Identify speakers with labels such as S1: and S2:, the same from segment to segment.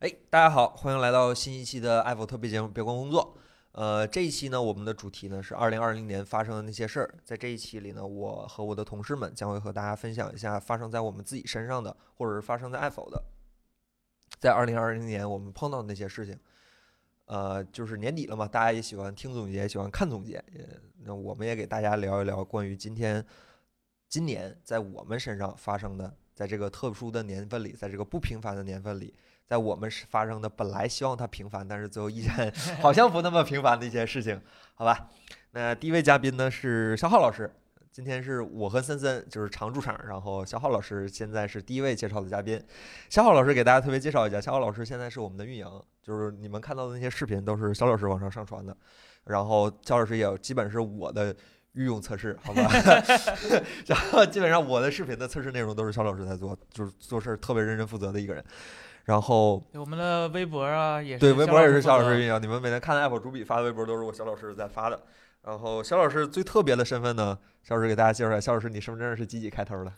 S1: 哎，大家好，欢迎来到新一期的爱否特别节目《别光工作》。呃，这一期呢，我们的主题呢是二零二零年发生的那些事儿。在这一期里呢，我和我的同事们将会和大家分享一下发生在我们自己身上的，或者是发生在爱否的，在二零二零年我们碰到的那些事情。呃，就是年底了嘛，大家也喜欢听总结，也喜欢看总结。也那我们也给大家聊一聊关于今天、今年在我们身上发生的，在这个特殊的年份里，在这个不平凡的年份里，在我们是发生的本来希望它平凡，但是最后依然 好像不那么平凡的一些事情，好吧？那第一位嘉宾呢是小浩老师，今天是我和森森就是常驻场，然后小浩老师现在是第一位介绍的嘉宾。小浩老师给大家特别介绍一下，小浩老师现在是我们的运营，就是你们看到的那些视频都是小老师往上上传的，然后小老师也基本是我的。御用测试，好吧， 然后基本上我的视频的测试内容都是肖老师在做，就是做事儿特别认真负责的一个人。然后
S2: 对我们的微博啊，也是
S1: 对，微博也是肖
S2: 肖
S1: 老师运营。你们每天看 app 主笔发的微博都是我肖老师在发的。然后肖老师最特别的身份呢，肖老师给大家介绍一下，肖老师你身份证是几几开头的？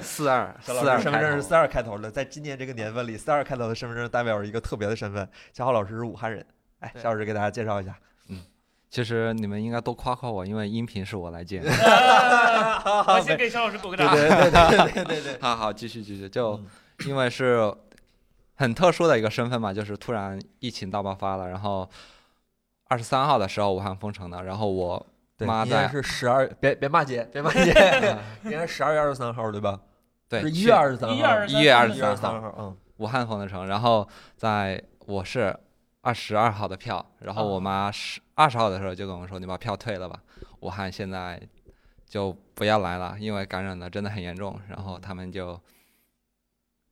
S3: 四四二
S1: 肖
S3: 四
S1: 老
S3: 二
S1: 师身份
S3: 开
S1: 证是
S3: 头
S1: 四二开头的，在今年这个年份里，四二开头的身份证代表着一个特别的身份。肖浩老师是武汉人，哎，
S2: 对
S1: 肖老师给大家介绍一下。
S3: 其实你们应该多夸夸我，因为音频是我来 剪。
S2: 我先给肖老师鼓个 掌。
S1: 对对对对 对对，
S3: 好好，继续继续，就
S1: 嗯
S3: 因为是很特殊的一个身份嘛，就是突然疫情大爆发了，然后二十三号的时候武汉封城了，然后我
S1: 对，
S3: 妈
S1: 应该
S3: 在
S1: 是十二，别别骂街，别骂街， 应该是十二月二十三号对吧？
S3: 对
S1: 是一
S3: 去
S1: 月二十三号，
S2: 一月二
S3: 一月二
S1: 一
S3: 十
S1: 月二
S3: 三
S1: 十三
S3: 号
S1: 号，嗯，
S3: 武汉封的城，然后在我是二十二号的票，然后我妈是二十号的时候就跟我说你把票退了吧，武汉现在就不要来了，因为感染的真的很严重，然后他们就。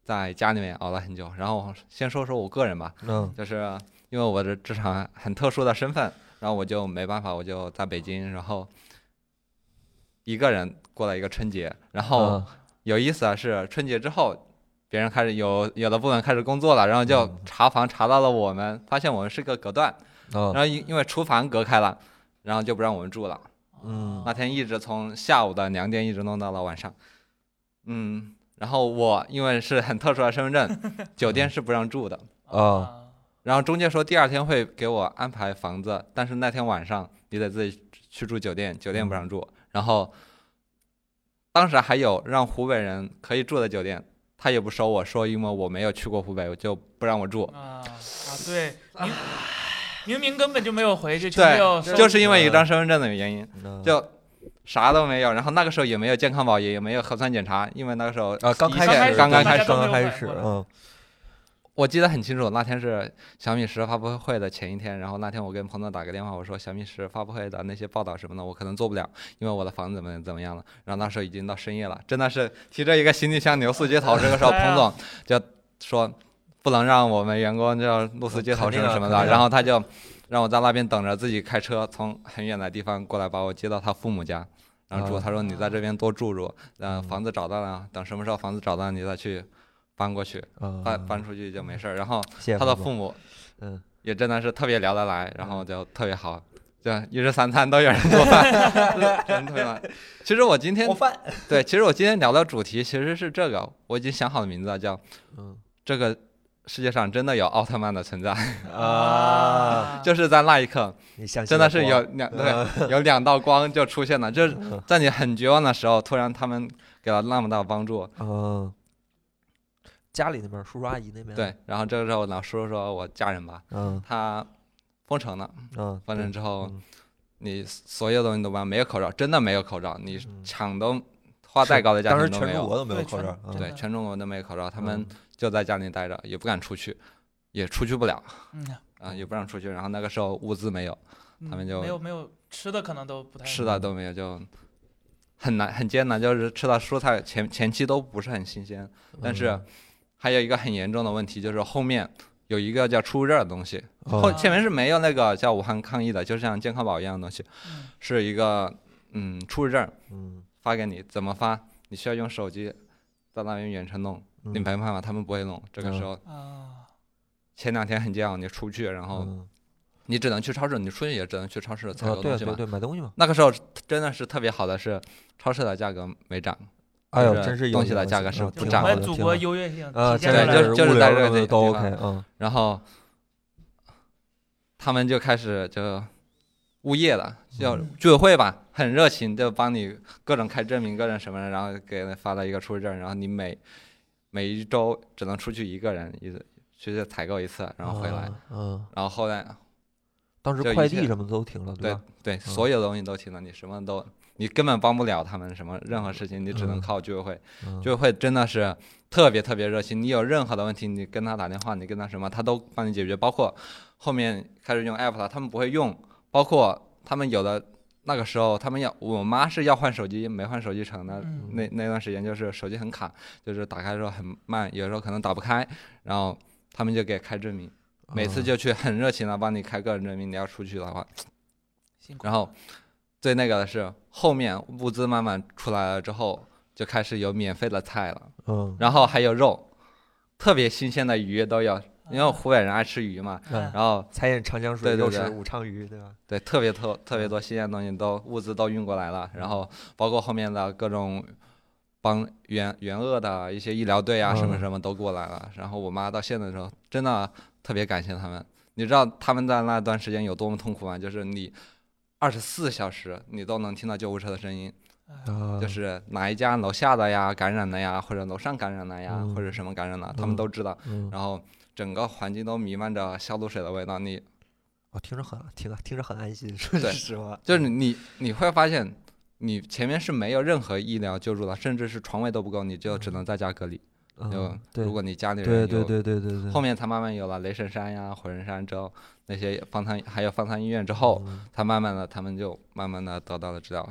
S3: 在家里面熬了很久，然后先说说我个人吧，
S1: 嗯
S3: 就是因为我的职场很特殊的身份，然后我就没办法，我就在北京，然后一个人过了一个春节。然后
S1: 嗯
S3: 有意思的啊是，春节之后，别人开始有有的部门开始工作了，然后就
S1: 嗯
S3: 查房查到了我们，发现我们是个隔断，然
S1: 嗯
S3: 后因因为厨房隔开了，然后就不让我们住了。
S1: 嗯
S3: 那天
S2: 啊
S3: 一直从下午的两点一直弄到了晚上，嗯，然后我因为是很特殊的身份证，酒店是不让住的。哦
S1: 啊
S3: 然后中介说第二天会给我安排房子，但是那天晚上你得自己去住酒店，酒店不让住。然后当时还有让湖北人可以住的酒店，他也不收我，说因为我没有去过湖北，我就不让我住。
S2: 啊啊，对，明明明根本就没有回去，却没有
S3: 对，
S2: 收
S3: 就是因为一张身份证的原因，
S1: 嗯
S3: 就啥都没有。然后那个时候也没有健康宝，也也没有核酸检查，因为那个时候
S1: 啊，刚
S3: 一
S1: 开
S3: 切
S2: 开
S1: 始
S2: 始
S3: 刚刚开
S2: 始
S3: 始。
S1: 刚刚开
S2: 刚开始
S1: 始，嗯
S3: 我记得很清楚，那天是小米十发布会的前一天，然后那天我跟彭总打个电话，我说小米十发布会的那些报道什么的，我可能做不了，因为我的房子怎么怎么样了。然后那时候已经到深夜了，真的是提着一个行李箱流宿街头。这个时候
S2: 哎呀
S3: 彭总就说不能让我们员工就露宿街头什么什
S1: 肯
S3: 么
S1: 定啊肯定
S3: 的，
S1: 啊
S3: 然后他就让我在那边等着，自己开车从很远的地方过来把我接到他父母家。然后住，
S1: 啊
S3: 他说你在这边多住住，嗯，
S1: 嗯
S3: 房子找到了，等什么时候房子找到你再去搬过去。
S1: 嗯，
S3: 搬搬出去就没事儿。然后
S1: 谢谢
S3: 他的
S1: 彭
S3: 父母
S1: 总，嗯，
S3: 也真的是特别聊得来，然后就特别好，就一日三餐都有人做饭， 真的特别好其实我今天
S1: 我饭，
S3: 对，其实我今天聊的主题其实是这个，我已经想好了名字了，叫
S1: 嗯
S3: 这个世界上真的有奥特曼的存在，
S1: 啊，
S3: 就是在那一刻，
S1: 你相信
S3: 真的
S1: 了
S3: 是
S1: 不
S3: 有两
S1: 嗯
S3: 对有两道光就出现了，就是
S1: 嗯
S3: 在你很绝望的时候，突然他们给了那么大的帮助，
S1: 嗯，家里那边叔叔阿姨那边，，
S3: 对，然后这个时候呢，说说我家人吧，
S1: 嗯
S3: 他封城了。
S1: 嗯，
S3: 完成之后
S1: 嗯，
S3: 你所有东西都完，没有口罩，真的没有口罩，你
S1: 嗯
S3: 抢都花再高的
S1: 对
S3: 价
S1: 当
S3: 钱
S1: 时全中
S3: 都没有。
S1: 国都嗯没有
S2: 对
S1: 口
S2: 全
S1: 罩，嗯
S2: 真
S3: 对，
S2: 的
S3: 全中国都没有口罩，他们就在家里待着，也不敢出去，也出去不了
S2: 嗯
S3: 啊，也不让出去。然后那个时候物资没有，
S2: 嗯
S3: 他们就
S2: 没有没有吃的，可能都不太
S3: 吃的
S1: 嗯
S3: 都没有，就很难很艰难，就是吃到蔬菜前前期都不是很新鲜。
S1: 嗯
S3: 但是还有一个很严重的问题，就是后面有一个叫出入热的东西，后
S1: 哦
S3: 前面是没有那个叫武汉抗疫的，就像健康宝一样的东西，
S2: 嗯
S3: 是一个嗯出入证
S1: 嗯
S3: 发给你，怎么发？你需要用手机在那边远程弄，
S1: 嗯
S3: 你没办法，他们不会弄。这个时候
S2: 啊，
S3: 前两天很煎熬，你出去，然后
S1: 嗯
S3: 你只能去超市，你出去也只能去超市采
S1: 啊对
S3: 购东
S1: 啊
S3: 西
S1: 对
S3: 嘛。
S1: 对，买东西嘛。
S3: 那个时候真的是特别好的是，超市的价格没涨，
S1: 哎呦，
S3: 是
S1: 真是有
S3: 东西
S1: 意
S3: 的
S1: 思
S3: 价格是
S1: 嗯
S3: 不
S2: 就
S1: 挺
S2: 我
S3: 涨
S1: 好的
S3: 的
S2: 们
S3: 呃
S2: 祖
S1: 挺好
S2: 国
S1: 的
S2: 优越性
S1: 啊，
S2: 体现
S1: 真
S2: 在
S3: 对
S1: 的
S2: 了嗯
S1: 就
S3: 就
S1: 是
S3: 就是
S1: 物
S3: 在
S1: 流
S3: 这
S1: 儿
S3: 个地
S1: 都
S3: 地
S1: OK 啊。
S3: 然后他们就开始就物业了，叫
S2: 嗯
S3: 居委会吧，很热情，就帮你各种开证明，各种什么的，然后给你发了一个出入证，然后你每每一周只能出去一个人，一次去采购一次，然后回来，
S1: 啊，嗯，
S3: 然后后来
S1: 当时
S3: 就一
S1: 快
S3: 切
S1: 递什么都停了，
S3: 对
S1: 吧？
S3: 对，所有东西都停了，你什么都你根本帮不了他们什么任何事情，你只能
S1: 嗯
S3: 靠居委会。
S1: 嗯
S3: 居委会真的是特别特别热心，你有任何的问题，你跟他打电话，你跟他什么，他都帮你解决。包括后面开始用 app 了，他们不会用，包括他们有的那个时候，他们要我妈是要换手机，没换手机成的。
S2: 嗯
S3: 那那段时间就是手机很卡，就是打开的时候很慢，有时候可能打不开，然后他们就给开证明，每
S1: 嗯
S3: 次就去很热情的帮你开个人证明，你要出去的话，
S2: 辛苦
S3: 然后最那个的是，后面物资慢慢出来了之后，就开始有免费的菜了，
S1: 嗯，
S3: 然后还有肉，特别新鲜的鱼都有，
S2: 嗯
S3: 因为湖北人爱吃鱼嘛。
S1: 嗯
S3: 然后
S1: 财饮长江水，
S3: 对对
S1: 肉
S3: 对
S1: 食五常鱼，对吧？
S3: 对，特别特特别多新鲜的东西都物资都运过来了，然后包括后面的各种帮援援鄂的一些医疗队啊，什么
S1: 嗯
S3: 什么都过来了。然后我妈到现在的时候，真的特别感谢他们。你知道他们在那段时间有多么痛苦吗？就是你二十四小时你都能听到救护车的声音，
S2: 嗯
S1: 啊
S3: 就是哪一家楼下的呀感染了呀，或者楼上感染了呀，
S1: 嗯
S3: 或者什么感染了，他们
S1: 嗯
S3: 都知道。
S1: 嗯，
S3: 然后整个环境都弥漫着消毒水的味道，你
S1: 我哦听着很听听着很安心，说
S3: 对
S1: 实话，
S3: 就是你你你会发现，你前面是没有任何医疗救助的，甚至是床位都不够，你就只能在家隔离。就
S1: 嗯，对
S3: 如果你家里人
S1: 对
S3: 有，
S1: 对对对对对，
S3: 后面他慢慢有了雷神山呀、火神山之后，那些方舱还有方舱医院之后，
S1: 嗯
S3: 他慢慢的他们就慢慢的得到了治疗。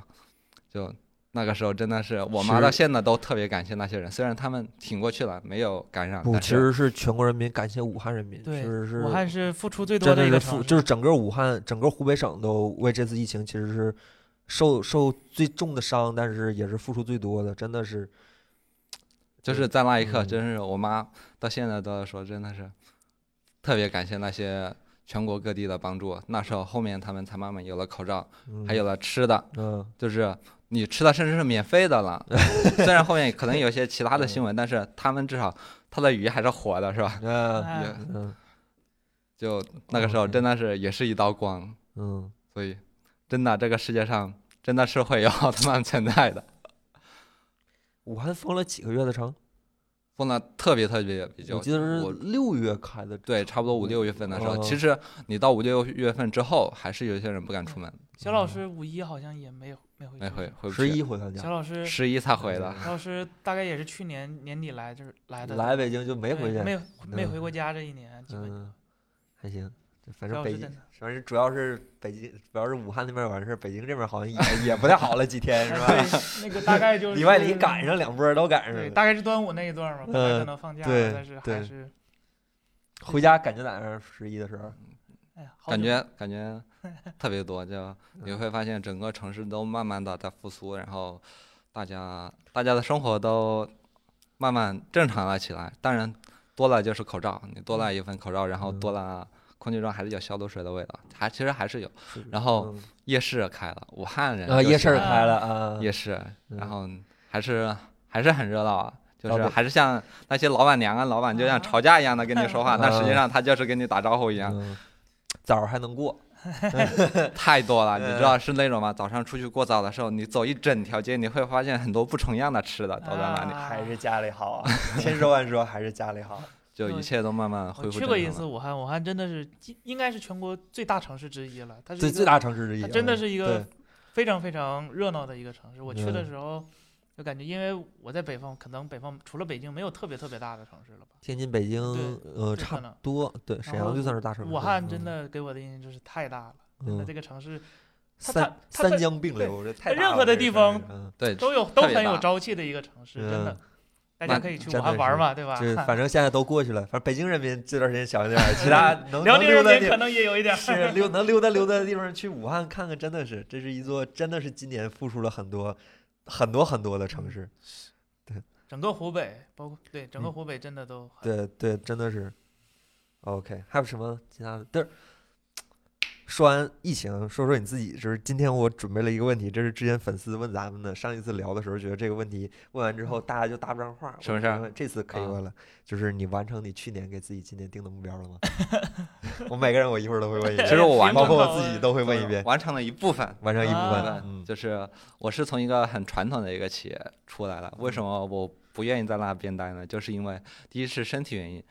S3: 就那个时候真的是我
S1: 其
S3: 妈
S1: 实
S3: 到现在都特别感谢那些人，虽然他们挺过去了，没有啊感染，
S1: 不，
S3: 但
S1: 其实
S3: 是
S1: 是全国人民感谢武汉人民，
S2: 对
S1: 其实是
S2: 武汉是付出最多
S1: 真
S2: 的
S1: 的
S2: 一个
S1: 是
S2: 城
S1: 负，
S2: 市，
S1: 就是整个武汉、整个湖北省都为这次疫情其实是受受最重的伤，但是也是付出最多的，真的是
S3: 就是在那一刻，
S1: 嗯
S3: 真是我妈到现在都在说，真的是特别感谢那些全国各地的帮助。那时候后面他们才慢慢有了口罩，还有了吃的，
S1: 嗯
S3: 就是你吃的甚至是免费 的了。虽然后面可能有些其他的新闻，但是他们至少他的鱼还是活的，是吧？
S1: 嗯
S2: 哎
S3: 呃也
S1: 嗯
S3: 就那个时候
S1: OK
S3: 真的是也是一道光，
S1: 嗯，
S3: 所以真的这个世界上真的是 会有奥特曼存在的。
S1: 武汉封了几个月的城，
S3: 封了特别特别久，
S1: 我记得
S3: 我
S1: 是六月开的，
S3: 对，差不多五
S1: 嗯
S3: 六月份的时候，其
S1: 哦
S3: 实你到五六月份之后，还是有一些人不敢出门，
S2: 小老师五一好像也没没回去，
S3: 没回回不
S1: 十
S3: 去
S1: 一回他
S2: 小
S1: 家，
S2: 老师
S3: 十一才回的。
S2: 小老师大概也是去年年底来就是来的，
S1: 来北京就没
S2: 没
S1: 回去，
S2: 没没
S1: 嗯
S2: 回过家这一年，基本
S1: 嗯，还行，这反
S2: 主
S1: 正
S2: 要
S1: 北
S2: 是
S1: 京
S2: 在哪，
S1: 反正主要是北京，主要是武汉那边完事儿，北京这边好像也也不太好了，几天 是吧？
S2: 对，那个大概 就是
S1: 里外里赶上两波儿都赶上
S2: 对，
S1: 了，
S2: 大概是端午那一段 嘛，本来可
S1: 嗯
S2: 能放假
S1: 对
S2: 了，但是还
S1: 对
S2: 是
S1: 回家感觉咋样？十一的时候，
S2: 哎呀，好
S3: 感
S2: 久
S3: 觉感觉特别多， 就你
S1: 嗯
S3: 会发现整个城市都慢慢的在复苏，然后大家大家的生活都慢慢正常了起来。当然多了就是口罩，你多了
S1: 嗯
S3: 一份口罩，然后多了空气中还是有消毒水的味道，还其实还是有。
S1: 是
S3: 然后夜市开了，武汉人
S1: 嗯啊，
S3: 就
S1: 夜
S3: 喜
S1: 市儿
S3: 欢
S2: 欢
S1: 开了啊，
S3: 夜市，
S1: 嗯哦
S3: 然后还是还是很热闹啊，就
S1: 老
S3: 是
S1: 板
S3: 还是像那些老板娘啊、老板就像吵架一样的跟你 说话，但实际上他就是跟你打招呼一样，
S1: 嗯早上还能过，嗯
S3: 太多了。你知道是那种吗？早上出去过早的时候，你走一整条街，你会发现很多不重样的吃的都在那里，
S2: 啊
S1: 还是家里好 啊。千说万说，还是家里好。
S3: 就一切都慢慢
S2: 我
S3: 恢复
S2: 去
S3: 正
S2: 过一
S3: 常
S2: 次
S3: 了。
S2: 武汉，武汉真的是应应该是全国最大城市之一了，它是
S1: 最
S2: 一个
S1: 最大城市之一
S2: 它
S1: 啊，
S2: 真的是一个
S1: 对
S2: 非常非常热闹的一个城市。我去的
S1: 嗯
S2: 时候就感觉，因为我在北方，可能北方除了北京没有特别特别大的城市了吧。
S1: 天津、北京，
S2: 对
S1: 呃，
S2: 这
S1: 差
S2: 可
S1: 不
S2: 能
S1: 多。对，沈阳
S2: 后
S1: 就算是大城市。
S2: 武汉
S1: 嗯
S2: 真的给我的印象就是太大了，真的
S1: 嗯
S2: 这个城市它
S1: 三
S2: 它它
S1: 三江并
S2: 对
S1: 流，这太大
S2: 任
S1: 了
S2: 何的
S1: 这
S2: 地
S1: 个城
S2: 方
S1: 市嗯
S3: 对，
S2: 都有都
S3: 特别
S2: 很有
S3: 大
S2: 朝气的一个城市，真的
S1: 嗯，
S2: 大家
S3: 那
S2: 可以去
S1: 真
S2: 武汉
S1: 的
S2: 玩
S1: 是
S2: 嘛，对吧？
S1: 这反正现在都过去了，反正北京人民这段时间小一点儿，其他能
S2: 辽
S1: 能
S2: 宁
S1: 溜
S2: 人
S1: 达的
S2: 民
S1: 地
S2: 可能也有一点儿，
S1: 是溜能溜达溜达的地方，去武汉看看，真的是，这是一座真的是今年付出了很多很多很多的城市。
S2: 整个湖北，包括对整个湖北真的都很
S1: 嗯对对，真的是。OK，还有什么其他的？但是说完疫情，说说你自己。就是今天我准备了一个问题，这是之前粉丝问咱们的。上一次聊的时候，觉得这个问题问完之后，大家就搭不上话。
S3: 什么事儿啊
S1: 儿？这次可以问了，就是你完成你去年给自己今年定的目标了吗？ 我每个人我一会儿都会问一遍，
S3: 其实我完
S1: 包
S3: 成
S1: 括
S2: 了
S1: 我自己都会问一遍，
S3: 完成了一部分。
S1: 完成一部分
S2: 啊。
S1: 嗯，
S3: 就是我是从一个很传统的一个企业出来了，为什么我不愿意在那边待呢？就是因为第一是身体原因，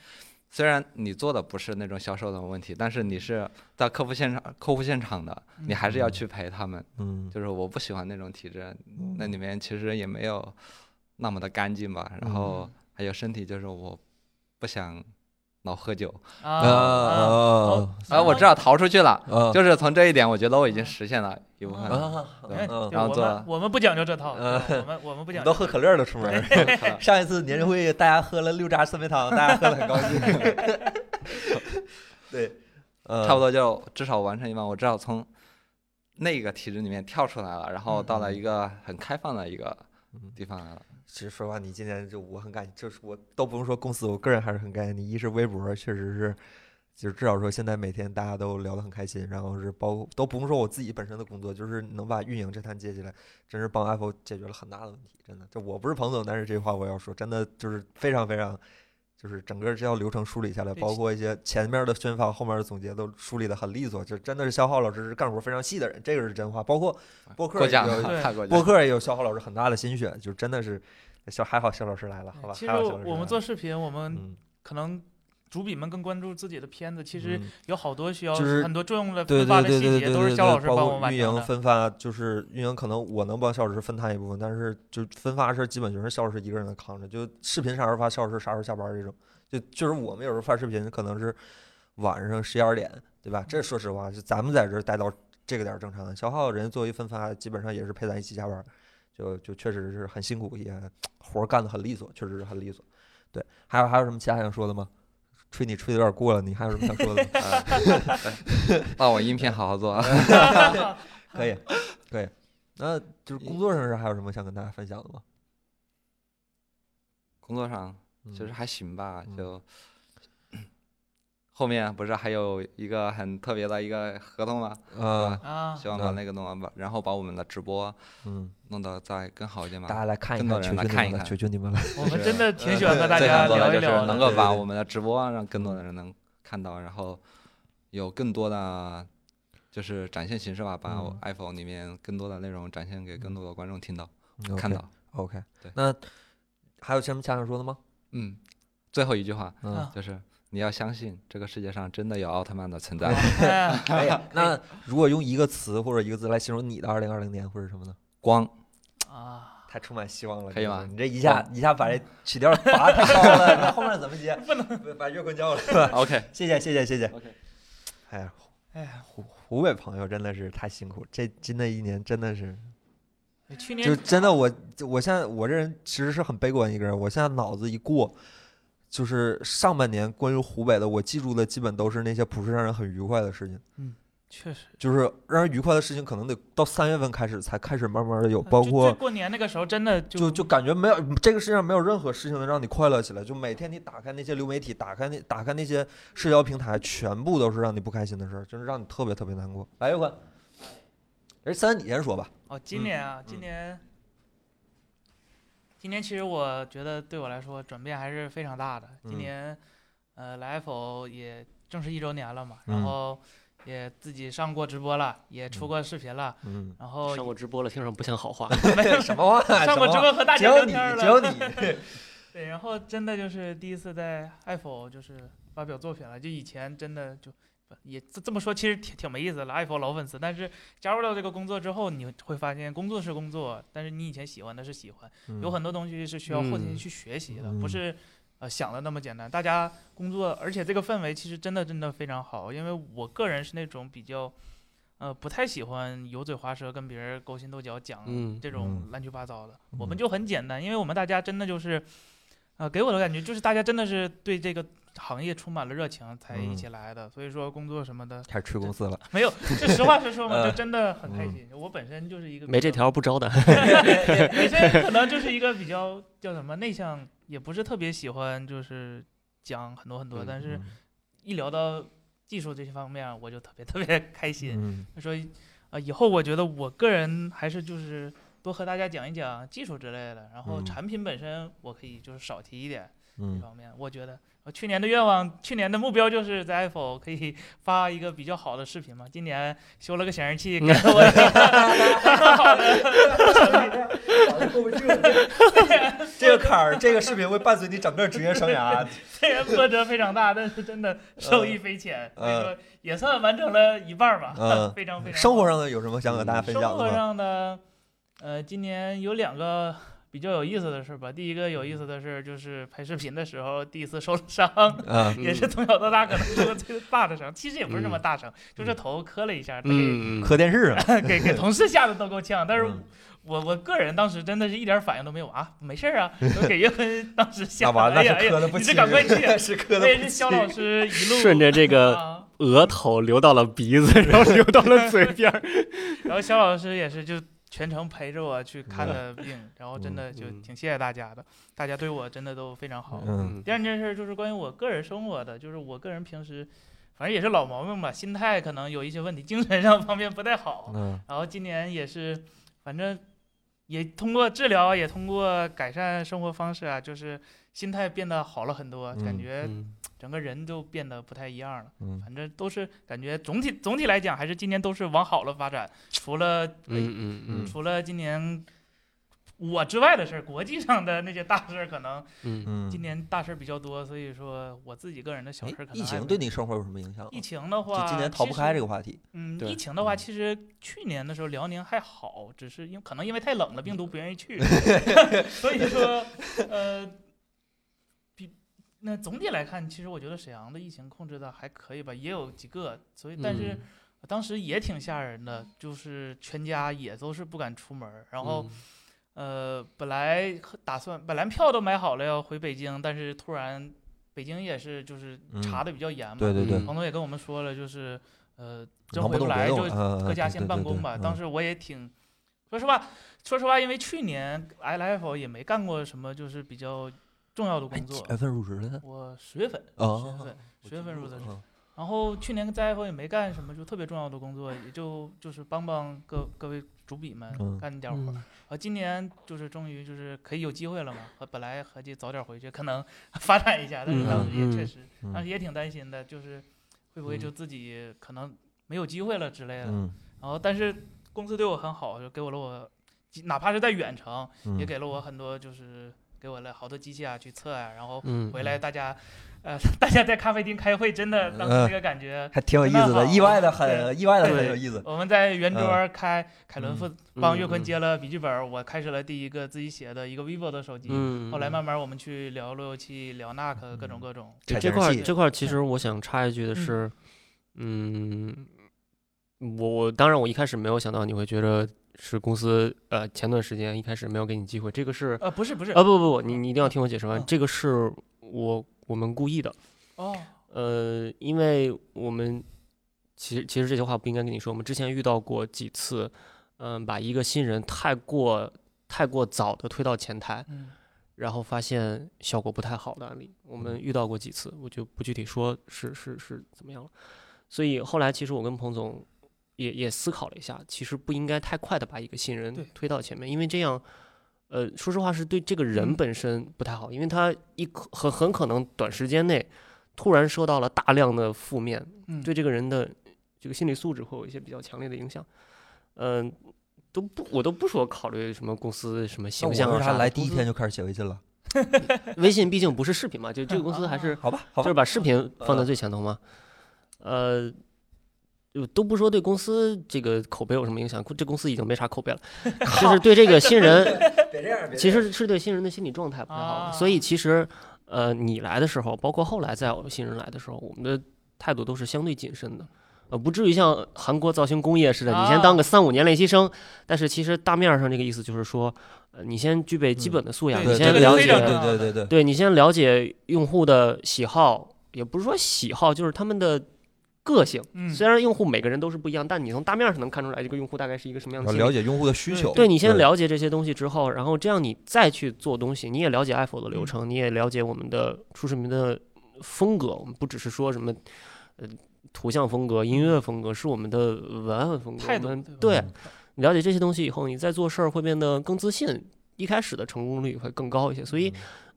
S3: 虽然你做的不是那种销售的问题，但是你是在客户现场客户现场的，
S2: 嗯
S3: 你还是要去陪他们。
S1: 嗯
S3: 就是我不喜欢那种体制，那里面其实也没有那么的干净吧。然后还有身体，就是我不想老喝酒。
S2: 啊
S1: 啊
S2: 啊
S1: 啊
S3: 啊，我知道逃出去了，
S1: 啊
S3: 就是从这一点，我觉得我已经实现了一部分了。
S1: 啊！
S3: 对
S1: 嗯
S2: 哎对
S3: 然后
S2: 我
S3: 做
S2: 们我们不讲究这套，
S1: 嗯
S2: 对我们我们不
S1: 你
S2: 讲
S1: 都
S2: 究。
S1: 喝可乐了，出 门儿。上一次年终会，大家喝了六扎酸梅汤，大家喝的很高 兴。对，呃、
S3: 差不多就至少完成一半，我至少从那个体制里面跳出来了，然后
S1: 嗯
S3: 到了一个很开放的一个地方来了。
S1: 其实说实话，你今年就我很感，就是我都不用说公司，我个人还是很感谢你。一是微博确实是，就是至少说现在每天大家都聊得很开心，然后是包括都不用说我自己本身的工作，就是能把运营这摊接起来，真是帮 Apple 解决了很大的问题。真的，这我不是彭总，但是这话我要说，真的就是非常非常。就是整个这条流程梳理下来，
S2: 对
S1: 包括一些前面的宣发、后面的总结都梳理得很利索，就真的是肖浩老师是干活非常细的人，这个是真话。包括播客
S3: 过奖
S1: 有
S3: 了，
S2: 对
S3: 太过奖
S1: 播
S3: 了。
S1: 客也有肖浩老师很大的心血，就真的是肖还好肖老师来了，好吧？
S2: 其实
S1: 还好肖老师来了
S2: 我们做视频，我们
S1: 嗯，
S2: 可能主笔们更关注自己的片子，其实
S1: 嗯
S2: 有好多需要
S1: 就是
S2: 很多重要的
S1: 对
S2: 分发
S1: 对
S2: 的
S1: 对
S2: 细
S1: 对
S2: 节，
S1: 对
S2: 都是
S1: 对
S2: 肖老
S1: 对，
S2: 师
S1: 包
S2: 帮我
S1: 括
S2: 完
S1: 运
S2: 成
S1: 营
S2: 的。
S1: 分发，就是运营可能我能帮肖老师分摊一部分，但是就分发的事儿基本全是肖老师一个人能扛着，就视频啥时候发，肖老师啥时候下班这种，就就是我们有时候发视频可能是晚上十一二点，对吧？
S2: 嗯
S1: 这说实话，就咱们在这儿待到这个点儿正常的，消耗人作为分发，基本上也是陪咱一起加班儿，就就确实是很辛苦，也活儿干得很利索，确实是很利索。对，还有还有什么其他想说的吗？吹你吹的有点过了，你还有什么想说的吗？
S3: 那我音频好好做。
S1: 嗯可以，可以。那就是工作上是还有什么想跟大家分享的吗？
S3: 工作上
S1: 嗯
S3: 其实还行吧
S1: 嗯，
S3: 就后面不是还有一个很特别的一个合同吗？
S1: 啊，
S2: 啊，
S3: 希望把
S1: 嗯
S3: 那个弄完吧，然后把我们的直播
S1: 嗯，
S3: 弄得再更好一点
S1: 大
S3: 嘛。
S1: 家来看一
S3: 更
S1: 看，
S3: 多
S1: 求
S3: 人来
S1: 求你
S3: 看
S1: 们
S3: 一
S1: 了，
S3: 看
S1: 求求你 们了。
S2: 我们
S3: 是呃
S2: 真的挺喜欢和大
S3: 最
S2: 家
S3: 想做
S2: 聊
S3: 的
S2: 一
S3: 就是
S2: 聊
S3: 能
S2: 的。
S3: 够
S1: 对
S3: 把
S1: 对
S3: 我们的直播让更多的人能看到，然后有更多的就是展现形式吧，把
S1: 嗯
S3: iPhone 里面更多的内容展现给更多的观众听到、
S1: 嗯
S3: 看
S1: OK，
S3: 到。
S1: OK，
S3: 对
S1: 那还有什么想想说的吗？
S3: 嗯，最后一句话
S1: 嗯，
S2: 啊
S3: 就是你要相信这个世界上真的有奥特曼的存在。
S2: 哎
S1: 可以。 那如果用一个词或者一个字来形容你的二零二零年，会是什么呢？
S3: 光，
S2: 啊，
S1: 太充满希望了，
S3: 可以
S1: 这
S3: 吗
S1: 个你这一下一下把这曲调拔太高了， 那后面怎么接？不能把月棍叫了。
S3: OK
S1: 谢谢谢谢谢谢。
S3: OK，
S1: 哎呀，
S2: 哎呀，
S1: 湖湖北朋友真的是太辛苦，这新的一年真的是
S2: 去
S1: 就
S2: 年
S1: 真的我，我现在我这人其实是很悲观一个人，我现在脑子一过，就是上半年关于湖北的，我记住的基本都是那些不是让人很愉快的事情，
S2: 确实，
S1: 就是让人愉快的事情，可能得到三月份开始才开始慢慢的有，包
S2: 呃就
S1: 括
S2: 就过年那个时候，真的就
S1: 就就感觉没有这个世界上没有任何事情能让你快乐起来，就每天你打开那些流媒体，打开那打开那些社交平台，全部都是让你不开心的事儿，就是让你特别特别难过。来，月坤，哎，三，你先说吧。
S2: 哦，今年啊，今
S1: 嗯
S2: 年，今年其实我觉得对我来说转变还是非常大的。
S1: 嗯
S2: 今年，呃，来 Apple 也正式一周年了嘛，然
S1: 嗯
S2: 后也自己上过直播了，也出
S1: 嗯
S2: 过视频了，
S1: 嗯，
S2: 然后
S4: 上过直播了，听上不像好话。
S1: 什么话？
S2: 上过
S1: 什
S2: 直
S1: 么话
S2: 播和大
S1: 只
S2: 家
S1: 有
S2: 聊
S1: 你
S2: 天儿，
S1: 只有
S2: 了。
S1: 你。
S2: 对，然后真的就是第一次在 Apple 就是发表作品了，就以前真的就。不也这这么说，其实挺挺没意思了。Apple 老粉丝，但是加入到这个工作之后，你会发现工作是工作，但是你以前喜欢的是喜欢。有很多东西是需要后天
S4: 嗯
S2: 去学习的，
S1: 嗯
S2: 不是呃想的那么简单。大家工作，而且这个氛围其实真的真的非常好，因为我个人是那种比较呃不太喜欢油嘴滑舌跟别人勾心斗角讲
S4: 嗯
S2: 这
S1: 嗯
S2: 种乱七八糟的，我们
S1: 嗯
S2: 就很简单，因为我们大家真的就是。呃，给我的感觉就是大家真的是对这个行业充满了热情才一
S1: 嗯
S2: 起来的，所以说工作什 么的
S1: 开始吹公司了。
S2: 没有，就实话实说嘛，
S1: 呃
S2: 就真的很开心。我本身就是一个
S4: 没这，条不招的。
S2: 本身可能就是一个比较叫什么内向，也不是特别喜欢就是讲很多很多，
S4: 嗯
S2: 但是
S1: 嗯
S2: 一聊到技术这些方面，啊我就特别特别开心。
S1: 嗯
S2: 他说，呃，以后我觉得我个人还是就是多和大家讲一讲技术之类的，然后
S1: 嗯
S2: 产品本身我可以就是少提一点这
S1: 嗯
S2: 方面。我觉得我去年的愿望，去年的目标就是在 Apple 可以发一个比较好的视频嘛。今年修了个显示器，给了我一个很好 的，
S1: 这个坎儿，这个视频会伴随你整个职业生 涯。
S2: 虽然波折非常大，但是真的受益匪浅，所以说也算完成了一半儿吧，
S1: 嗯
S2: 非常非常
S1: 生活
S2: 好
S1: 上的有什么想给大家分享
S2: 生活
S1: 的吗？
S2: 上的，呃，今年有两个比较有意思的事吧。第一个
S1: 嗯
S2: 有意思的事就是拍视频的时候第一次受了伤，
S1: 嗯
S2: 也是从小到大可能受的最大的伤。其实也不是什么大伤，
S1: 嗯
S2: 就是头磕了一下，被
S4: 嗯，嗯
S1: 磕电视啊，
S2: 给给同事吓得都够呛。但是
S1: 嗯
S2: 我我个人当时真的是一点反应都没有啊，没事儿啊。我给岳坤 当时吓
S1: 那完
S2: 得，
S1: 那
S2: 哎呀哎
S1: 是磕的
S2: 呀，
S1: 不
S2: 你
S1: 轻
S2: 这赶快去。， 哎
S1: 是磕
S2: 我
S1: 的
S2: 也
S1: 不
S2: 是肖
S1: 轻。
S2: 老师一路
S4: 顺着这 个
S2: 啊
S4: 额头流到了鼻子，然后流到了嘴边儿。
S2: 然后肖老师也是就全程陪着我去看
S1: 嗯
S2: 的病，然后真的就
S4: 嗯
S2: 挺谢谢大家的，大家对我真的都非常好。
S1: 嗯
S2: 第二件事就是关于我个人生活的，就是我个人平时反正也是老毛病吧，心态可能有一些问题，精神上方面不太好。
S1: 嗯
S2: 然后今年也是，反正也通过治疗，也通过改善生活方式啊，就是心态变得好了很多，感
S1: 嗯
S2: 觉整个人就变得不太一样了。
S1: 嗯
S2: 反正都是感觉总体总体来讲，还是今年都是往好了发展，除了、呃
S4: 嗯嗯
S2: 除了今年我之外的事儿，国际上的那些大事儿，可能
S4: 嗯
S1: 嗯，
S2: 今年大事儿比较多，所以说我自己个人的小
S1: 哎
S2: 事儿可能
S1: 疫
S2: 还
S1: 情
S2: 没
S1: 对你生活有什么影响吗？
S2: 疫情的
S1: 就
S2: 话，
S1: 今年逃不开这
S2: 个。
S1: 个话题。
S2: 嗯，
S4: 对
S2: 疫情的话，
S1: 嗯
S2: 其实去年的时候辽宁还好，只是因为可能因为太冷了，病毒不愿 意去，所以说呃，比那总体来看，其实我觉得沈阳的疫情控制的还可以吧，也有几个，所以但是
S4: 嗯
S2: 当时也挺吓人的，就是全家也都是不敢出门儿，然
S1: 嗯
S4: 嗯
S2: 后、呃本来和打算本来票都买好了要回北京，但是突然北京也是就是
S1: 嗯
S2: 查的比较严嘛，
S1: 对对对，
S4: 嗯
S2: 王总也跟我们说了，就是呃真
S1: 能
S2: 回
S1: 不
S2: 不
S1: 动
S2: 来
S1: 别
S2: 就
S1: 动，嗯
S2: 搁家先办公
S1: 嗯
S2: 吧。当。
S1: 对对对嗯
S2: 时我也挺，说实话，说实话，因为去年 L F 也没干过什么就是比较重要的
S1: 哎，
S2: 工
S1: 几
S2: 作，
S1: 月份入职的？
S2: 我十月份，十月
S1: 哦
S2: 份，，十月份入的职。
S1: 嗯
S2: 然后去年在 F 也没干什么就特别重要的工作，也就就是帮帮各各位主笔们
S1: 嗯
S2: 干点活儿。啊，今年就是终于就是可以有机会了嘛。和本来合计早点回去，可能 发展一下，但是当时也确
S4: 嗯
S2: 实，当时也挺担心的，就是会不会就自己可能没有机会了之类的。
S1: 嗯
S2: 然后，但是公司对我很好，就给我了我，哪怕是在远程，
S1: 嗯，
S2: 也给了我很多，就是给我了好多机器啊去测啊，然后
S4: 嗯
S2: 回来大家，呃， 大家在咖啡厅开会，真的当时
S1: 嗯
S2: 那个感觉。
S1: 还挺有意思的，意外的很，意外的很有意思。
S2: 我们在圆
S4: 嗯
S2: 桌儿开，凯伦
S1: 嗯
S2: 负帮岳坤接了笔记本儿，我开始了第一个自己写的一个 vivo 的手机，
S4: 嗯，
S2: 后来慢慢我们去聊路由器，聊 NAC 各种各种。
S4: 对
S1: 产
S4: 这
S1: 生
S4: 块儿
S1: 器
S4: 这块儿其实我想插一句的是，嗯，我我当然我一开始没有想到你会觉得是公司呃前段时间一开始没有给你机会，这个是
S2: 呃，不是不 是
S4: 啊，不不不，你你一定要听我解释完，
S2: 嗯
S4: 这个是我我们故意的，
S2: 哦，
S4: 呃，因为我们其实其实这些话不应该跟你说，我们之前遇到过几次，嗯、把一个新人太过太过早的推到前台，
S2: 嗯
S4: 然后发现效果不太好的案例，我
S1: 嗯
S4: 们遇到过几次，我就不具体说是是是怎么样了。所以后来其实我跟彭总也也思考了一下，其实不应该太快的把一个新人
S2: 对
S4: 推到前面，因为这样，呃，说实话是对这个人
S2: 嗯
S4: 本身不太好，因为他一可很很可能短时间内突然受到了大量的负面，
S2: 嗯，
S4: 对这个人的这个心理素质会有一些比较强烈的影响。嗯、都不我都不说考虑什么公司什么
S1: 那
S4: 形
S1: 我
S4: 象啊
S1: 为
S4: 啥
S1: 啥
S4: 的
S1: 来第一
S4: 公司
S1: 天就开始写微信了？
S4: 微信毕竟不是视频嘛，就这个公司还是
S1: 好吧， 好
S4: 就
S1: 吧
S4: 是，把视频放在
S1: 呃
S4: 最前头嘛。呃，就都不说对公司这个口碑有什么影响，这公司已经没啥口 碑了，就是对这个新人，
S1: 别这样，别
S4: 其实是对新人的心理状态不太好。
S1: 啊
S4: 所以其实，呃，你来的时候，包括后来再有新人来的时候，我们的态度都是相对谨慎的。呃，不至于像韩国造型工业似的，你先当
S1: 啊
S4: 个三五年练习生，但是其实大面上这个意思就是说，呃，你先具备基
S1: 嗯
S4: 本的素养，
S2: 对
S1: 对
S4: 你
S2: 这
S4: 先
S2: 个
S4: 了
S2: 非
S4: 解
S2: 常重要
S1: 对对对对，
S4: 对你先了解用户的喜好，也不是说喜好，就是他们的个性。
S2: 嗯，
S4: 虽然用户每个人都是不一样，但你从大面上能看出来这个用户大概是一个什么样的
S1: 要
S4: 心
S1: 了
S4: 理。
S1: 解用户的需
S2: 对
S1: 求。
S4: 对你先了解这些东西之后，然后这样你再去做东西，你也了解 i p h o n e
S2: 嗯
S4: 的流程，你也了解我们的出视频的风格。我们不只是说什么，呃，图像风格、音乐风格，是我们的文案风格。
S2: 嗯态度
S4: 我们
S2: 对
S4: 对，你了解这些东西以后，你再做事儿会变得更自信，一开始的成功率会更高一些。所以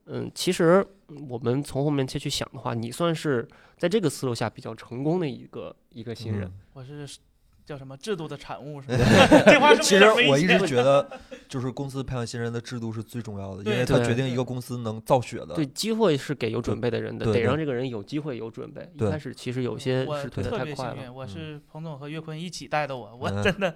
S1: 嗯，
S4: 嗯，其实嗯我们从后面切去想的话，你算是在这个思路下比较成功的一个一个新
S1: 嗯
S4: 人。
S2: 我是叫什么制度的产物 是吧？这话是不是
S1: 其实
S2: 有点
S1: 我
S2: 危
S1: 一
S2: 险
S1: 直觉得，就是公司培养新人的制度是最重要的，因
S2: 对
S1: 为它
S4: 对
S1: 决定一
S2: 对
S1: 个公司能造血的。
S4: 对，机会是给有准备的人的，
S1: 对
S4: 得
S1: 对
S4: 让这个人有机会有准备。一
S1: 对
S4: 开始其实有些
S2: 我
S4: 是推的
S2: 特
S4: 太
S2: 别
S4: 快
S2: 幸
S4: 了。
S2: 运，我
S1: 嗯
S2: 是彭总和岳坤一起带的我，我
S1: 嗯
S2: 真的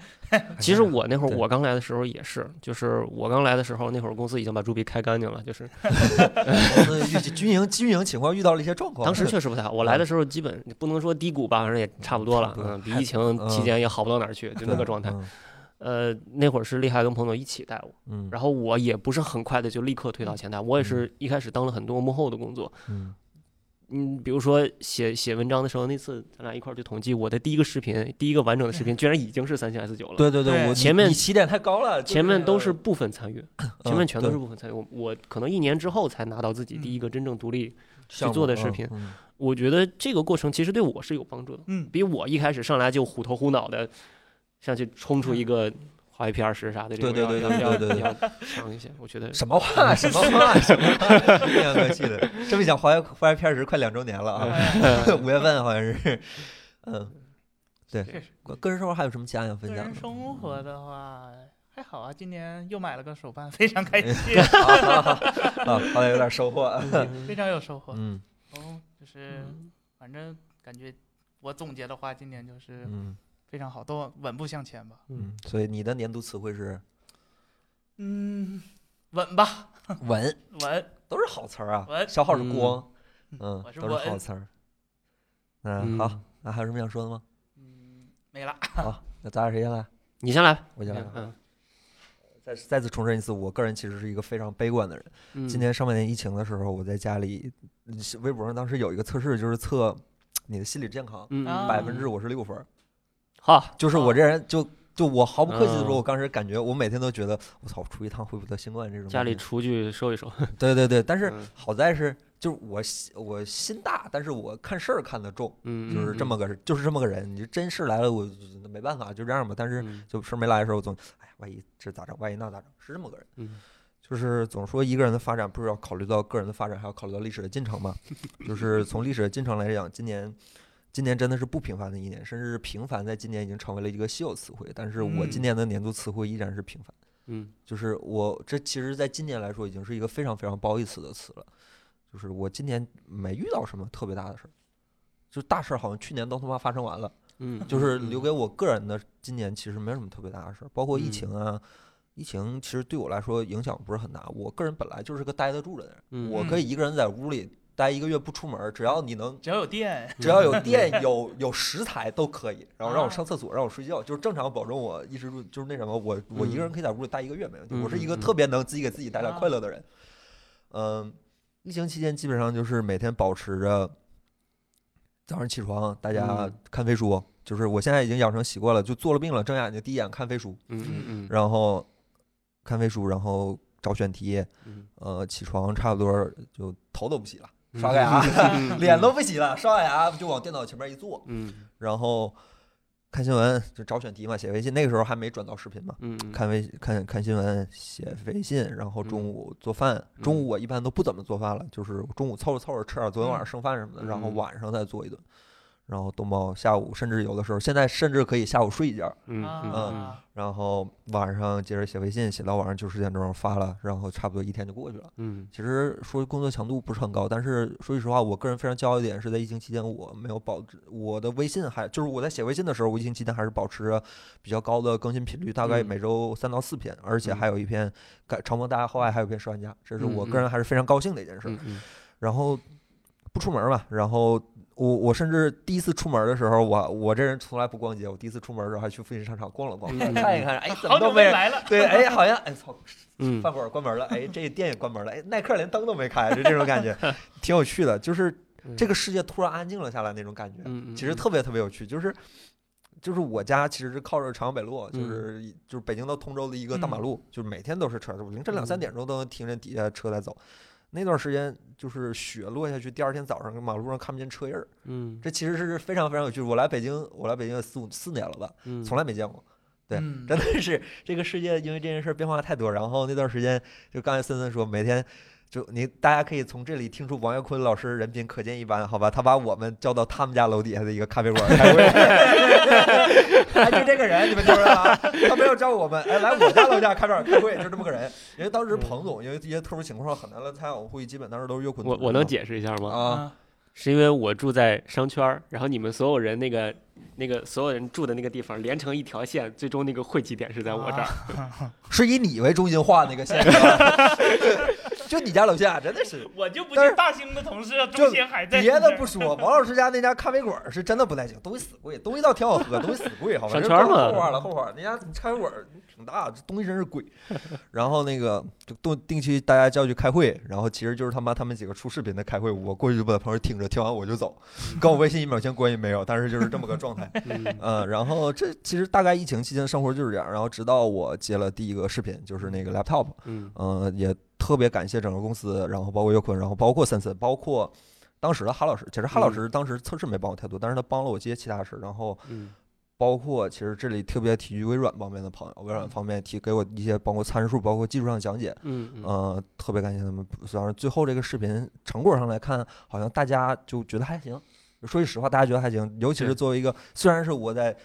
S4: 其实我那会儿
S1: 对
S4: 我刚来的时候也是，就是我刚来的时候，那会儿公司已经把猪鼻开干净了，就是
S1: 公司预计军营军营情况遇到了一些状况，
S4: 当时确实不太好。我来的时候基本不能说低谷吧，反正也差不多
S1: 嗯差
S4: 了，
S1: 不多
S4: 嗯，比疫情期
S1: 嗯
S4: 间也好不到哪儿去，就那个状态。
S1: 嗯
S4: 呃，那会儿是厉害跟彭总一起带我。
S1: 嗯，
S4: 然后我也不是很快的就立刻推到前台，我也是一开始当了很多幕后的工作。
S1: 嗯
S4: 嗯，比如说写写文章的时候，那次咱俩一块儿去统计，我的第一个视频，第一个完整的视频，居然已经是三星 S 九了。，
S1: 嗯对对
S2: 对
S1: 我
S4: 前
S1: 你
S4: 面
S1: 你起点太高了，就
S4: 前面都
S1: 呃
S4: 是部分参与，前面全都是
S1: 嗯
S4: 部分参与。我我可能一年之后才拿到自己第一个真正独立，
S1: 对项目
S4: 做的
S1: 嗯
S4: 视频
S1: 嗯
S4: 我觉得这个过程其实对我是有帮助的，
S2: 嗯
S4: 比我一开始上来就虎头虎脑的上去冲出一个华为 P 二十啥的这种
S1: 嗯对
S4: 要，
S1: 对对
S4: 要
S1: 对
S4: 要
S1: 对
S4: 要强一些。我觉得
S1: 什么话？什么话？什么话？阴阳怪气的。这么一想，华为华为片时快两周年了啊， 五月份好像是。嗯，
S2: 确实。
S1: 个个人生活还有什么其他想
S2: 个
S1: 分享
S2: 人
S1: 的？嗯
S2: 生活的话还好啊，今年又买了个手办，非常开
S1: 哎
S2: 心，
S1: 啊，好像有点收 获。
S2: 非常有收获。
S1: 嗯
S2: 哦，就是反正感觉我总结的话，今年就是
S1: 嗯
S2: 非常好，都稳步向前吧。
S1: 嗯，所以你的年度词汇是
S2: 嗯，稳吧，
S1: 稳，
S2: 稳。
S1: 都是好词儿啊。
S2: 稳
S1: 小好是
S4: 嗯
S1: 光，嗯，
S2: 我是
S1: 都是好
S2: 稳
S1: 词儿。嗯，好，那还有什么想说的吗？
S2: 嗯，没了。
S1: 好，那咱俩谁先来？
S4: 你先来吧，
S1: 我先来。
S4: 嗯
S1: 再再次重申一次，我个人其实是一个非常悲观的人。
S4: 嗯，
S1: 今年上半年疫情的时候，我在家里，嗯微博上当时有一个测试，就是测你的心理健康，
S4: 嗯
S2: 啊
S1: 百分之我是六分儿，
S4: 好，
S1: 就是我这人就就我毫不客气的说，
S4: 嗯
S1: 我当时感觉我每天都觉得我操，出一趟会不会得新冠这种
S4: 家里
S1: 东西
S4: 厨具收一收。
S1: 对对对，但是
S4: 嗯
S1: 好在是就是我心我心大，但是我看事儿看得重，
S4: 嗯，
S1: 就是这么个就是这么个人，你真事儿来了我就没办法就这样吧，但是
S4: 嗯
S1: 就事儿没来的时候我总哎呀万一这咋整，万一那咋整，是这么个人。
S4: 嗯
S1: 就是总说一个人的发展，不是要考虑到个人的发展，还要考虑到历史的进程嘛？就是从历史的进程来讲，今年今年真的是不平凡的一年，甚至是平凡，在今年已经成为了一个稀有词汇。但是我今
S2: 嗯
S1: 年的年度词汇依然是平凡，
S4: 嗯
S1: 就是我这其实在今年来说已经是一个非常非常褒义词的词了。就是我今年没遇到什么特别大的事儿，就大事儿好像去年都他妈发生完了。
S4: 嗯，
S1: 就是
S4: 嗯
S1: 留给我个人的，今年其实没有什么特别大的事儿，包括疫情
S4: 嗯
S1: 啊，疫情其实对我来说影响不是很大。我个人本来就是个待得住的人，
S4: 嗯
S1: 我可以一个人在屋里待一个月不出门儿，只要你能，
S2: 只要有电，
S1: 只要有 电有有食材都可以，然后让我
S2: 啊
S1: 上厕所，让我睡觉，就是正常保证我衣食住，就是那什么，我我一个人可以在屋里待一个月没问题。我是一个
S4: 嗯嗯嗯
S1: 特别能自己给自己带来
S2: 啊
S1: 快乐的人。嗯，疫情期间基本上就是每天保持着早上起床大家
S4: 嗯
S1: 看飞书，就是我现在已经养成习惯了，就做了病了睁眼睛第一眼看飞书，
S4: 嗯嗯嗯
S1: 然后看飞书，然后找选题，
S4: 嗯
S1: 呃，起床差不多就头都不洗了，
S4: 嗯
S1: 刷个牙，
S4: 嗯
S1: 脸都不洗了，刷完牙就往电脑前面一坐，
S4: 嗯
S1: 然后看新闻就找选题嘛，写微信，那个时候还没转到视频嘛。
S4: 嗯嗯
S1: 看微看看新闻，写微信，然后中
S4: 嗯
S1: 午做饭。中
S4: 嗯
S1: 午我一般都不怎么做饭了，就是中午凑合凑合吃点儿昨天晚上
S2: 嗯
S1: 剩饭什么的，然后
S4: 嗯
S1: 晚上再做一顿。然后冬宝下午，甚至有的时候现在甚至可以下午睡一觉，
S4: 嗯嗯
S2: 啊，
S1: 然后晚上接着写微信，写到晚上九十点钟发了，然后差不多一天就过去了。
S4: 嗯
S1: 其实说工作强度不是很高，但是说句实话，我个人非常骄傲一点是在疫情期间我没有保持我的微信还就是我在写微信的时候，我疫情期间还是保持着比较高的更新频率，大概
S4: 嗯
S1: 每周三到四篇，而且还有一篇改承蒙大家厚爱，还有一篇十万加，这是我
S4: 嗯
S1: 个人还是非常高兴的一件事。
S4: 嗯
S1: 然后不出门嘛，然后我我甚至第一次出门的时候，我我这人从来不逛街，我第一次出门的时候还去附近商场逛了逛，
S4: 嗯
S1: 看一看，哎，怎么
S2: 好久
S1: 都
S2: 没
S1: 没。
S2: 来了。
S1: 对，哎，好像哎操，
S4: 嗯
S1: 饭馆关门了，哎，这店也关门了，哎，耐克连灯都没开，就这种感觉，挺有趣的。就是这个世界突然安静了下来那种感觉，
S4: 嗯嗯，嗯
S1: 其实
S4: 嗯
S1: 特别特别有趣，就是。就是我家其实是靠着朝阳北路，就
S4: 嗯
S1: 是一就是北京到通州的一个大马
S2: 嗯
S1: 路，就是每天都是车，凌晨两三
S4: 嗯
S1: 点钟都能听见底下车在走。那段时间就是雪落下去，第二天早上马路上看不见车印儿，
S4: 嗯，
S1: 这其实是非常非常有趣。我来北京，我来北京有四五四年了吧，
S4: 嗯
S1: 从来没见过。对
S2: 嗯
S1: 真的是这个世界因为这件事儿变化太多，然后那段时间就刚才森森说，每天就你大家可以从这里听出王岳坤老师人品可见一斑，好吧？他把我们叫到他们家楼底下的一个咖啡馆开会， 哎，就这个人，你们听着了啊，他没有叫我们，哎，来我家楼下咖啡馆开会，就这么个人。因为当时彭总因为一些特殊情况很难来参加我们会议，基本当时都是岳坤组
S4: 我
S1: 织的嘛。
S4: 我能解释一下吗？
S1: 啊，
S2: 啊
S4: 是因为我住在商圈儿，然后你们所有人那个那个所有人住的那个地方连成一条线，最终那个汇集点是在我这儿。
S1: 啊是以你为中心画那个线是吧， 就你家楼下真的是。
S2: 我就不
S1: 但是
S2: 信大兴的同事啊
S1: 就
S2: 中兴还在
S1: 别
S2: 这
S1: 的
S2: 儿
S1: 不说，王老师家那家咖啡馆儿是真的不太行，东西死贵，东西倒挺好喝，东西死贵，好吧？
S4: 上
S1: 这
S4: 圈儿
S1: 后
S4: 嘛
S1: 后话了，后话了，那家咖啡馆儿挺大，这东西真是 贵。然后那个就定定期大家叫去开会，然后其实就是他妈他们几个出视频的开会，我过去就把旁边听着，听完我就 走，跟我微信一秒钱关系没有，但是就是这么个状态。
S4: 嗯
S1: 嗯，然后这其实大概疫情期间生活就是这样，然后直到我接了第一个视频，就是那个 laptop，
S4: 嗯
S1: 嗯，也特别感谢整个公司，然后包括岳坤，然后包括森森，包括当时的哈老师。其实哈老
S4: 嗯
S1: 师当时测试没帮我太多，但是他帮了我接其他事。然后
S4: 嗯
S1: 包括其实这里特别提及微软方面的朋友，微软方面提给我一些包括参数，包括技术上讲解。
S4: 嗯嗯
S1: 呃，特别感谢他们。当然，最后这个视频成果上来看，好像大家就觉得还行。说句实话，大家觉得还行，尤其是
S4: 对
S1: 作为一个，虽然是我在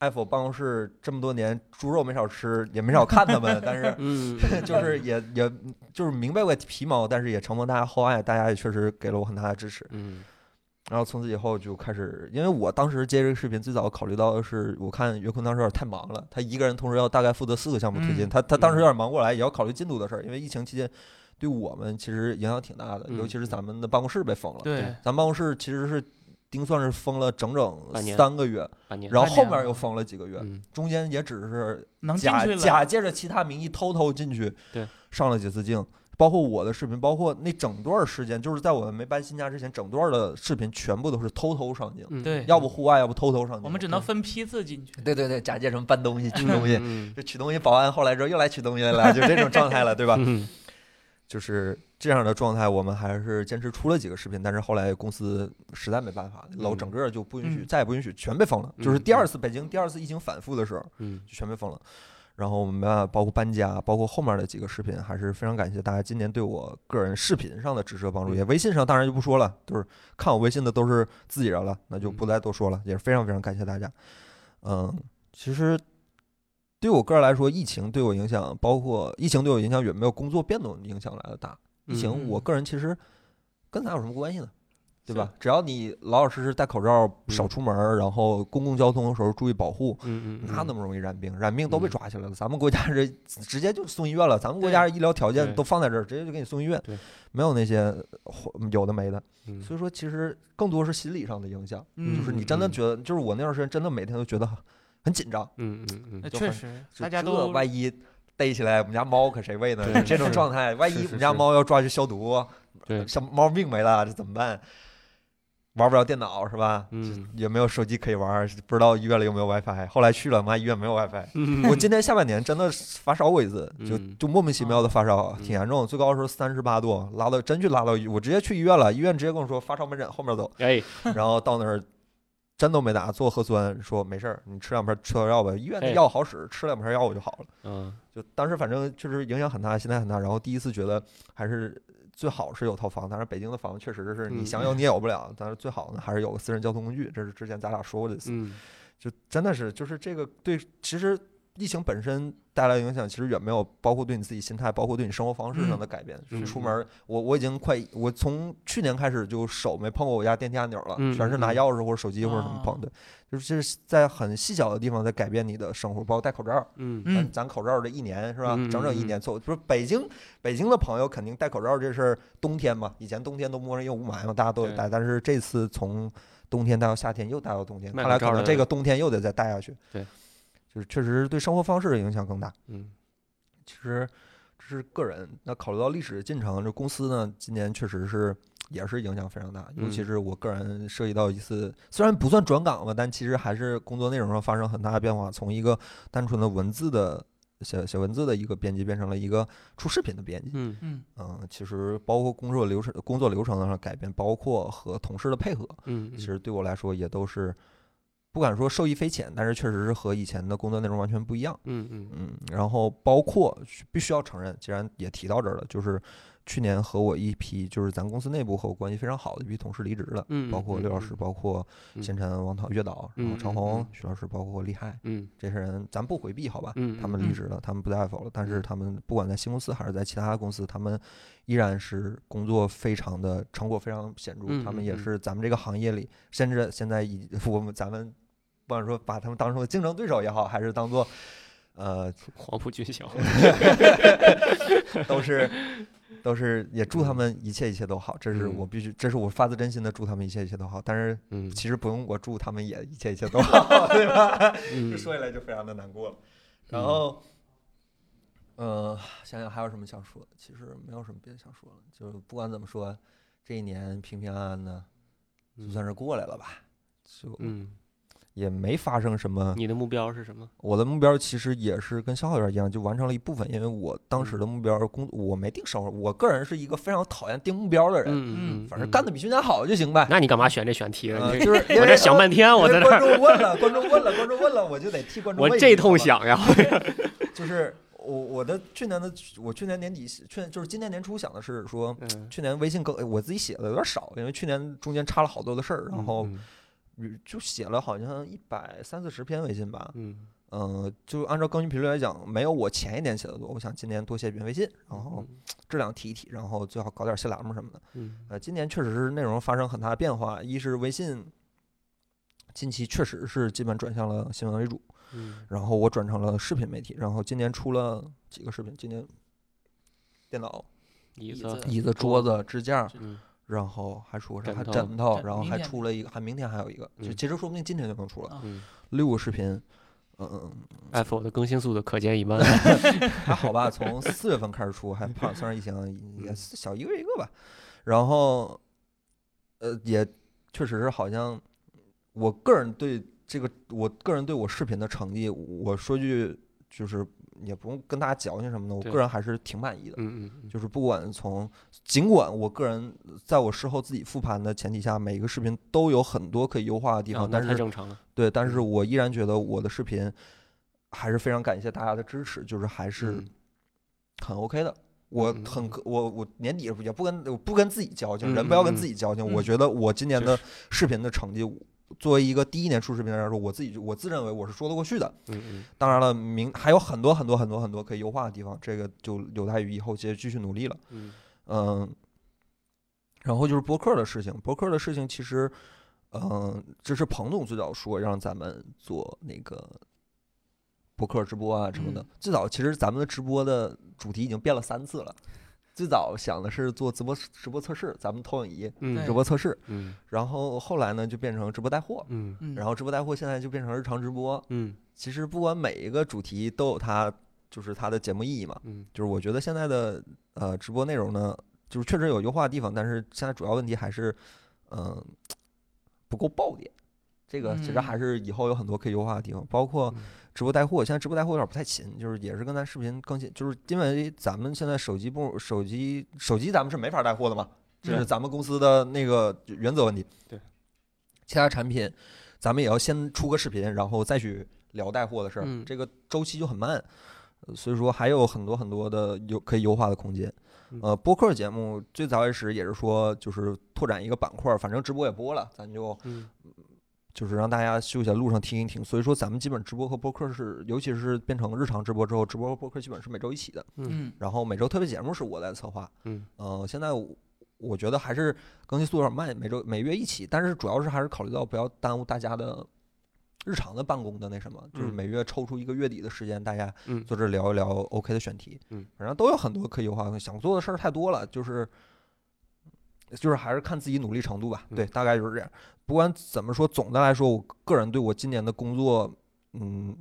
S1: Apple 办公室这么多年，猪肉没少吃，也没少看他们，但是
S4: 嗯，
S1: 就是也也就是明白过皮毛，但是也承蒙大家厚爱，大家也确实给了我很大的支持。
S4: 嗯
S1: 然后从此以后就开始，因为我当时接这个视频，最早考虑到的是，我看岳坤当时有点太忙了，他一个人同时要大概负责四个项目推进，
S2: 嗯
S1: 他他当时有点忙不过来，也要考虑进度的事儿，因为疫情期间对我们其实影响挺大的，
S4: 嗯
S1: 尤其是咱们的办公室被封了，
S2: 对
S1: 咱办公室其实是丁算是封了整整
S4: 半年
S1: 三个月，
S4: 半年，
S1: 然后
S2: 半
S1: 后
S2: 年
S1: 面
S2: 了
S1: 又封了几个月，
S4: 嗯
S1: 中间也只是
S2: 能进
S1: 假
S2: 去了
S1: 假借着其他名义偷偷进去，
S4: 对，
S1: 上了几次镜，包括我的视频，包括那整段时间，就是在我们没搬新家之前，整段的视频全部都是偷偷上镜，
S4: 嗯
S2: 对
S1: 要不户外，要不偷偷上镜。
S2: 我们只能分批次进去。
S1: 对对对，假借什么搬东西、取
S4: 嗯
S1: 东西，
S4: 嗯
S1: 这取东西保安后来之后又来取东西了，就这种状态了，对吧？
S4: 嗯
S1: 就是这样的状态，我们还是坚持出了几个视频，但是后来公司实在没办法，楼
S4: 嗯
S1: 整个就不允许，
S2: 嗯
S1: 再也不允许，全被封了。就是
S4: 嗯
S1: 第二
S4: 嗯
S1: 次北京第二次疫情反复的时候，
S4: 嗯
S1: 就全被封了。然后我们没办法，包括搬家，包括后面的几个视频，还是非常感谢大家今年对我个人视频上的支持和帮助。
S4: 嗯
S1: 也微信上当然就不说了，就是看我微信的都是自己人了，那
S4: 嗯
S1: 就不再多说了。也是非常非常感谢大家。嗯，其实对我个人来说，疫情对我影响，包括疫情对我影响远没有工作变动影响来的大。疫情，
S4: 嗯
S1: 我个人其实跟咱有什么关系呢？对吧？只要你老老实实戴口罩，少
S4: 嗯
S1: 出门儿，然后公共交通的时候注意保护，
S4: 嗯嗯，
S1: 那那么容易染病？染病都被
S4: 嗯
S1: 抓起来了，咱们国家这直接就送医院了。咱们国家医疗条件
S4: 对
S1: 都放在这儿，直接就给你送医院
S4: 对，
S1: 没有那些或有的没的。
S4: 嗯
S1: 所以说，其实更多是心理上的影响，
S2: 嗯，
S1: 就是你真的
S4: 嗯
S1: 觉得，就是我那段时间真的每天都觉得很紧张，
S4: 嗯嗯
S2: 那
S4: 嗯，
S1: 就
S2: 确
S1: 很
S2: 实，
S1: 就
S2: 大家
S1: 这
S2: 都
S1: 万一逮起来，我们家猫可谁喂呢？
S4: 对
S1: 这种
S4: 是
S1: 状态，万
S4: 是
S1: 一
S4: 是
S1: 我们家
S4: 是
S1: 猫要抓去消毒，
S4: 对，
S1: 什么猫病没了，这怎么办？玩不了电脑是吧？
S4: 嗯
S1: 也没有手机可以玩儿，不知道医院里有没有 WiFi。后来去了，妈医院没有 WiFi。我 今年下半年真的是发烧过一次，就
S4: 嗯
S1: 就莫名其妙的发烧，挺严重，最高的时候三十八度，拉到真去拉到医，我直接去医院了，医院直接跟我说发烧门诊后面 走，
S4: 哎，
S1: 然后到那儿针都没打，做核酸说没事儿，你吃两片退烧药吧，医院的
S4: 哎
S1: 药好使，吃两片药我就好了。
S4: 嗯
S1: 就当时反正就是影响很大，心态很大，然后第一次觉得还是最好是有套房，但是北京的房确实是你
S4: 嗯
S1: 想有你也有不了，但是最好呢还是有个私人交通工具，这是之前咱俩说过的一次。
S4: 嗯
S1: 就真的是就是这个对，其实疫情本身带来的影响，其实远没有包括对你自己心态，包括对你生活方式上的改变。
S4: 嗯
S1: 就出
S4: 嗯
S1: 门儿，我我已经快，我从去年开始就手没碰过我家电梯按钮了，
S4: 嗯
S1: 全是拿
S4: 嗯嗯哦
S1: 钥匙或者手机或者什么
S2: 啊
S1: 碰的，就是这是在很细小的地方在改变你的生活，包括戴口罩儿。
S4: 嗯
S1: 咱
S2: 嗯，
S1: 咱口罩这一年是吧？
S4: 嗯嗯
S1: 整整一
S4: 嗯
S1: 年错，不是北京北京的朋友肯定戴口罩这事儿，冬天嘛，以前冬天都默认有雾霾嘛，大家都得
S4: 对
S1: 戴，但是这次从冬天戴到夏天，又戴到冬天，
S4: 卖
S1: 看来
S4: 口
S1: 可
S4: 罩
S1: 能
S4: 的
S1: 这个冬天又得再戴下去。
S4: 对，
S1: 就是确实对生活方式影响更大。
S4: 嗯
S1: 其实这是个人，那考虑到历史进程，这公司呢今年确实是也是影响非常大。尤
S4: 嗯
S1: 其是我个人涉及到一次，虽然不算转岗吧，但其实还是工作内容上发生很大的变化，从一个单纯的文字的写写文字的一个编辑，变成了一个出视频的编辑。
S4: 嗯
S2: 嗯
S1: 嗯，其实包括工作流程、工作流程上的改变，包括和同事的配合，
S4: 嗯，
S1: 其实对我来说也都是不敢说受益匪浅，但是确实是和以前的工作内容完全不一样。
S4: 嗯嗯
S1: 嗯，然后包括是必须要承认，既然也提到这儿了，就是去年和我一批，就是咱公司内部和我关系非常好的一批同事离职了，
S4: 嗯，
S1: 包括
S4: 嗯
S1: 刘老师，，包括先禅、王涛、月岛，然后
S4: 嗯
S1: 长
S4: 嗯
S1: 虹
S4: 嗯、
S1: 徐老师，包括厉害
S4: 嗯
S1: 这些人，咱不回避好吧？
S4: 嗯，
S1: 他们
S2: 嗯
S1: 离职了，他们不在 Apple 了，但是他们不管在新公司还是在其他公司，他们依然是工作非常的成果非常显著，
S4: 嗯
S1: 他
S4: 嗯
S1: 们也
S4: 嗯
S1: 是咱们这个行业里，甚至现在以 我们咱们不管说把他们当成竞争对手也好，还是当做呃
S4: 黄埔军 校，
S1: 都 是都是也祝他
S4: 嗯
S1: 们一切一切都好，这是
S4: 嗯
S1: 我必须，这是我发自真心的祝他们一切一切都好，但是
S4: 嗯，
S1: 其实不用我祝他们也一切一切都好， 对吧？这
S4: 嗯
S1: 说起来就非常的难过了。
S4: 嗯
S1: 然后，呃，想想还有什么想说的，其实没有什么别的想说了，就是不管怎么说，这一年平平安安的，就算是过来了吧，就
S4: 嗯，
S1: 也没发生什么。
S4: 你的目标是什么？
S1: 我的目标其实也是跟肖小点一样，就完成了一部分，因为我当
S4: 嗯
S1: 时的目标工，我没定生活，我个人是一个非常讨厌定目标的人，
S4: 嗯嗯，
S1: 反正干的比去年好就行呗。
S4: 那你干嘛选这选题啊？
S1: 呃
S4: 你
S1: 就是因
S4: 我
S1: 为
S4: 这想半天，
S1: 因
S4: 我
S1: 为
S4: 在这
S1: 观
S4: 儿，
S1: 众问了，观众问了，观众问了，我就得替观众
S4: 我
S1: 问一
S4: 这
S1: 句好
S4: 通
S1: 吧
S4: 想 呀，
S1: 就是我我的去年的我去年年底去就是今年年初想的是说，
S4: 嗯，
S1: 去年微信更我自己写的有点少，因为去年中间插了好多的事儿，然后
S4: 嗯
S1: 就写了好像一百三四十篇微信吧，
S4: 嗯，
S1: 嗯、就按照更新频率来讲，没有我前一年写的多，我想今年多写几篇微信，然后质量提一提，然后最好搞点新栏目什么的。
S4: 嗯
S1: 呃，今年确实是内容发生很大的变化，一是微信近期确实是基本转向了新闻为主，
S4: 嗯
S1: 然后我转成了视频媒体，然后今年出了几个视频，今年电脑、
S4: 椅
S2: 椅
S4: 子，
S2: 子
S1: 椅子、啊桌子、支架，
S4: 嗯
S1: 然后还出啥？还
S4: 枕头
S1: 枕头，
S2: 枕
S1: 然后
S2: 明
S1: 还
S2: 天
S1: 出了一个，还明天还有一个，就
S4: 嗯
S1: 其实说不定今天就能出了
S2: 啊
S4: 嗯
S1: 六个视频。嗯，
S4: ，Apple 的更新速度可见一 斑，
S1: 还好吧，从四月份开始出， 还怕，虽然疫
S4: 嗯
S1: 情也是小一个一个吧，然后，呃，也确实是好像，我个人对这个，我个人对我视频的成绩，我说句就是也不用跟大家矫情什么的，我
S4: 对
S1: 个人还是挺满意的。
S4: 嗯嗯，
S1: 就是不管从，尽管我个人在我事后自己复盘的前提下，每一个视频都有很多可以优化的地
S4: 啊
S1: 方，
S4: 那
S1: 但
S4: 太
S1: 是
S4: 正常了，
S1: 对，但
S4: 嗯
S1: 是我依然觉得我的视频还是非常感谢大家的支持，就是还是
S4: 嗯
S1: 很 OK 的。我
S4: 嗯嗯
S1: 很
S4: 嗯
S1: 可我我年底也不跟我不跟自己矫情，
S4: 嗯
S1: 人不要
S4: 嗯
S1: 跟
S4: 嗯
S1: 自己矫情。我
S2: 嗯
S1: 觉得我今年
S4: 就
S1: 的
S4: 是
S1: 视频的成绩，作为一个第一年出视频的人来说，我自己就我自认为我是说得过去的。
S4: 嗯嗯
S1: 当然了，明还有很多很多很多很多可以优化的地方，这个就有待于以后接继续努力了。
S4: 嗯
S1: 嗯，然后就是播客的事情，播客的事情其实，嗯，这是彭总最早说让咱们做那个播客直播啊什么的。
S2: 嗯
S1: 最早其实咱们的直播的主题已经变了三次了，最早想的是做直播直播测试，咱们投影仪
S4: 嗯
S2: 哎
S1: 直播测试，
S4: 嗯
S1: 然后后来呢就变成直播带货，
S4: 嗯
S2: 嗯，
S1: 然后直播带货现在就变成日常直播。
S4: 嗯
S1: 其实不管每一个主题都有它就是它的节目意义嘛，
S4: 嗯
S1: 就是我觉得现在的呃直播内容呢，就是确实有优化的地方，但是现在主要问题还是，嗯、不够爆点。这个其实
S2: 嗯
S1: 还是以后有很多可以优化的地方，包括
S4: 嗯
S1: 直播带货。现在直播带货有点不太勤，就是也是跟咱视频更新，就是因为咱们现在手机部手机手机咱们是没法带货的嘛，这是
S2: 对
S1: 咱们公司的那个原则问题。
S4: 对，
S1: 其他产品咱们也要先出个视频，然后再去聊带货的事儿，
S4: 嗯
S1: 这个周期就很慢。呃所以说还有很多很多的优可以优化的空间
S4: 嗯。
S1: 呃，播客节目最早开始也是说，就是拓展一个板块儿，反正直播也播了，咱就
S4: 嗯
S1: 就是让大家休息的路上听一听。所以说咱们基本直播和播客是，尤其是变成日常直播之后，直播和播客基本是每周一起的。
S4: 嗯
S2: 嗯
S1: 然后每周特别节目是我在策划，
S4: 嗯
S1: 呃，现在我我觉得还是更新速度有点慢，每周每月一期，但是主要是还是考虑到不要耽误大家的日常的办公的那什么，就是
S4: 嗯
S1: 每月抽出一个月底的时间，大家
S4: 嗯
S1: 坐这儿聊一聊 OK 的选题，
S4: 嗯，
S1: 反正都有很多可以优化的，想做的事儿太多了，就是。就是还是看自己努力程度吧，
S4: 嗯
S1: 对，大概就是这样。不管怎么说，总的来说，我个人对我今年的工作，嗯，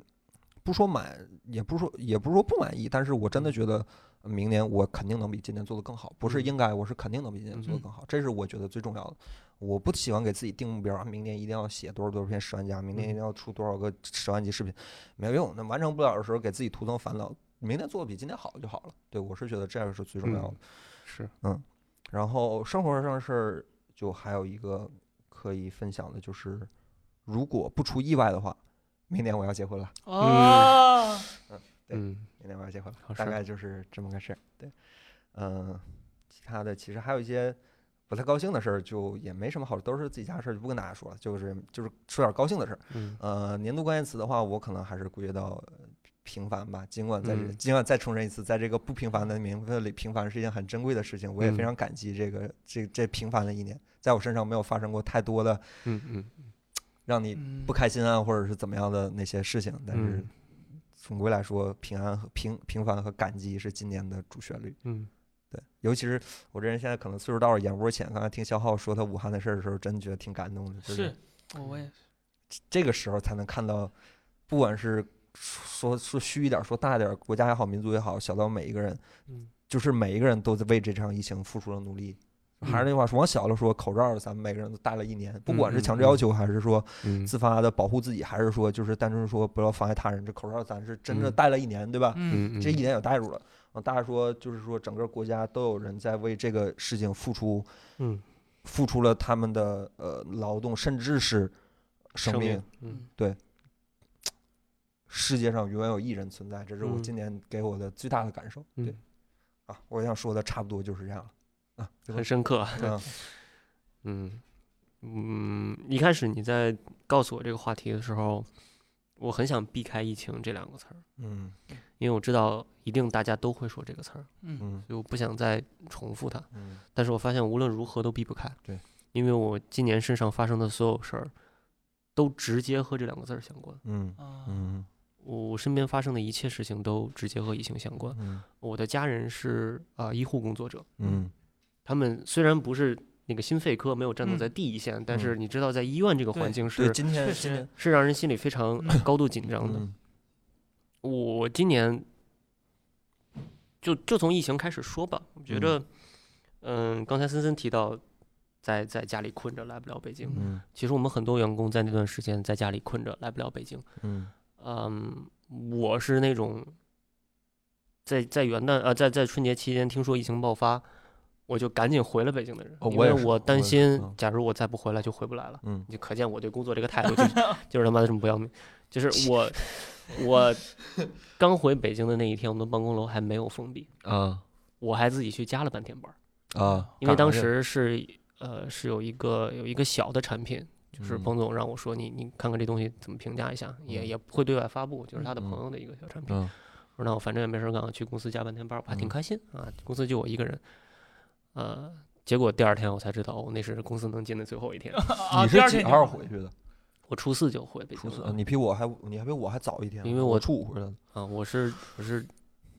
S1: 不说满，也不说也不是说不满意，但是我真的觉得明年我肯定能比今年做得更好，不是
S4: 嗯
S1: 应该，我是肯定能比今年做得
S2: 嗯
S1: 更好，这是我觉得最重要的。我不喜欢给自己定目标，啊明年一定要写多少多少篇十万加，明
S4: 嗯
S1: 年一定要出多少个十万级视频，没有用。那完成不了的时候，给自己徒增烦恼，明年做的比今年好就好了。对我是觉得这样是最重要的。
S4: 嗯是
S1: 然后生活上的事儿，就还有一个可以分享的，就是如果不出意外的话，明年我要结婚
S2: 嗯
S1: 了，
S2: 哦，
S1: 对
S4: 嗯
S1: 明年我要结婚了
S4: 好，
S1: 大
S4: 事儿
S1: 概就是这么个事儿。对，嗯、其他的其实还有一些不太高兴的事儿，就也没什么好，都是自己家事儿，就不跟大家说了，就是就是说点儿高兴的事儿。
S4: 嗯
S1: 呃，年度关键词的话，我可能还是归结到呃平凡吧。尽管在这，
S4: 嗯
S1: 尽管再重申一次，在这个不平凡的名分里，平凡是一件很珍贵的事情。我也非
S4: 嗯
S1: 常感激这个、这这平凡的一年，在我身上没有发生过太多的
S4: 嗯嗯，
S1: 让你
S2: 嗯，
S1: 不开心啊，或者是怎么样的那些事情。但是
S4: 嗯
S1: 总归来说，平安和平平凡和感激是今年的主旋律。
S4: 嗯
S1: 对，尤其是我这人现在可能岁数到了眼窝浅，刚才听肖浩说他武汉的事儿的时候，真觉得挺感动的。就是
S2: 我我也
S1: 啊
S2: 是
S1: 这个时候才能看到，不管是说说虚一点儿，说大一点儿，国家也好，民族也好，小到每一个人，
S4: 嗯
S1: 就是每一个人都在为这场疫情付出了努力。还是那句话，往小了说，口罩儿咱们每个人都戴了一年，不管是强制要求，还是说
S4: 嗯
S1: 自发的保护自己，还是说就是单纯说不要妨碍他人，这口罩儿咱是真的
S4: 嗯
S1: 戴了一年，对吧？
S2: 嗯
S4: 嗯，
S1: 这一年也戴住了。啊，大家说就是说，整个国家都有人在为这个事情付出，
S4: 嗯
S1: 付出了他们的呃劳动，甚至是生命。
S4: 嗯
S1: 世界上永远有一人存在，这是我
S4: 嗯
S1: 今年给我的最大的感受。对
S4: 嗯，
S1: 啊，我想说的差不多就是这样了啊，对吧
S4: 很深刻。
S1: 嗯
S4: 嗯嗯，一开始你在告诉我这个话题的时候，我很想避开“疫情”这两个词儿，
S1: 嗯
S4: 因为我知道一定大家都会说这个词儿，
S2: 嗯
S1: 嗯
S4: 所以我不想再重复它。
S1: 嗯
S4: 但是我发现无论如何都避不开，
S1: 对，
S4: 因为我今年身上发生的所有事儿，都直接和这两个字儿相关。
S1: 嗯
S2: 啊
S1: 嗯
S4: 我身边发生的一切事情都直接和疫情相关。
S1: 嗯
S4: 我的家人是啊、呃医护工作者，
S1: 嗯
S4: 他们虽然不是那个心肺科，没有战斗在
S2: 嗯
S4: 第一线，但是你知道，在医院这个环
S2: 对
S4: 境是
S1: 对，今天嗯
S2: 确
S1: 今天
S2: 实，
S4: 是让人心里非常
S2: 嗯
S4: 高度紧张的。
S1: 嗯
S4: 我今年就就从疫情开始说吧，我觉
S1: 嗯
S4: 得，嗯，刚才森森提到在在家里困着来不了北京，
S1: 嗯
S4: 其实我们很多员工在那段时间在家里困着来不了北京。
S1: 嗯
S4: 嗯，我是那种在在元旦呃在在春节期间听说疫情爆发，我就赶紧回了北京的人，
S1: 哦
S4: 因
S1: 我也
S4: 为
S1: 是
S4: 我
S1: 我
S4: 担
S1: 也是
S4: 心
S1: 嗯
S4: 假如我再不回来就回不来了。
S1: 嗯
S4: 就可见我对工作这个态度就是就是他妈的这么不要命。就是我我刚回北京的那一天，我们的办公楼还没有封闭，
S1: 啊
S4: 我还自己去加了半天班儿，
S1: 啊，
S4: 嗯因为
S1: 赶
S4: 当
S1: 上去
S4: 时是呃是有一个有一个小的产品。就是
S1: 嗯
S4: 彭总让我说你你看看这东西怎么评价一下，也
S1: 嗯
S4: 也不会对外发布，就是他的
S1: 嗯
S4: 朋友的一个小产品。
S1: 嗯
S4: 我说那我反正也没事儿干，去公司加半天班儿，我还挺
S1: 嗯
S4: 开心啊。公司就我一个人，呃，结果第二天我才知道，哦我那是公司能进的最后 一天，
S2: 啊！
S1: 你
S2: 第二
S1: 是几
S2: 天就
S1: 号回去的？
S4: 我初四就回北
S1: 初
S4: 京
S1: 四，
S4: 了
S1: 啊你比我还你还比我还早一天，啊
S4: 因为
S1: 我
S4: 我
S1: 初五回来的。
S4: 啊。我是我是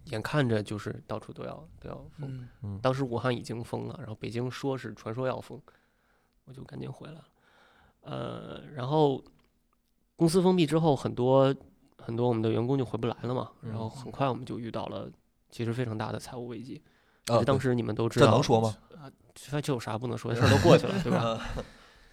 S4: 眼看着就是到处都要都要封，
S2: 嗯
S1: 嗯
S4: 当时武汉已经封了，然后北京说是传说要封，我就赶紧回来了。呃，然后公司封闭之后，很多很多我们的员工就回不来了嘛，然后
S1: 嗯
S4: 很快我们就遇到了其实非常大的财务危机。
S1: 啊，对
S4: 当时你们都知
S1: 这
S4: 道，
S1: 能说吗？
S4: 这这有啥不能说的？事儿都过去了，对吧？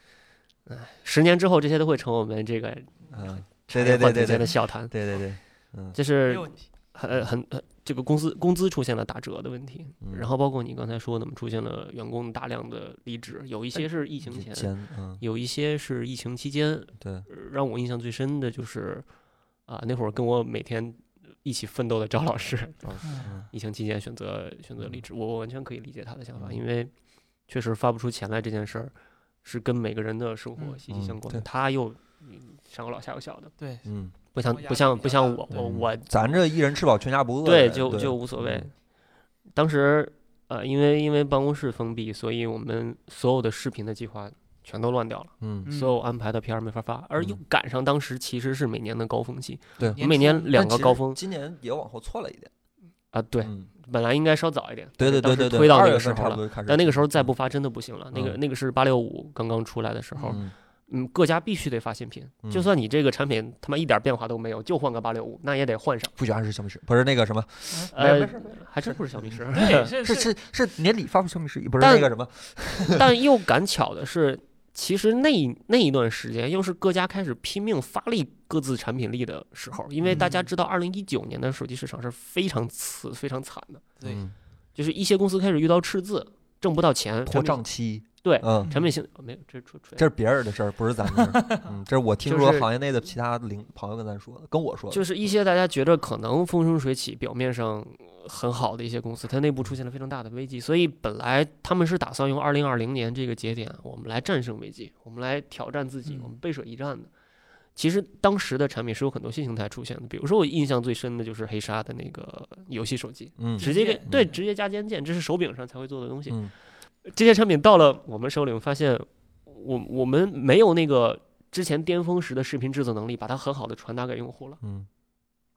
S4: 哎，十年之后，这些都会成我们这个哎
S1: 嗯，对
S4: 产
S1: 对
S4: 业
S1: 对
S4: 化
S1: 对
S4: 之
S1: 对
S4: 间的笑谈。
S1: 对对对，嗯
S4: 就
S2: 没
S4: 是
S2: 有问题，
S4: 很呃很很这个工资工资出现了打折的问题，
S1: 嗯
S4: 然后包括你刚才说的，我们出现了员工大量的离职，有一些是疫情前，
S1: 前嗯
S4: 有一些是疫情期间。
S1: 对嗯
S4: 呃让我印象最深的就是啊、那会儿跟我每天一起奋斗的赵老师，
S2: 嗯
S4: 疫情期间选择选择离职，我完全可以理解他的想法，
S1: 嗯
S4: 因为确实发不出钱来这件事儿是跟每个人的生活
S2: 嗯
S4: 息息
S1: 嗯
S4: 相关的。
S1: 对
S4: 他又嗯上有老下有小的，
S2: 对，
S1: 嗯，
S4: 不像
S2: 生活压
S4: 不
S2: 力
S4: 像
S2: 比较
S4: 不像
S2: 大
S4: 我
S1: 对
S4: 我我
S1: 咱这一人吃饱全家不饿的
S4: 嗯对
S1: 人，
S4: 就就无所谓
S1: 嗯。
S4: 当时呃，因为因为办公室封闭，所以我们所有的视频的计划全都乱掉了，
S1: 嗯，
S4: 所有安排的片儿没法发，而又
S1: 嗯
S4: 赶上当时其实是每年的高峰期，
S1: 对
S2: 嗯
S4: 我每年
S2: 初
S4: 两
S1: 但
S4: 个
S1: 其
S4: 高
S1: 实
S4: 峰
S1: 今年也往后错了一点。
S4: 啊，对，
S1: 嗯
S4: 本来应该稍早一点，
S1: 对对
S4: 当
S1: 对
S4: 时
S1: 对对，
S4: 推到
S1: 二
S4: 那
S1: 月
S4: 个时
S1: 份
S4: 候
S1: 差
S4: 了
S1: 不。多就开始。
S4: 但那个时候再不发真的不行了。那个
S1: 嗯
S4: 那个是八六五刚刚出来的时候，
S1: 嗯，
S4: 嗯，各家必须得发新品，就
S1: 嗯
S4: 算你这个产品他妈一点变化都没有，就换个八六五，那也得换上。
S1: 不喜欢是小米十，不是那个什么，没
S4: 呃
S1: 没事没事，
S4: 还真不是小米 十，
S2: 嗯对，是
S1: 是
S2: 是
S1: 是是年底发布小米十一，不是
S4: 但
S1: 那个什么，
S4: 但又赶巧的是，其实那一那一段时间又是各家开始拼命发力各自产品力的时候，因为大家
S2: 嗯
S4: 知道，二零一九年的手机市场是非常次、非常惨的，
S2: 对
S1: 嗯，
S4: 就是一些公司开始遇到赤字，挣不到钱，
S1: 拖
S4: 产品
S1: 账期，
S4: 对
S1: 嗯，
S4: 产品性哦没有，这出出
S1: 这是别人的事儿，不是咱们的事儿，嗯，这是我听
S4: 就
S1: 说
S4: 是
S1: 行业内的其他领朋友跟咱说的，跟我说的，
S4: 就是一些大家觉得可能风生水起、表面上呃很好的一些公司，它内部出现了非常大的危机，所以本来他们是打算用二零二零年这个节点，我们来战胜危机，我们来挑战自己
S2: 嗯，
S4: 我们背水一战的。其实当时的产品是有很多新形态出现的，比如说我印象最深的就是黑鲨的那个游戏手机，
S1: 嗯
S4: 直接给
S2: 键
S4: 对
S2: 嗯
S4: 直接加肩键，这是手柄上才会做的东西。
S1: 嗯
S4: 这些产品到了我们手里，我们发现我我们没有那个之前巅峰时的视频制作能力，把它很好的传达给用户了。
S1: 嗯，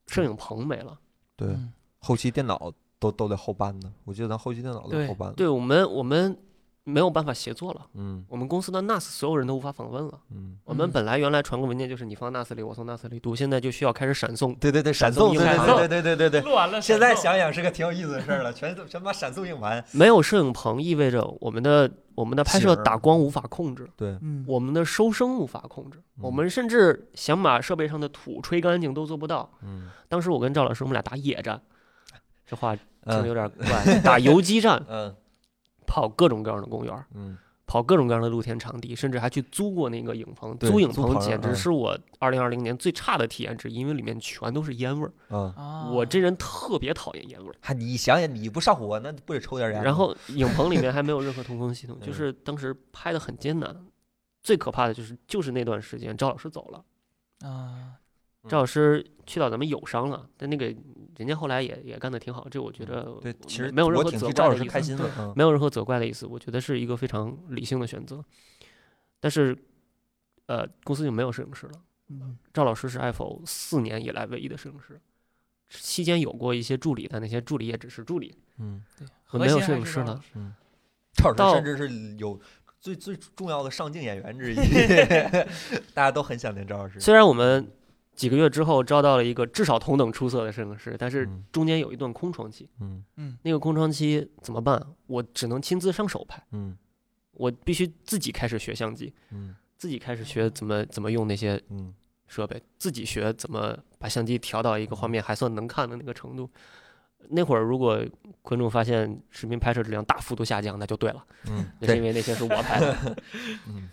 S4: 摄影棚没了。
S1: 对，
S2: 嗯
S1: 后期电脑都都得后搬呢，我觉得咱后期电脑都
S2: 对
S1: 后搬，，
S4: 对我们，我们没有办法协作了。
S1: 嗯
S4: 我们公司的 NAS 所有人都无法访问了。
S1: 嗯，
S4: 我们
S2: 嗯
S4: 本来原来传个文件就是你放 NAS 里，我从 NAS 里读，现在就需要开始闪送。
S1: 对对对，闪
S4: 闪送
S1: 送，对
S4: 硬
S1: 对
S2: 盘
S1: 对对对对对对。
S2: 录完了，
S1: 现在
S2: 闪送
S1: 想想是个挺有意思的事儿了，全都全把闪送硬盘，
S4: 没有摄影棚，意味着我们的我们的拍摄
S1: 景儿
S4: 打光无法控制，
S1: 对，
S2: 嗯，
S4: 我们的收声无法控制，我
S1: 嗯
S4: 们甚至想把设备上的土吹干净都做不到。
S1: 嗯
S4: 当时我跟赵老师，我们俩打野战，这话听着
S1: 嗯
S4: 有点怪，打游击战，
S1: 嗯
S4: 跑各种各样的公园儿，
S1: 嗯，
S4: 跑各种各样的露天场地，甚至还去租过那个影棚。
S1: 对
S4: 租影
S1: 租
S4: 棚
S1: 棚
S4: 简直
S1: 嗯
S4: 是我二零二零年最差的体验之一，因为里面全都是烟味儿。
S1: 啊，
S2: 啊
S4: 我这人特别讨厌烟味儿。
S1: 还你想想，你不上火，那不得抽点烟吗？
S4: 然后影棚里面还没有任何通风系 统，就是当时拍的很艰难。最可怕的就是就是那段时间，赵老师走了，
S2: 啊，
S1: 嗯
S4: 赵老师去到咱们友商了，但那个人家后来也也干得挺好，这我觉得
S1: 嗯对，其实
S4: 没有任
S1: 我
S4: 何
S1: 挺
S4: 责
S1: 替
S4: 怪
S1: 赵老
S4: 的
S1: 师
S4: 意思
S1: 开心的，嗯
S4: 没有任何责怪的意思，我觉得是一个非常理性的选择。但是，呃，公司就没有摄影师了。
S2: 嗯
S4: 赵老师是 iPhone 四年以来唯一的摄影师，期间有过一些助理，但那些助理也只是助理。
S1: 嗯，
S2: 对，
S4: 我
S2: 核
S4: 没有
S2: 心
S4: 摄
S2: 还
S4: 影
S2: 是
S4: 师
S2: 赵
S4: 了
S2: 老师
S1: 赵老
S4: 到
S1: 师甚至是有最最重要的上镜演员 之一，大家都很想念赵老师。
S4: 虽然我
S1: 嗯
S4: 们几个月之后招到了一个至少同等出色的摄影师，但是
S1: 嗯
S4: 中间有一段空窗期。
S1: 嗯
S2: 嗯
S4: 那个空窗期怎么办？我只能亲自上手拍，
S1: 嗯
S4: 我必须自己开始学相机，
S1: 嗯
S4: 自己开始学怎么怎么用那些
S1: 嗯
S4: 设备，自己学怎么把相机调到一个画面还算能看的那个程度。那会儿，如果观众发现视频拍摄质量大幅度下降，那就对了，
S1: 嗯，
S4: 那是因
S1: 对，
S4: 为那些是我拍的。
S1: 嗯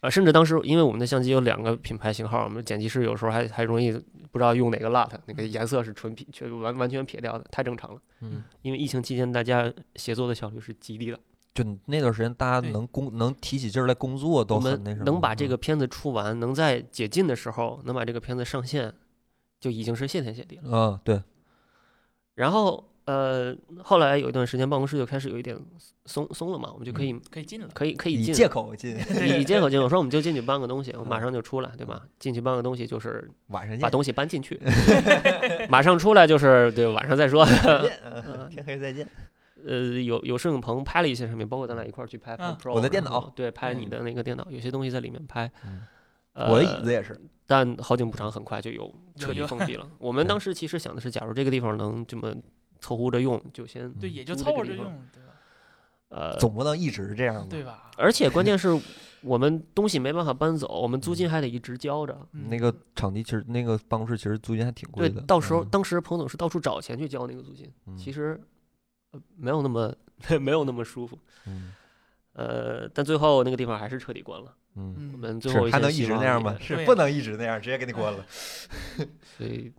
S4: 啊，甚至当时因为我们的相机有两个品牌型号，我们剪辑师有时候还还容易不知道用哪个 LUT，那个颜色是纯撇，全完完全撇掉的，太正常了。
S1: 嗯，
S4: 因为疫情期间大家协作的效率是极低的，
S1: 就那段时间，大家
S2: 对
S1: 能工能提起劲儿来工作
S4: 我
S1: 都
S4: 们
S1: 很那什么，
S4: 能把这
S1: 嗯
S4: 个片子出完，能在解禁的时候能把这个片子上线，就已经是谢天谢地了。
S1: 啊，对，
S4: 然后呃，后来有一段时间办公室就开始有一点松松了嘛，我们就可以
S2: 可以进了，
S4: 可以可以
S1: 嗯以
S4: 进
S1: 借口进
S4: 以借口进，我说我们就进去搬个东西，我
S1: 嗯
S4: 马
S1: 哎
S4: 上就出来，对吧？进去搬个东西就是
S1: 晚上
S4: 把
S1: 见，
S4: 东西搬 进去，马上出来就是对晚上再说。
S1: 再见，嗯
S4: 嗯
S1: 天黑再见。
S4: 呃，有有摄影棚拍了一些产品，包括咱俩一块儿去拍拍
S2: 嗯
S4: Pro，、
S1: 我的电脑，
S4: 对，拍你
S1: 嗯
S4: 的那个电脑，有些东西在里面拍。
S1: 嗯
S4: 呃、
S1: 我的椅子，也是，
S4: 但好景不长，很快就有彻底
S2: 有
S4: 封 闭了。我们
S1: 嗯
S4: 当时其实想的是，假如这个地方能这么凑合着用，就先
S2: 对，也就
S4: 租
S2: 凑
S4: 这
S2: 合
S4: 个
S2: 着
S4: 地方
S2: 用，对吧？
S4: 呃，
S1: 总不能一直这样吧？
S2: 对吧？
S4: 而且关键是我们东西没办法搬 走，我们租金还得一直交着。
S2: 嗯
S1: 那个场地其实那个办公室其实租金还挺贵
S4: 对，
S1: 的，
S4: 到时候
S1: 嗯
S4: 当时彭总是到处找钱去交那个租金，
S1: 嗯
S4: 其实、呃、没有那么 没有那么舒服。
S1: 嗯
S4: 呃，但最后那个地方还是彻底关了。
S1: 嗯，
S4: 我
S2: 嗯，
S4: 们最后
S1: 是还
S4: 些
S1: 能
S4: 希
S1: 一直
S4: 望
S1: 那样
S4: 也
S1: 吗？
S2: 对
S1: 是
S2: 呀
S1: 不能一直那样，直接给你关了。
S4: 所以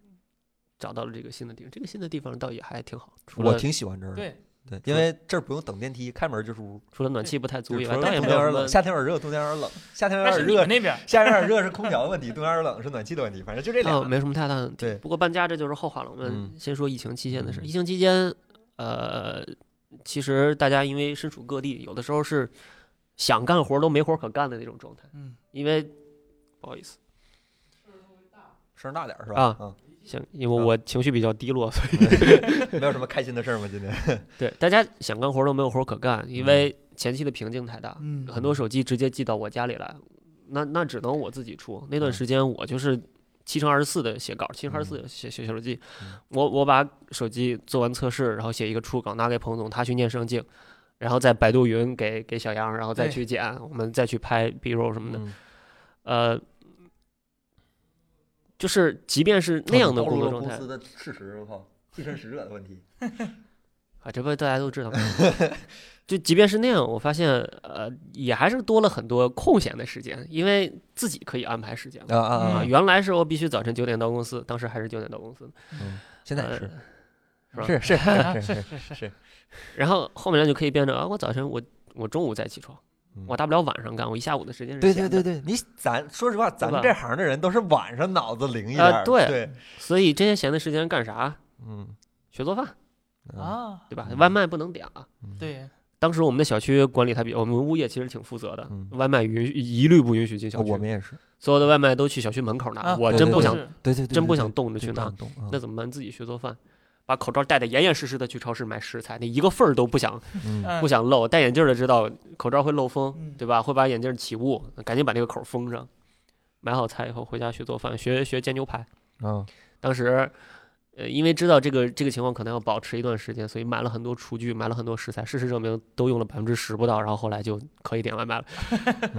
S4: 找到了这个新的地方，这个新的地方倒也还挺好，除
S1: 我
S4: 了
S1: 挺喜欢这儿的，
S2: 对，
S1: 对，因为这儿不用等电梯，开门就是屋。
S4: 除了暖气啊不太
S1: 就
S4: 足以
S1: 是
S4: 外，
S1: 除
S4: 倒
S1: 了
S4: 也
S1: 冬
S4: 没
S1: 天
S4: 有
S1: 有
S4: 什
S1: 点
S4: 么
S1: 冷，夏天有点热，冬天有点冷，夏天有
S2: 那是
S1: 点
S2: 你们
S1: 热，
S2: 那边儿，
S1: 夏天有点热是空调的问题，冬天有点冷是暖气的问题，反正就这
S4: 倒
S1: 俩。
S4: 哦没什么太大的问题。
S1: 对
S4: 不过搬家这就是后话了，我们
S1: 嗯
S4: 先说疫情期间的事。
S1: 嗯
S4: 疫情期间，呃，其实大家因为身处各地，有的时候是想干活都没活可干的那种状态，
S2: 嗯，
S4: 因为不好意思，
S1: 声儿大点儿是吧
S4: 啊？
S1: 啊，
S4: 行，因为
S1: 啊
S4: 我情绪比较低落，所以
S1: 没有什么开心的事儿吗？今天？
S4: 对大家想
S1: 嗯
S4: 干活都没有活可干，因为前期的瓶颈太大，
S2: 嗯
S4: 很多手机直接寄到我家里来，那那只能我自己出。那段
S3: 嗯
S4: 时间我就是七乘二十四的写稿，七乘二十四写写写手记
S3: 嗯。
S4: 我我把手机做完测试，然后写一个初稿拿给彭总，他去念圣经，然后在百度云给给小杨，然后再
S2: 对
S4: 去剪，我们再去拍 B roll 什么的。
S3: 嗯
S4: 呃，就是即便是那样的
S1: 暴
S4: 工
S1: 露了
S4: 作状
S1: 公
S4: 态
S1: 司的事实，我靠，既成使者的问题。
S4: 啊，这不大家都知道吗。 就即便是那样，我发现呃，也还是多了很多空闲的时间，因为自己可以安排时间了。
S1: 啊啊
S4: 啊，
S2: 嗯
S4: 原来是我必须早晨九点到公司，当时还是九点到公司。
S1: 现
S4: 呃是吧
S1: 是 是
S2: 啊
S1: 是
S2: 是
S1: 是
S2: 是是，
S4: 然后后面就可以变成啊，我早晨我我中午再起床，
S1: 嗯
S4: 我大不了晚上干，我一下午的时间是
S1: 对
S4: 闲
S1: 对
S4: 的
S1: 对对，你咱说实话，咱
S4: 吧
S1: 们这行的人都是晚上脑子灵一点
S4: 啊
S1: 儿，
S4: 对
S1: 对，
S4: 所以这些闲的时间干啥？
S1: 嗯
S4: 学做饭，
S1: 啊，
S2: 啊，
S4: 对吧？
S1: 嗯
S4: 外卖不能点啊。
S2: 对，
S4: 当时我们的小区管理还比我们物业其实挺负责的，
S1: 嗯啊
S4: 外卖允许一律不允许进小区，
S1: 我们也是，
S4: 所有的外卖都去小区门口拿，
S2: 啊
S4: 我
S1: 对
S4: 真
S1: 对
S4: 不
S2: 都
S4: 想
S2: 是
S1: 对对对，
S4: 真
S1: 对
S4: 不
S1: 对
S4: 想动着
S1: 对
S4: 去
S1: 不
S4: 拿，
S1: 想动啊
S4: 那怎么办？自己学做饭，把口罩戴得严严实实的去超市买食材，那一个份儿都不想
S1: 嗯
S2: 嗯
S4: 不想漏。戴眼镜儿的知道口罩会漏风
S2: 嗯，
S4: 对吧？会把眼镜儿起雾，赶紧把这个口儿封上。买好菜以后回家学做饭，学学煎牛排。
S1: 啊
S4: 当时，呃，因为知道这个这个情况可能要保持一段时间，所以买了很多厨具，买了很多食材。事实证明都用了百分之十不到，然后后来就可以点外卖了。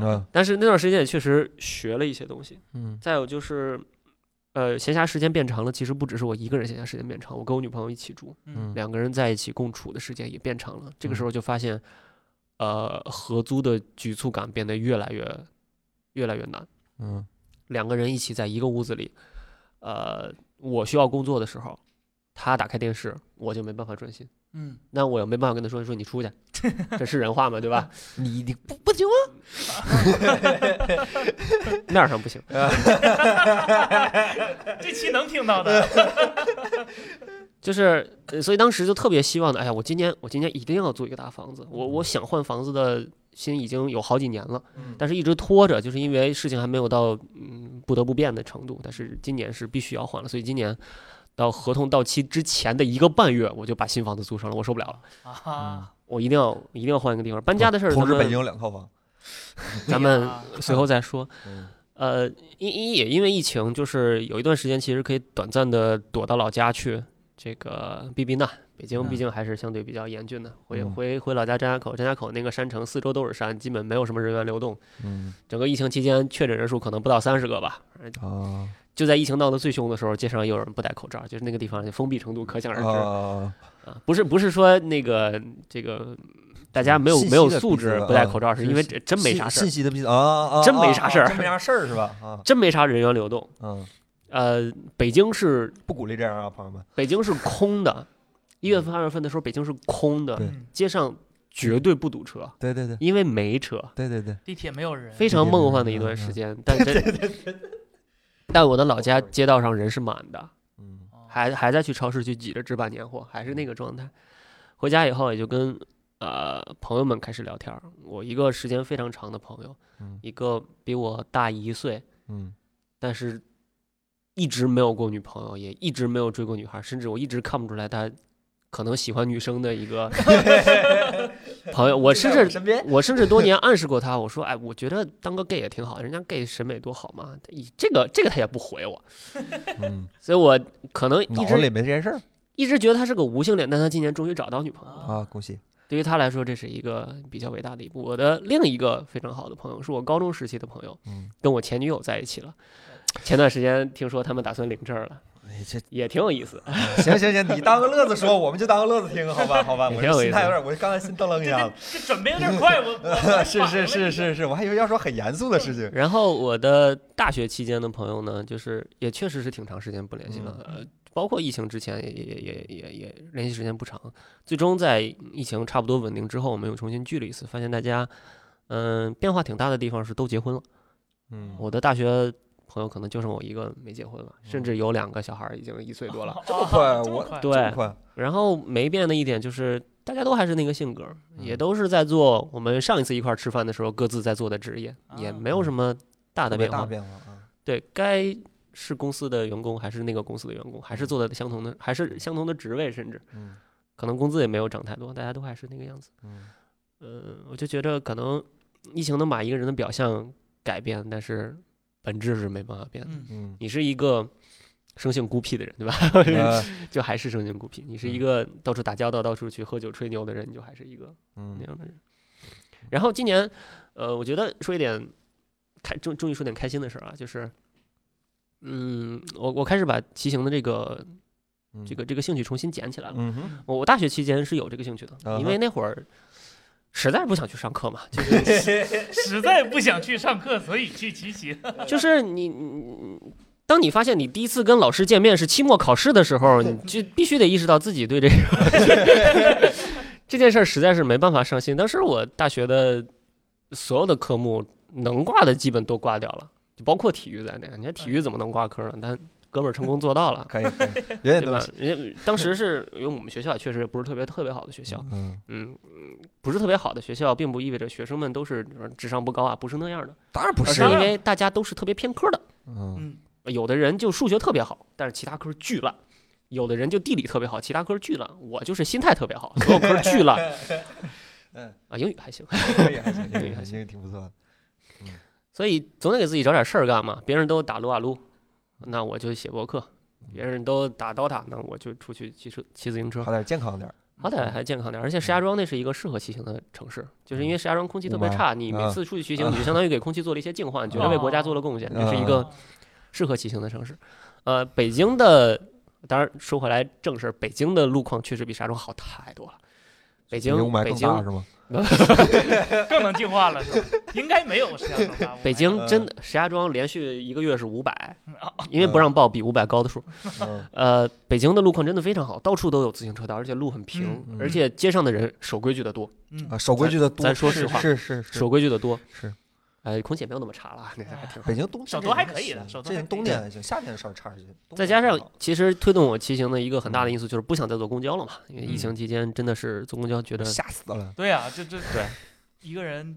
S1: 啊
S4: 但是那段时间也确实学了一些东西。
S1: 嗯
S4: 再有就是，呃，闲暇时间变长了，其实不只是我一个人闲暇时间变长，我跟我女朋友一起住，
S2: 嗯
S4: 两个人在一起共处的时间也变长了。这个时
S1: 嗯
S4: 候就发现，呃，合租的局促感变得越来越越来越难。
S1: 嗯
S4: 两个人一起在一个屋子里，呃，我需要工作的时候，他打开电视，我就没办法专心。
S2: 嗯，
S4: 那我也没办法跟他说，你说你出去，这是人话吗？对吧？
S1: 你你 不不 行吗？
S4: 面儿上不行。
S2: 这期能听到的，
S4: 就是，呃所以当时就特别希望的，哎呀，我今年我今年一定要租一个大房子，我我想换房子的心已经有好几年了，
S1: 嗯
S4: 但是一直拖着，就是因为事情还没有到嗯不得不变的程度，但是今年是必须要换了，所以今年到合同到期之前的一个半月，我就把新房子租上了，我受不了了，
S2: 啊，
S4: 我一定要一定要换一个地方，搬家的事儿，
S1: 同
S4: 咱
S1: 时北京
S4: 们
S1: 有两套房，
S4: 嗯咱们
S2: 啊
S4: 随后再说。
S1: 嗯
S4: 呃，因因也因为疫情，就是有一段时间其实可以短暂的躲到老家去，这个避避难。北京
S2: 嗯
S4: 毕竟还是相对比较严峻的，回
S1: 嗯
S4: 回回老家张家口，张家口那个山城四周都是山，基本没有什么人员流动。
S1: 嗯
S4: 整个疫情期间，确诊人数可能不到三十个吧。
S1: 啊
S4: 就在疫情闹得最凶的时候，街上也有人不戴口罩，就是那个地方的封闭程度可想而知啊
S1: 啊
S4: 不是不是说那个这个大家没有
S1: 信息
S4: 没有
S1: 的
S4: 素
S1: 闭塞
S4: 质
S1: 啊
S4: 不戴口罩，
S1: 是
S4: 是因为
S1: 信
S4: 这真没啥
S1: 信
S4: 事儿
S1: 信，息的闭塞啊啊啊，
S4: 真没
S1: 啊
S4: 啥
S1: 啊
S4: 事儿
S1: 真没啥事儿是吧？啊
S4: 真没啥人员流动。
S1: 嗯，
S4: 呃，北京是
S1: 不鼓励这样啊，朋友们。
S4: 北京是空的，一月份、二月份的时候，北京是空的，
S1: 对
S2: 嗯
S4: 街上绝对不堵车，
S1: 对对对
S4: 因为没车，
S1: 对对对，
S2: 地铁没有人，
S4: 非常梦幻的一段时间。但真，但我的老家街道上人是满的，
S1: 嗯
S2: 哦
S4: 还还在去超市去挤着置办年货，还是那个状态。回家以后也就跟呃朋友们开始聊天儿，我一个时间非常长的朋友，
S1: 嗯
S4: 一个比我大一岁，
S1: 嗯
S4: 但是一直没有过女朋友，也一直没有追过女孩，甚至我一直看不出来他可能喜欢女生的一个朋友。我甚至
S1: 身边，
S4: 我甚至多年暗示过他，我说：“哎，我觉得当个 gay 也挺好，人家 gay 审美多好嘛。”以这个这个他也不回我，
S1: 嗯，
S4: 所以我可能
S1: 脑
S4: 一
S1: 子里
S4: 直
S1: 没这件事儿
S4: 一直觉得他是个无性恋，但他今年终于找到女朋友了。
S1: 啊，恭喜。
S4: 对于他来说，这是一个比较伟大的一步。我的另一个非常好的朋友，是我高中时期的朋友，
S1: 嗯，
S4: 跟我前女友在一起了。前段时间听说他们打算领证了。
S1: 哎这
S4: 也挺有意思。
S1: 行行行，你当个乐子说，我们就当个乐子听，好吧？好吧，
S4: 也
S1: 我
S4: 挺有
S1: 这
S4: 意思
S1: 心态有点，我刚才心噔楞一
S2: 这
S1: 下
S2: 这
S1: 子。
S2: 这准备有点快， 我我
S1: 是是是是是，我还以为要说很严肃的事情。
S4: 然后我的大学期间的朋友呢，就是也确实是挺长时间不联系
S1: 嗯
S4: 了，呃，包括疫情之前也也也也也也联系时间不长。最终在疫情差不多稳定之后，我们又重新聚了一次，发现大家，嗯、变化挺大的地方是都结婚了。
S1: 嗯
S4: 我的大学朋友可能就剩我一个没结婚了，甚至有两个小孩儿已经一岁多了。
S1: 这么快
S2: 哦这么
S1: 我
S2: 快
S4: 对，
S1: 快，
S4: 然后没变的一点就是，大家都还是那个性格，也
S1: 嗯
S4: 都是在做我们上一次一块儿吃饭的时候各自在做的职业，也
S2: 啊
S4: 没有什么大的
S1: 嗯特别
S4: 变
S1: 大
S4: 化。
S1: 变化啊。
S4: 对该是公司的员工，还是那个公司的员工，还是做的相同的，还是相同的职位，甚至
S1: 嗯
S4: 可能工资也没有涨太多，大家都还是那个样子。呃
S1: 嗯
S4: 嗯、我就觉着可能疫情能把一个人的表象改变，但是本质是没办法变的。
S2: 嗯，
S3: 嗯，
S4: 你是一个生性孤僻的人，对吧？
S1: 嗯
S3: 呃
S4: 就还是生性孤僻。你是一个到处打交道、到处去喝酒吹牛的人，你就还是一个那
S3: 嗯
S4: 样的人。然后今年，呃，我觉得说一点开终终于说点开心的事儿啊，就是，嗯，我我开始把骑行的这个这个这个兴趣重新捡起来了。
S1: 嗯哼，。
S4: 我我大学期间是有这个兴趣的，因为那会儿实在是不想去上课嘛，就是
S2: 实在不想去上课，所以去骑行。
S4: 就是你，你当你发现你第一次跟老师见面是期末考试的时候，你就必须得意识到自己对这个 这件事儿实在是没办法上心。当时我大学的所有的科目能挂的基本都挂掉了，就包括体育在内。你看体育怎么能挂科呢？但哥们儿成功做到了
S1: 可以，可 以远远
S4: 对
S1: 都
S4: 吧
S1: 是？
S4: 人家当时是因为我们学校也确实不是特别特别好的学校，
S3: 嗯，
S4: 嗯，不是特别好的学校，并不意味着学生们都是呃智商不高啊，不是那样的，
S1: 当然不
S4: 而
S1: 是啊
S4: 是
S1: 了，
S4: 因为大家都是特别偏科的。
S3: 嗯
S2: 嗯，
S4: 有的人就数学特别好，但是其他科巨烂；有的人就地理特别好，其他科巨烂。我就是心态特别好，所有科巨烂
S1: 嗯，
S4: 啊，英语还行。
S1: 可以还行，可
S4: 可
S1: 以
S4: 以
S1: 还
S4: 还
S1: 行，挺不错的。
S4: 所以总得给自己找点事儿干嘛。别人都打撸啊撸，那我就写博客；别人都打 DOTA，那我就出去骑车、骑自行车
S1: 好。点，健康点儿。
S4: 好歹还健康点，而且石家庄那是一个适合骑行的城市，就是
S1: 嗯
S4: 因为石家庄空气特别差，你
S1: 啊
S4: 每次出去 骑行，你就相当于给空气做了一些净化，你觉得为国家做了贡
S1: 啊
S4: 献，
S2: 嗯
S4: 这是一个适合骑行的城市。呃，北京的，当然说回来正事儿，北京的路况确实比石家庄好太多了。北京
S1: 比雾，霾
S4: 北
S1: 更大
S4: 京，
S1: 是吗？
S2: 更能进化了，是吧？应该没有是这样的吧？
S4: 北
S1: 呃
S4: 京真的，石家庄连续一个月是五百
S2: 哦，
S4: 因为不让报比五百高的数。
S1: 嗯
S4: 呃，北京的路况真的非常好，到处都有自行车道，而且路很平
S1: 嗯嗯，
S4: 而且街上的人守规矩的多，
S2: 嗯
S1: 啊，守规矩的多。
S4: 咱说实
S1: 是
S4: 话
S1: 是是是
S4: 守。规矩的多。
S1: 是，
S4: 呃，空气也没有那么差了啊，那还挺好
S1: 北。京冬天
S2: 首
S1: 这
S2: 都还
S1: 年
S2: 可以
S1: 行
S2: 的首都
S1: 这
S2: 还可
S1: 冬
S2: 以
S1: 天还行，夏天稍微差一些。冬
S4: 再
S1: 天
S4: 加
S1: 还
S4: 上
S1: 好，
S4: 其实推动我骑行的一个很大
S1: 嗯
S4: 的因素就是不想再坐公交了嘛，因为疫情期间真的是坐公交觉得
S1: 吓死了。
S2: 对啊，这这
S4: 对，
S2: 一个人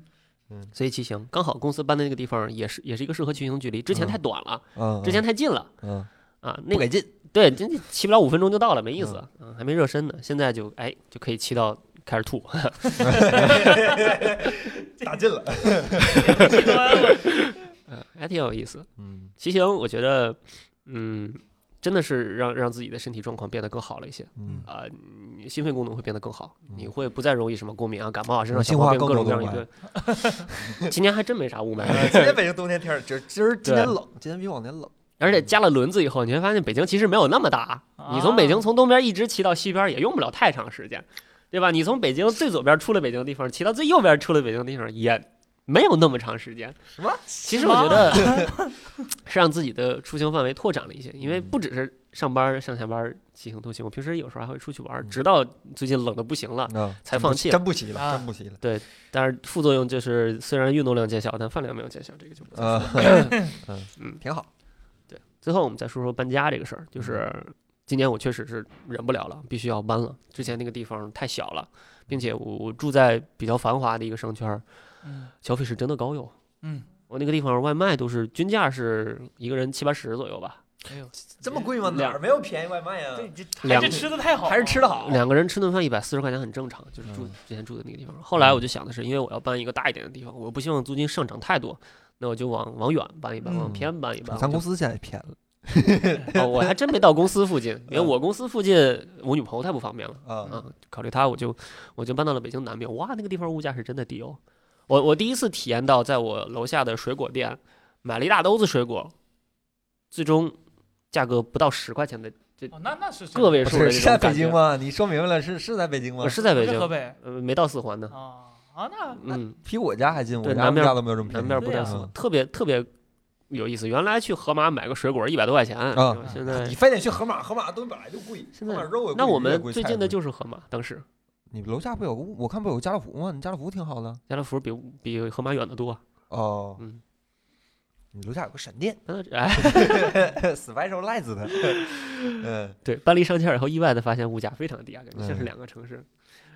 S4: 所以骑行刚好公司搬的那个地方也是也是一个适合骑行距离，之前
S1: 嗯
S4: 太短了，
S1: 嗯，
S4: 之前太近了
S1: 嗯
S4: 啊，那
S1: 不
S4: 个
S1: 给嗯劲，
S4: 对，真骑不了五分钟就到了，没意思啊，还没热身呢，现在就哎就可以骑到开始吐，
S1: 嗯打劲了。
S2: 极端了，
S4: 还挺有意思。
S1: 嗯
S4: 骑行我觉得，嗯，真的是让让自己的身体状况变得更好了一些
S1: 嗯，
S4: 啊、你心肺功能会变得更好，
S1: 嗯
S4: 你会不再容易什么过敏啊、感冒啊、身上小
S1: 性化
S4: 毛病
S1: 更
S4: 各种各
S1: 多
S4: 样一
S1: 了
S4: 堆。 今年还真没啥雾霾，
S1: 今天北京冬天天儿，今儿今儿今天
S4: 对
S1: 冷，今天比往年冷。
S4: 而且加了轮子以后，你会发现北京其实没有那么大。
S1: 啊
S4: 你从北京从东边一直骑到西边，也用不了太长时间，对吧？你从北京最左边出了北京的地方，骑到最右边出了北京的地方，也没有那么长时间。
S1: 什么？
S4: 其实我觉得 是让自己的出行范围拓展了一些，
S1: 嗯
S4: 因为不只是上班、上下班骑行通行，我平时有时候还会出去
S1: 嗯
S4: 玩，直到最近冷的不行了。
S1: 啊，
S4: 才
S1: 真
S4: 放
S1: 不
S4: 弃
S1: 真不骑了，
S2: 啊
S1: 真不骑了。
S4: 但是副作用就是，虽然运动量见效，但饭量没有见效，这个就不。
S1: 啊，嗯，挺好。
S4: 最后我们再说说搬家这个事儿，就是
S1: 嗯
S4: 今年我确实是忍不了了，必须要搬了。之前那个地方太小了，并且我我住在比较繁华的一个商圈儿，
S2: 嗯
S4: 消费是真的高哟。
S2: 嗯，
S4: 我那个地方外卖都是均价是一个人七八十左右吧，
S2: 哎呦，
S1: 这么贵吗？哪
S4: 两
S1: 儿没有便宜外卖呀？啊
S2: 对，这还
S4: 两
S2: 是吃的太好了，
S1: 嗯还是吃的好。
S4: 两个人吃顿饭一百四十块钱很正常，就是住
S1: 哦嗯
S4: 之前住的那个地方。后来我就想的是，因为我要搬一个大一点的地方，我不希望租金上涨太多，那我就往往远搬一搬，往
S1: 嗯
S4: 偏搬一搬。
S1: 咱
S4: 我就
S1: 公司现在偏了
S4: 哦，我还真没到公司附近，
S1: 嗯
S4: 因为我公司附近我女朋友太不方便了。
S1: 啊，
S4: 啊，考虑它，我就我就搬到了北京南边。哇，那个地方物价是真的低哦。我我第一次体验到，在我楼下的水果店买了一大兜子水果，最终价格不到十块钱的
S2: 哦，那那是真的
S4: 个位
S1: 不
S4: 数
S1: 是
S4: 的那
S1: 是
S4: 种
S1: 在北
S4: 感
S1: 京
S4: 觉？
S1: 吗？你说明白了，是是在北京吗
S4: 我？是在
S2: 不
S4: 北
S2: 是
S4: 京
S2: 河，北
S4: 呃，没到四环呢。
S2: 啊啊，那那
S4: 嗯，
S1: 比我家还近，我
S4: 对
S1: 家
S4: 南
S1: 物
S4: 面
S1: 价都没有这么便宜。嗯
S4: 南边不
S2: 对
S4: 到
S2: 啊
S4: 四环，特别特别有意思。原来去盒马买个水果一百多块钱，
S1: 啊
S4: 现
S1: 你
S4: 在
S1: 非得去河马，河马东西本来就贵，
S4: 现
S1: 河
S4: 在
S1: 马肉也贵。
S4: 那我
S1: 鱼也
S4: 们
S1: 贵
S4: 最
S1: 菜也
S4: 近的
S1: 贵
S4: 就是盒马，当时
S1: 你楼下不有个我看不有个家乐福吗？你家乐福挺好的
S4: 家乐福比比盒马远得多。啊
S1: 哦。
S4: 嗯，
S1: 你楼下有个闪 电
S4: 搬到哎，
S1: ，Special Lights 的，嗯
S4: 对，搬离商圈以后，意外的发现物价非常低啊，感觉像
S1: 嗯
S4: 是两个城市。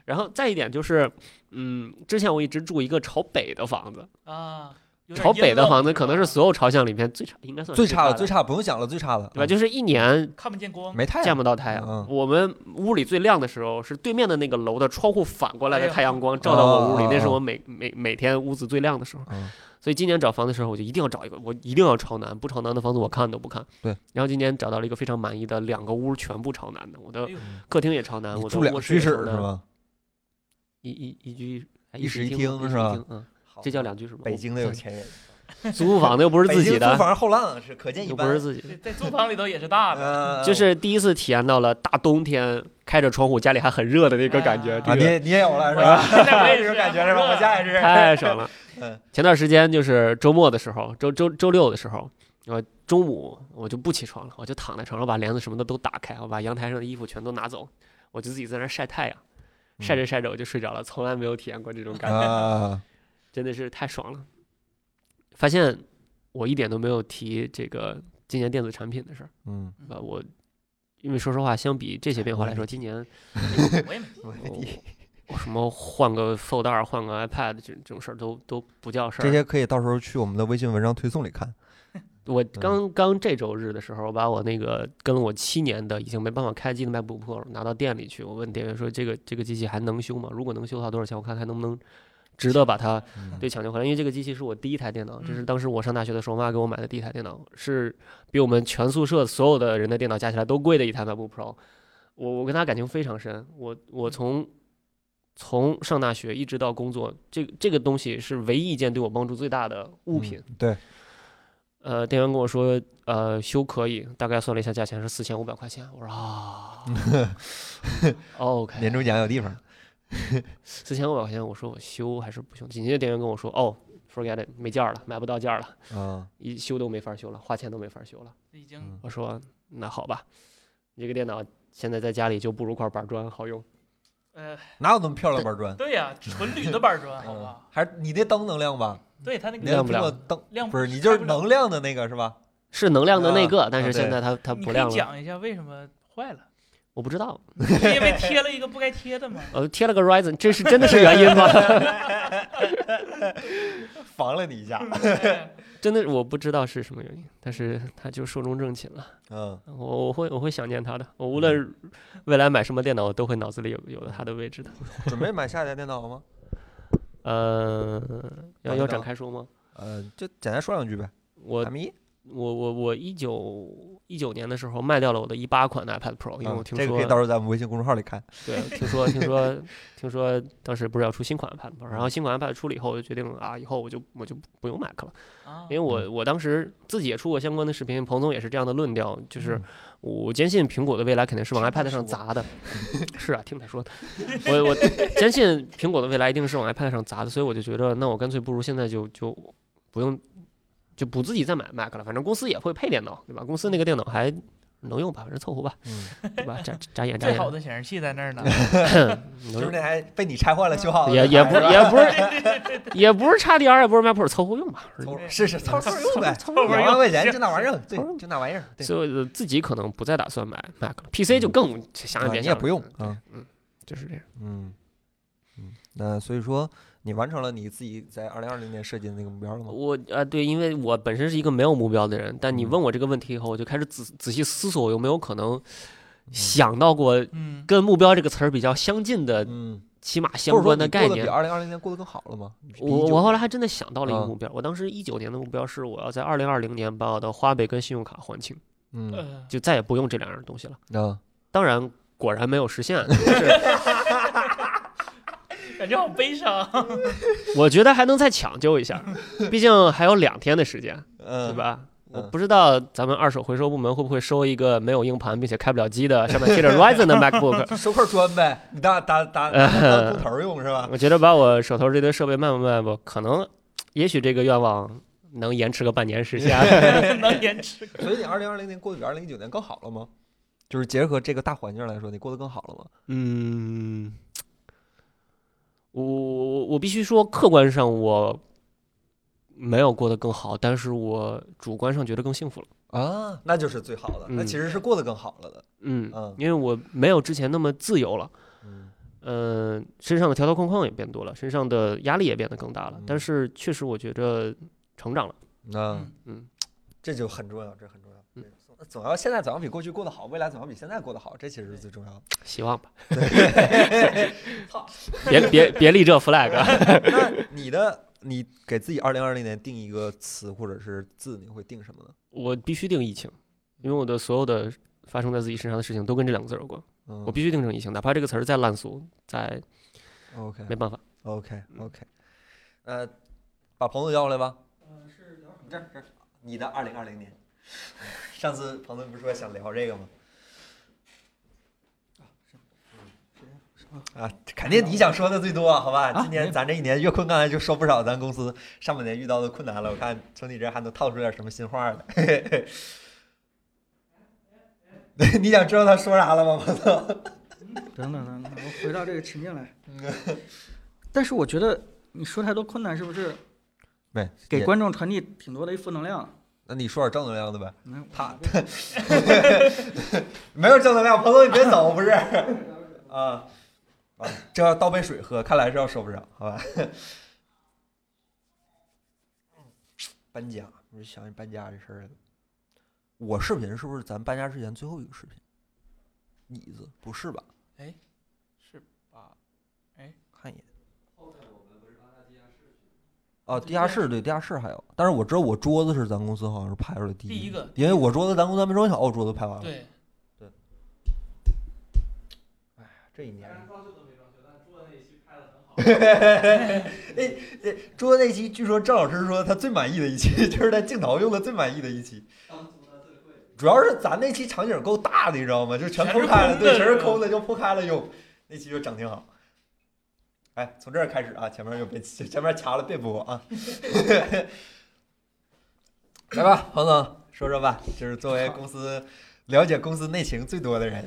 S4: 然后再一点就是，嗯，之前我一直住一个朝北的房子，
S2: 啊，有点
S4: 朝北的
S2: 阴
S4: 房
S2: 冷啊
S4: 子可能是所有朝向里面最差，应该算
S1: 最
S4: 差
S1: 差的最
S4: 差，
S1: 差的不用想了，最差的嗯
S4: 对吧？就是一年
S2: 看不见光，
S1: 没太
S4: 见
S1: 阳，
S4: 不到太阳。
S1: 嗯
S4: 我们屋里最亮的时候是对面的那个楼的窗户反过来的
S2: 哎呦
S4: 太阳光照到我屋里，
S1: 哦哦
S4: 那是
S1: 哦
S4: 我每每每天屋子最亮的时候。
S1: 嗯
S4: 所以今年找房子的时候，我就一定要找一个，我一定要朝南，不朝南的房子我看都不看。
S1: 对。
S4: 然后今年找到了一个非常满意的，两个屋全部朝南的，我的
S2: 哎呦
S4: 客厅也朝南，
S1: 你
S4: 呃我的
S1: 住两
S4: 卧室
S1: 居
S4: 也
S1: 室
S4: 朝
S1: 是
S4: 南，
S1: 吗？
S4: 一一一居哎
S1: 一室一
S4: 厅
S1: 厅
S4: 嘛一
S1: 是
S4: 室一
S1: 吧哦
S4: 厅嗯，这叫两居室吗？
S1: 北
S4: 我
S1: 京的有钱人，
S4: 租户房的又不是
S1: 北
S4: 自己
S1: 京租
S4: 的，
S1: 房后浪是可见一嗯
S4: 又
S1: 斑，
S4: 不是自己的。
S2: 这在租房里头也是大的，
S1: 呃
S4: 就是第一次体验到了大冬天开着窗户家里还很热的那个感觉，
S2: 啊
S1: 啊，
S4: 这
S1: 你
S4: 个
S1: 也你也有 了是
S2: 我
S1: 吧？
S2: 现在我
S1: 我
S2: 也
S1: 也
S2: 是
S1: 是
S2: 啊
S3: 啊
S1: 感觉是吧？我家也是，
S4: 太爽了
S1: 嗯。
S4: 前段时间就是周末的时候，周周周六的时候，我中午我就不起床了，我就躺在床上把帘子什么的都打开，我把阳台上的衣服全都拿走，我就自己在那儿晒太阳，
S1: 嗯
S4: 晒着晒着我就睡着了，从来没有体验过这种感觉，
S1: 啊，
S4: 真的是太爽了。发现我一点都没有提这个今年电子产品的事儿，
S1: 嗯，
S4: 啊，我。因为说实话，相比这些变化来说，今年
S2: 我也没
S1: 我的
S4: 我
S1: 地
S4: 我什么换个 Fold 二、换个 iPad 这这种事儿都都不叫事儿。
S1: 这些可以到时候去我们的微信文章推送里看。嗯
S4: 我刚刚这周日的时候，把我那个跟了我七年的已经没办法开机的 MacBook Pro 拿到店里去，我问店员说这个这个机器还能修吗？如果能修的话，多少钱？我看看能不能值得把它
S1: 嗯
S4: 对抢救回来。因为这个机器是我第一台电脑，这是
S2: 嗯
S4: 当时我上大学的时候，我妈给我买的第一台电脑，是比我们全宿舍所有的人的电脑加起来都贵的一台 MacBook Pro。我我跟她感情非常深，我
S1: 嗯
S4: 我从从上大学一直到工作，这个这个东西是唯一一件对我帮助最大的物品。
S1: 嗯对，
S4: 呃，店员跟我说，呃，修可以，大概算了一下价钱是四千五百块钱。我说啊
S1: 嗯
S4: ，OK，
S1: 年终奖有地
S4: 哎
S1: 方，
S4: 四千五百块钱，我说我修还是不修？紧接着店员跟我说，哦，forget it，没件儿了，买不到件儿了，
S1: 嗯，
S4: 一修都没法修了，花钱都没法修了。
S2: 已经
S4: 我说那好吧，你这个电脑现在在家里就不如块板砖好用。
S2: 呃，
S1: 哪有那么漂亮板砖？
S2: 对呀，纯铝的板砖，好
S1: 嗯
S2: 吧？，
S1: 还是你那灯能亮吧？
S2: 对他那
S1: 你
S2: 个
S1: 那
S4: 亮不
S1: 苹果
S4: 亮
S1: 灯
S2: 亮
S1: 不是，你就是能亮的那个是吧？
S4: 是能亮的那
S1: 啊
S4: 个，但
S1: 啊
S4: 是现
S1: 对
S4: 在它它
S2: 你
S4: 不
S2: 可
S4: 亮
S2: 以
S4: 了，
S2: 讲一下为什么坏了？
S4: 我不知道。
S2: 因为贴了一个不该贴的嘛。
S4: 呃，贴了个 Ryzen，这是真的是原因吗？
S1: 防了你一下，
S2: 哎
S4: 真的我不知道是什么原因，但是它就寿终正寝了。
S1: 嗯，
S4: 我我会我会想念他的，我无论未来买什么电脑，我都会脑子里有有他的位置的。
S1: 准备买下一台电脑吗？
S4: 呃，要
S1: 好
S4: 要
S1: 的
S4: 展开说吗？
S1: 呃，就简单说两句呗。
S4: 我
S1: 们一，
S4: 我我我一九一九年的时候卖掉了我的一八款的 iPad Pro，因为我
S1: 嗯
S4: 听
S1: 这个
S4: 说、
S1: 可以到时候在我们微信公众号里看。
S4: 对听说听说听说当时不是要出新款 iPad 吗？然后新款 iPad 出了以后，我就决定啊，以后我就我就不用 Mac 了，
S2: 啊
S4: 因为我我当时自己也出过相关的视频，彭总也是这样的论调，就是我坚信苹果的未来肯定是往
S2: 听他
S4: iPad 上
S2: 说
S4: 砸的。 是啊，听他说的。我我坚信苹果的未来一定是往 iPad 上砸的，所以我就觉得，那我干脆不如现在就就不用就不自己再买 Mac 了，反正公司也会配电脑，对吧？公司那个电脑还能用吧，反正凑合吧，
S1: 嗯，
S4: 对吧？眨眨眼眨
S2: 最好
S4: 眼，
S2: 的显示器在那 儿呢，
S4: 能
S1: 就是
S4: 用
S1: 那台被你拆坏了修好的，
S4: 也也不
S1: 是吧
S4: 也不是也不是 XDR，也不是 Mac Pro，凑合用吧。
S1: 凑合是是凑合用呗，
S4: 凑合
S2: 后
S4: 用
S2: 边
S1: 两万
S2: 又
S1: 块钱
S2: 行
S1: 就那玩意儿，对
S4: 凑合，
S1: 就那玩意儿，对，
S4: 所以我自己可能不再打算买 Mac 了，PC 就更想
S1: 啊
S4: 嗯
S1: 你
S4: 也别
S1: 也
S4: 想了，
S1: 不用
S4: 对
S1: 啊，
S4: 嗯，就是这样。
S1: 嗯嗯，那所以说你完成了你自己在二零二零年设计的那个目标了吗？
S4: 我啊，对，因为我本身是一个没有目标的人，但你
S1: 嗯
S4: 问我这个问题以后，我就开始仔仔细思索，有没有可能想到过
S2: 嗯，
S4: 跟目标这个词儿比较相近的，
S1: 嗯，
S4: 起码
S1: 或
S4: 相
S1: 者说
S4: 关的
S1: 你
S4: 概
S1: 过得比
S4: 念。
S1: 二零二零年过得更好了吗？比
S4: 我
S1: 19
S4: 我后来还真的想到了一个
S1: 啊
S4: 目标，我当时一九年的目标是我要在二零二零年把我的花呗跟信用卡还清，
S1: 嗯
S2: 呃
S4: 就再也不用这两样东西了。
S1: 啊，
S4: 当然，果然没有实现，就是
S2: 感觉好悲 伤。
S4: 我觉得还能再抢救一下，毕竟还有两天的时间。
S1: 嗯，
S4: 对？吧？我
S1: 嗯
S4: 不知道咱们二手回收部门会不会收一个没有硬盘并且开不了机的，上面贴着 Ryzen 的 MacBook。
S1: 收块砖呗，你当打 打当工头儿用是吧？
S4: 我觉得把我手头这堆设备卖不卖吧，可能，也许这个愿望能延迟个半年实 现。
S2: 能延迟。
S1: 所以你二零二零年过得比二零一九年更好了吗？就是结合这个大环境来说，你过得更好了吗？
S4: 嗯，我我我必须说，客观上我没有过得更好，但是我主观上觉得更幸福了。
S1: 啊，那就是最好的，那
S4: 嗯
S1: 其实是过得更好了的。
S4: 嗯
S1: 嗯，
S4: 因为我没有之前那么自由了。
S1: 嗯
S4: 嗯、身上的条条框框也变多了，身上的压力也变得更大了。但
S1: 嗯
S4: 是确实，我觉着成长了。
S1: 那
S2: 嗯
S4: 嗯，
S1: 这就很重要，这很重要。
S4: 嗯
S1: 对，总总要现在总要比过去过得好，未来总要比现在过得好，这其实是
S2: 对
S1: 最重要的。
S4: 希 望吧。 别别别立这 flag。
S1: 那你的你给自己二零二零年定一个词或者是字，你会定什么呢？
S4: 我必须定疫情，因为我的所有的发生在自己身上的事情都跟这两个字儿有关，
S1: 嗯，
S4: 我必须定成疫情，哪怕这个词儿再烂俗，再
S1: OK
S4: 没办法。
S1: OK OK，呃，把彭总叫过来吧。嗯，是聊什么？这儿这儿，你的二零二零年。 上次彭总不是说想聊这个吗？啊，肯定你想说的最多，啊好吧？今年咱这一年，岳坤刚才就说不少咱公司上半年遇到的困难了。我看从你这儿还能套出点什么新话来。 你想知道他说啥了吗，彭总？
S5: 等等等等，我回到这个情境来。
S1: 嗯
S5: 但是我觉得你说太多困难，是不是
S1: 没
S5: 给观众传递挺多的一负能量？
S1: 那你说点正能量的呗。
S5: 没有
S1: 嗯他没有正能量，彭总你别走，不是啊啊，这要倒杯水喝，看来是要受不了，好吧？搬家，我就想起搬家这事儿来了。我视频是不是咱搬家之前最后一个视频？椅子不是吧？
S2: 是吧？
S1: 看一眼。啊，地下室对地下室还有，但是我知道我桌子是咱公司好像是拍出来第
S2: 第一个
S1: 因为我桌子咱公司还没装哦小，我桌子拍完了。
S2: 对，
S1: 这一年。 哎，哎桌子那期据说郑老师说他最满意的一期， 就是他镜头用的最满意的一期。主要是咱那期场景够大的，你知道吗？就全
S2: 全
S1: 铺
S2: 是
S1: 开了，
S2: 空
S1: 对，
S2: 的
S1: 全是
S2: 是吧
S1: 空的，就铺开了用，那期就整挺好。哎，从这儿开始啊，前面就别前面掐了，别播啊。 来吧，彭总，说说吧，就是作为公司了解公司内情最多的人，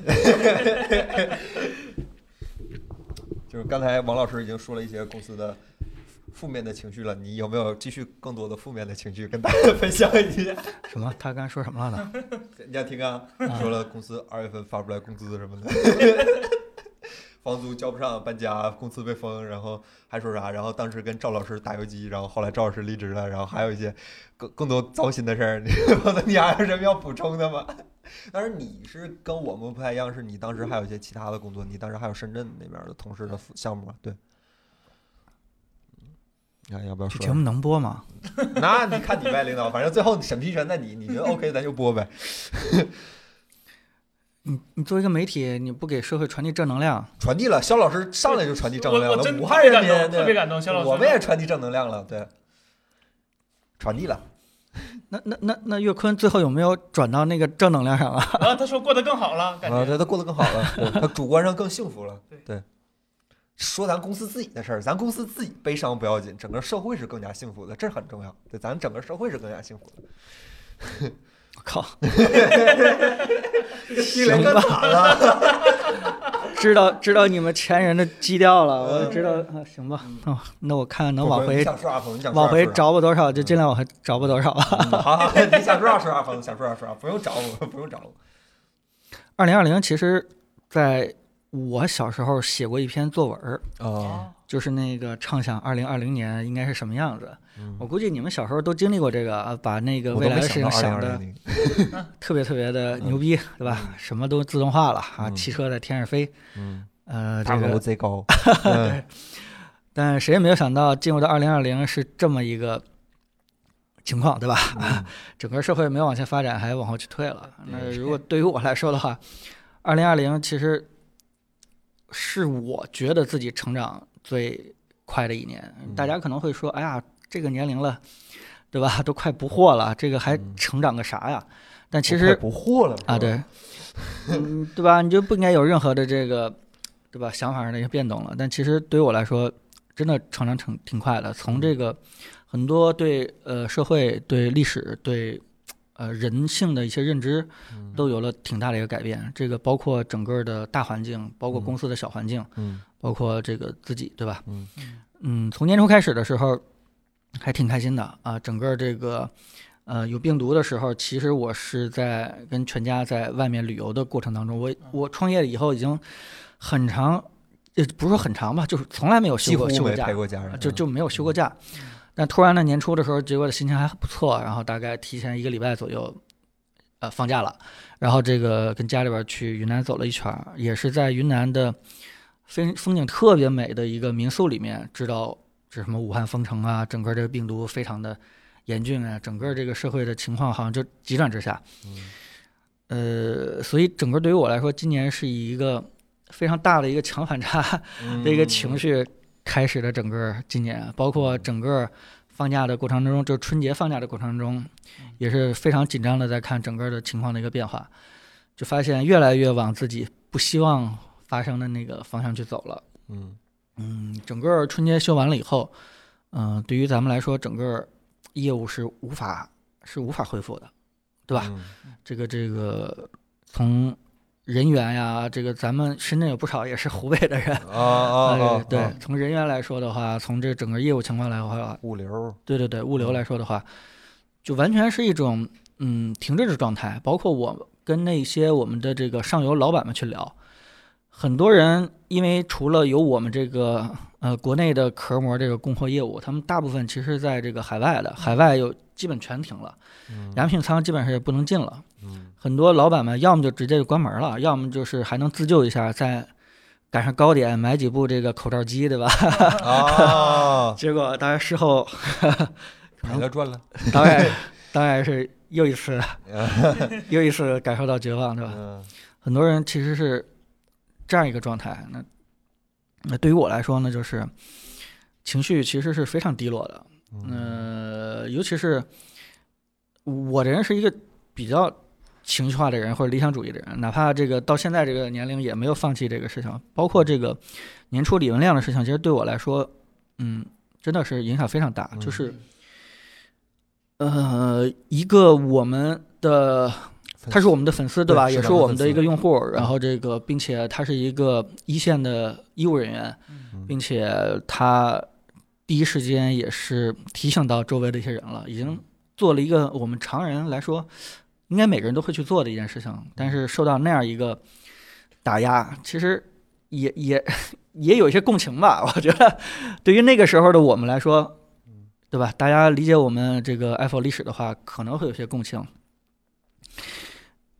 S1: 就是刚才王老师已经说了一些公司的负面的情绪了，你有没有继续更多的负面的情绪跟大家分享一下？
S5: 什么？他刚才说什么来着？
S1: 人家听啊，说了公司二月份发不出来工资什么的，房租交不上，搬家，公司被封，然后还说啥？然后当时跟赵老师打游击，然后后来赵老师离职了，然后还有一些更更多糟心的事儿。你 还有什么要补充的吗？ 但是你是跟我们不太一样，是你当时还有一些其他的工作，你当时还有深圳那边的同事的项目，对。你看要不要说
S5: 这
S1: 点
S5: 节目能播吗？
S1: 那你看你呗，领导，反正最后审批权在你，你觉得 OK 咱就播呗。
S5: 你你作为一个媒体，你不给社会传递正能量，
S1: 传递了，肖老师上来就传递正能量
S2: 我我
S1: 了，
S2: 真
S1: 武
S2: 特
S1: 汉
S2: 别
S1: 人
S2: 感动，
S1: 民
S2: 特别
S1: 对，
S2: 感动，肖老师。
S1: 我们也传递正能量了，对，传递了。
S5: 那那那那岳坤最后有没有转到那个正能量上啊？
S2: 然后他说过得更好了，感
S1: 啊，
S2: 觉
S1: 对他过得更好了，对他主观上更幸福了。
S2: 对
S1: 说咱公司自己的事儿，咱公司自己悲伤不要紧，整个社会是更加幸福的，这很重要。对，咱整个社会是更加幸福的。
S5: 我 靠，
S1: 比雷更惨了。
S5: 知道知道你们前人的基调了，我知道
S1: 嗯
S5: 啊，行吧，哦，那我看能往
S1: 你
S5: 回
S1: 想说啥，朋友？你想说
S5: 往
S1: 啥
S5: 回
S1: 说啥
S5: 找补多少就尽量往回找补多少吧。
S1: 嗯 好好，好你想说啥说啥，朋友，想说啥说啥，不用找我，不用找我。
S5: 二零二零其实在我小时候写过一篇作文儿，
S1: 哦，
S2: 啊，
S5: 就是那个畅想二零二零年应该是什么样子。
S1: 嗯
S5: 我估计你们小时候都经历过这个啊，把那个
S1: 我
S5: 未
S1: 都
S5: 来
S1: 没
S5: 的事情
S1: 想到
S5: 想的
S1: 2020年
S5: 特别特别的牛逼，对吧？什么都自动化了啊，
S1: 嗯
S5: 汽车在天上飞，
S1: 嗯。
S5: 呃，这
S1: 大楼
S5: 个，
S1: 贼 高，嗯
S5: 但谁也没有想到进入到二零二零是这么一个情况，对吧？
S1: 嗯
S5: 整个社会没有往前发展，还往后去退了。那如果对于我来说的话，二零二零其实是我觉得自己成长最快的一年
S1: 嗯。
S5: 大家可能会说：“哎呀，这个年龄了，对吧？都快不惑了，这个还
S1: 嗯
S5: 成长个啥呀？”但其
S1: 我快
S5: 实
S1: 不惑了是吧
S5: 啊，对， 嗯，对吧？你就不应该有任何的这个，对吧？想法上的一个变动了。但其实对于我来说，真的成长挺挺快的。从这个很多对呃社会、对历史、对呃人性的一些认知，
S1: 嗯
S5: 都有了挺大的一个改变。这个包括整个的大环境，包括
S1: 嗯
S5: 公司的小环境，
S1: 嗯
S5: 包括这个自己，对吧？
S1: 嗯
S5: 嗯从年初开始的时候，还挺开心的啊。整个这个呃有病毒的时候，其实我是在跟全家在外面旅游的过程当中，我
S1: 嗯
S5: 我创业以后已经很长，也不是说很长吧，就是从来没有休
S1: 几乎
S5: 过休过
S1: 没
S5: 假
S1: 陪，过家人嗯
S5: 啊，就就没有休过假。但突然呢，年初的时候，结果心情还不错，然后大概提前一个礼拜左右，呃，放假了，然后这个跟家里边去云南走了一圈儿，也是在云南的风风景特别美的一个民宿里面，知道这什么武汉封城啊，整个这个病毒非常的严峻啊，整个这个社会的情况好像就急转直下，
S1: 嗯
S5: 呃，所以整个对于我来说，今年是以一个非常大的一个强反差。的
S1: 嗯
S5: 一个情绪开始的整个今年，包括整个放假的过程中，就是春节放假的过程中
S2: 嗯，
S5: 也是非常紧张的在看整个的情况的一个变化，就发现越来越往自己不希望发生的那个方向去走了。
S1: 嗯
S5: 嗯，整个春节休完了以后，嗯、对于咱们来说，整个业务是无法是无法恢复的，对吧？
S1: 嗯
S5: 这个这个从人员呀，这个咱们深圳有不少也是湖北的人，
S1: 啊 啊
S5: 呃
S1: 啊，
S5: 对
S1: 啊，
S5: 从人员来说的话，从这整个业务情况来说的话，
S1: 物流，
S5: 对对对，物流来说的话，就完全是一种嗯停滞的状态。包括我跟那些我们的这个上游老板们去聊，很多人因为除了有我们这个呃国内的壳膜这个供货业务，他们大部分其实在这个海外的，海外有基本全停了，
S1: 嗯
S5: 良品仓基本上也不能进了。
S1: 嗯
S5: 很多老板们要么就直接就关门了，要么就是还能自救一下，再赶上高点买几部这个口罩机，对吧？
S1: 啊，
S5: 结果当然事后，
S1: 赔了 赚了，
S5: 当然当然是又一次 又一次感受到绝望，对吧？
S1: 嗯
S5: 很多人其实是这样一个状态。那那对于我来说呢，就是情绪其实是非常低落的。
S1: 嗯
S5: 呃，尤其是我这人是一个比较情绪化的人或者理想主义的人，哪怕这个到现在这个年龄也没有放弃这个事情，包括这个年初李文亮的事情，其实对我来说，嗯，真的是影响非常大，
S1: 嗯
S5: 就是呃，一个我们的。他是我们的粉丝，对吧？
S1: 对
S5: 也
S1: 是
S5: 是
S1: 咱们
S5: 我们
S1: 粉
S5: 的
S1: 丝
S5: 一个用户，然后这个，并且他是一个一线的医务人员，
S2: 嗯
S5: 并且他第一时间也是提醒到周围的一些人了，已经做了一个我们常人来说，应该每个人都会去做的一件事情。但是受到那样一个打压，其实也也也有一些共情吧。 我觉得对于那个时候的我们来说
S1: 嗯，
S5: 对吧？大家理解我们这个 Apple 历史的话，可能会有些共情。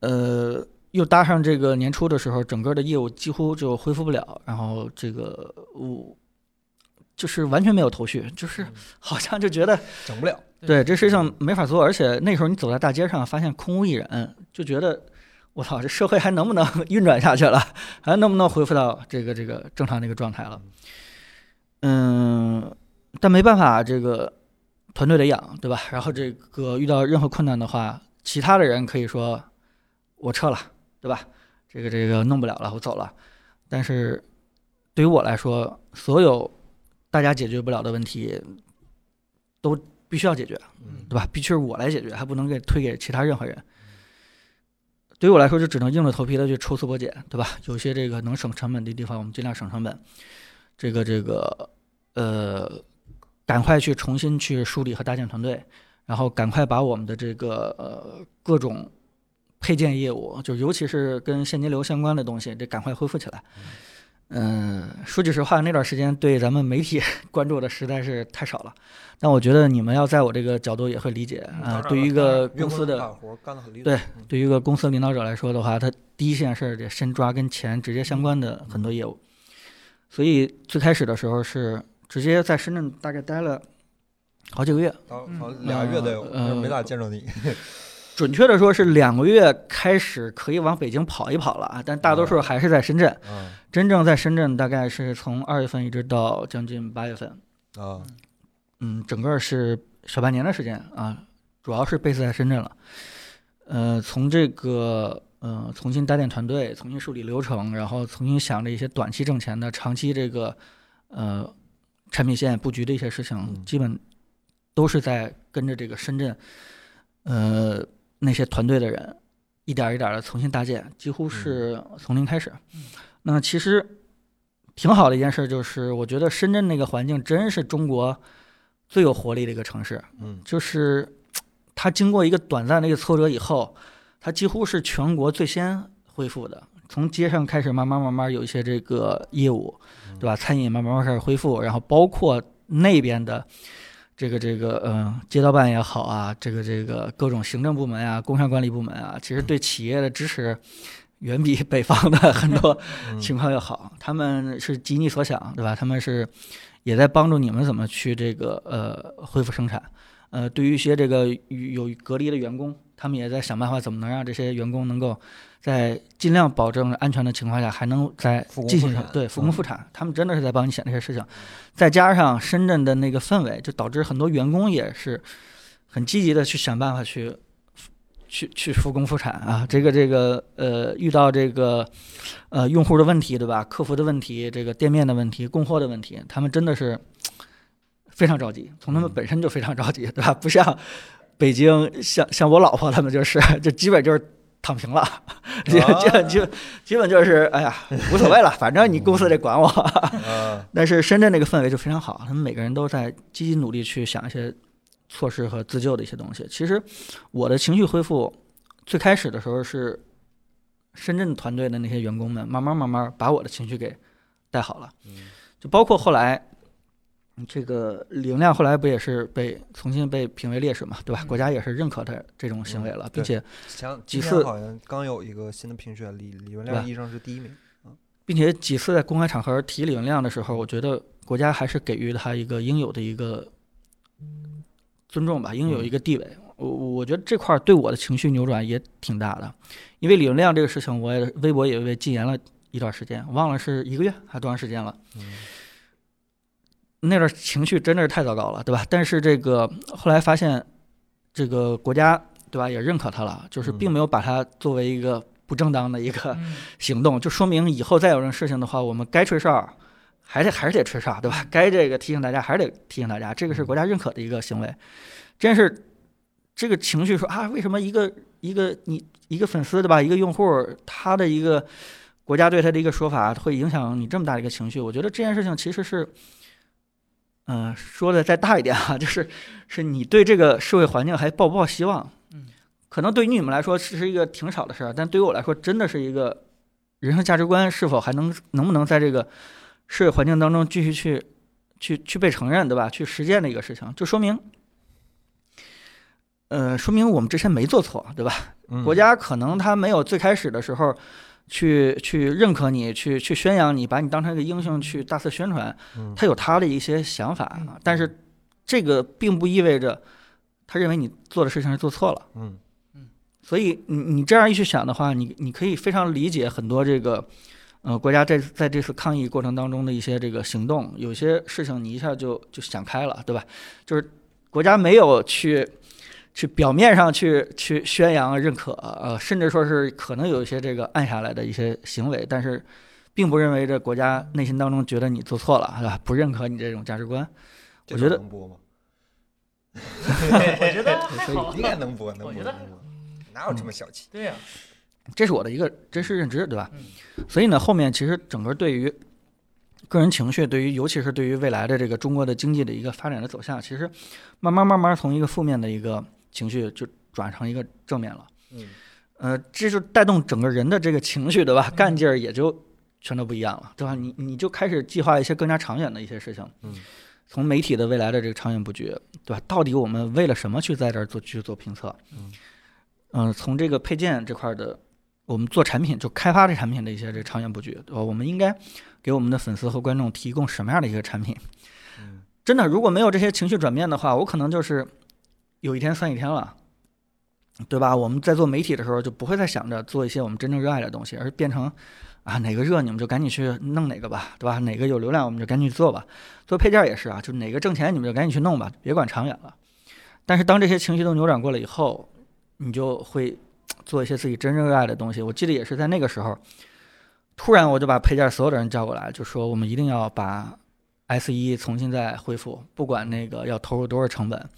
S5: 呃，又搭上这个年初的时候，整个的业务几乎就恢复不了，然后这个我就是完全没有头绪，就是好像就觉得
S1: 嗯整不了，
S5: 对这事情没法做，而且那时候你走在大街上，发现空无一人，就觉得我操，这社会还能不能 运转下去了？还能不能恢复到这个这个正常的一个状态了？嗯，但没办法，这个团队得养，对吧？然后这个遇到任何困难的话，其他的人可以说我撤了，对吧？这个这个弄不了了，我走了。但是对于我来说，所有大家解决不了的问题，都必须要解决。
S1: 嗯
S5: 对吧？必须是我来解决，还不能给推给其他任何人。对于我来说，就只能硬着头皮的去抽丝剥茧，对吧？有些这个能省成本的地方，我们尽量省成本。这个这个呃，赶快去重新去梳理和搭建团队，然后赶快把我们的这个呃各种配件业务，就尤其是跟现金流相关的东西，得赶快恢复起来。嗯，说句实话，那段时间对咱们媒体 关注的实在是太少了。但我觉得你们要在我这个角度也会理解
S2: 嗯
S5: 啊、
S2: 当然了
S5: 对于一个
S1: 员
S5: 公
S1: 工
S5: 司的
S1: 干活干得很利索，嗯
S5: 对对于一个公司领导者来说的话，他第一件事儿得先抓跟钱直接相关的
S2: 嗯
S5: 很多业务。所以最开始的时候是直接在深圳大概待了好几个月，
S1: 到
S2: 嗯
S1: 到俩月得有，
S5: 呃
S1: 没咋见着你，
S5: 准确的说是两个月开始可以往北京跑一跑了啊，但大多数还是在深圳。
S1: 啊
S5: 真正在深圳大概是从二月份一直到将近八月份，
S1: 啊，
S5: 嗯，整个是小半年的时间啊，主要是 base 在深圳了。呃，从这个呃重新搭建团队，重新梳理流程，然后重新想着一些短期挣钱的、长期这个呃产品线布局的一些事情，
S1: 嗯
S5: 基本都是在跟着这个深圳呃那些团队的人一点儿一点的重新搭建，几乎是从零开始。
S2: 嗯
S5: 那其实挺好的一件事，就是我觉得深圳那个环境真是中国最有活力的一个城市。
S1: 嗯
S5: 就是它经过一个短暂的一个挫折以后，它几乎是全国最先恢复的。从街上开始，慢慢慢慢有一些这
S1: 嗯
S5: 个业务，对吧？餐饮慢慢慢慢开始恢复，然后包括那边的这个这个嗯，街道办也好啊，这个这个各种行政部门啊、工商管理部门啊，其实对企业的支持远比北方的很多
S1: 嗯
S5: 情况要好。他们是急你所想，对吧？他们是也在帮助你们怎么去这个呃恢复生产。呃，对于一些这个与有隔离的员工，他们也在想办法怎么能让这些员工能够在尽量保证安全的情况下，还能在
S1: 复工
S5: 进
S1: 复
S5: 行上
S1: 产
S5: 对复工复产。他们真的是在帮你想这些事情。
S1: 嗯
S5: 再加上深圳的那个氛围，就导致很多员工也是很积极的去想办法去去去复工复产啊。这个这个呃，遇到这个呃用户的问题，对吧？客服的问题，这个店面的问题，供货的问题，他们真的是非常着急，从他们
S1: 嗯
S5: 本身就非常着急，对吧？不像北京，像像我老婆他们就是， 就基本就是。躺平了，
S1: 啊
S5: 就就就基本就是，哎呀，无所谓了，反正你公司得管我，
S1: 嗯
S5: 但是深圳那个氛围就非常好，他们每个人都在积极努力去想一些措施和自救的一些东西。其实我的情绪恢复最开始的时候是深圳团队的那些员工们慢慢慢慢把我的情绪给带好了，
S1: 嗯
S5: 就包括后来。嗯这个李云亮后来不也是被重新被评为烈士嘛，对吧？
S2: 嗯
S5: 国家也是认可他这种行为了，
S1: 嗯对
S5: 并且
S1: 前
S5: 几
S1: 今
S5: 次
S1: 天好像刚有一个新的评选，李李文
S5: 对
S1: 亮
S5: 吧
S1: 医生是第一名。
S5: 并且几次在公开场合提李文亮的时候，我觉得国家还是给予他一个应有的一个尊重吧，应有一个地位。我我觉得这块儿对我的情绪扭转也挺大的，因为李文亮这个事情，我也微博也被禁言了一段时间，忘了是一个月还多长时间了。
S1: 嗯
S5: 那段情绪真的是太糟糕了，对吧？但是这个后来发现，这个国家对吧也认可他了，就是
S1: 嗯
S5: 并没有把他作为一个不正当的一个。
S2: 嗯
S5: 行动，就说明以后再有这种事情的话，我们该吹哨，还得还是得吹哨，对吧？该这个提醒大家，还是得提醒大家，这个是国家认可的一个行为。真是这个情绪说啊，为什么一个一个你一个粉丝对吧，一个用户他的一个国家对他的一个说法会影响你这么大的一个情绪？我觉得这件事情其实是。嗯、说的再大一点啊， 就是是你对这个社会环境还抱不抱希望？
S2: 嗯，
S5: 可能对于你们来说是是一个挺少的事儿，但对于我来说真的是一个人生价值观是否还能能不能在这个社会环境当中继续去去去被承认，对吧？去实践的一个事情，就说明，呃，说明我们之前没做错，对吧？
S1: 嗯
S5: 国家可能他没有最开始的时候去去认可你，去去宣扬你，把你当成一个英雄去大肆宣传，
S1: 嗯
S5: 他有他的一些想法，啊但是这个并不意味着他认为你做的事情是做错了。
S1: 嗯
S5: 所以你你这样一去想的话，你你可以非常理解很多这个，呃，国家在在这次抗疫过程当中的一些这个行动，有些事情你一下就就想开了，对吧？就是国家没有去去表面上去去宣扬认可，呃，甚至说是可能有一些这个暗下来的一些行为，但是并不认为这国家内心当中觉得你做错了，对吧？不认可你这种价值观，
S1: 这
S5: 我
S1: 段
S5: 觉得
S1: 能播吗？
S2: 我觉得还好
S1: 应，该能播，能
S2: 我
S1: 播
S2: 觉得嗯
S1: 能播，哪有这么小气？
S2: 对呀，
S5: 这是我的一个真实认知，对吧？所以呢，后面其实整个对于个人情绪，对于尤其是对于未来的这个中国的经济的一个发展的走向，其实慢慢慢慢从一个负面的一个情绪就转成一个正面了。
S1: 嗯
S5: 呃，这就带动整个人的这个情绪，对吧？
S2: 嗯
S5: 干劲儿也就全都不一样了，对吧？你你就开始计划一些更加长远的一些事情。
S1: 嗯。
S5: 从媒体的未来的这个长远布局，对吧？到底我们为了什么去在这儿做去做评测？
S1: 嗯
S5: 嗯、从这个配件这块儿的，我们做产品就开发这产品的一些这个长远布局，对吧？我们应该给我们的粉丝和观众提供什么样的一个产品？
S1: 嗯
S5: 真的，如果没有这些情绪转变的话，我可能就是有一天算一天了，对吧？我们在做媒体的时候，就不会再想着做一些我们真正热爱的东西，而变成啊哪个热你们就赶紧去弄哪个吧，对吧？哪个有流量我们就赶紧去做吧。做配件儿也是啊，就哪个挣钱你们就赶紧去弄吧，别管长远了。但是当这些情绪都扭转过了以后，你就会做一些自己真正热爱的东西。我记得也是在那个时候，突然我就把配件儿所有的人叫过来，就说我们一定要把 S 一重新再恢复，不管那个要投入多少成本，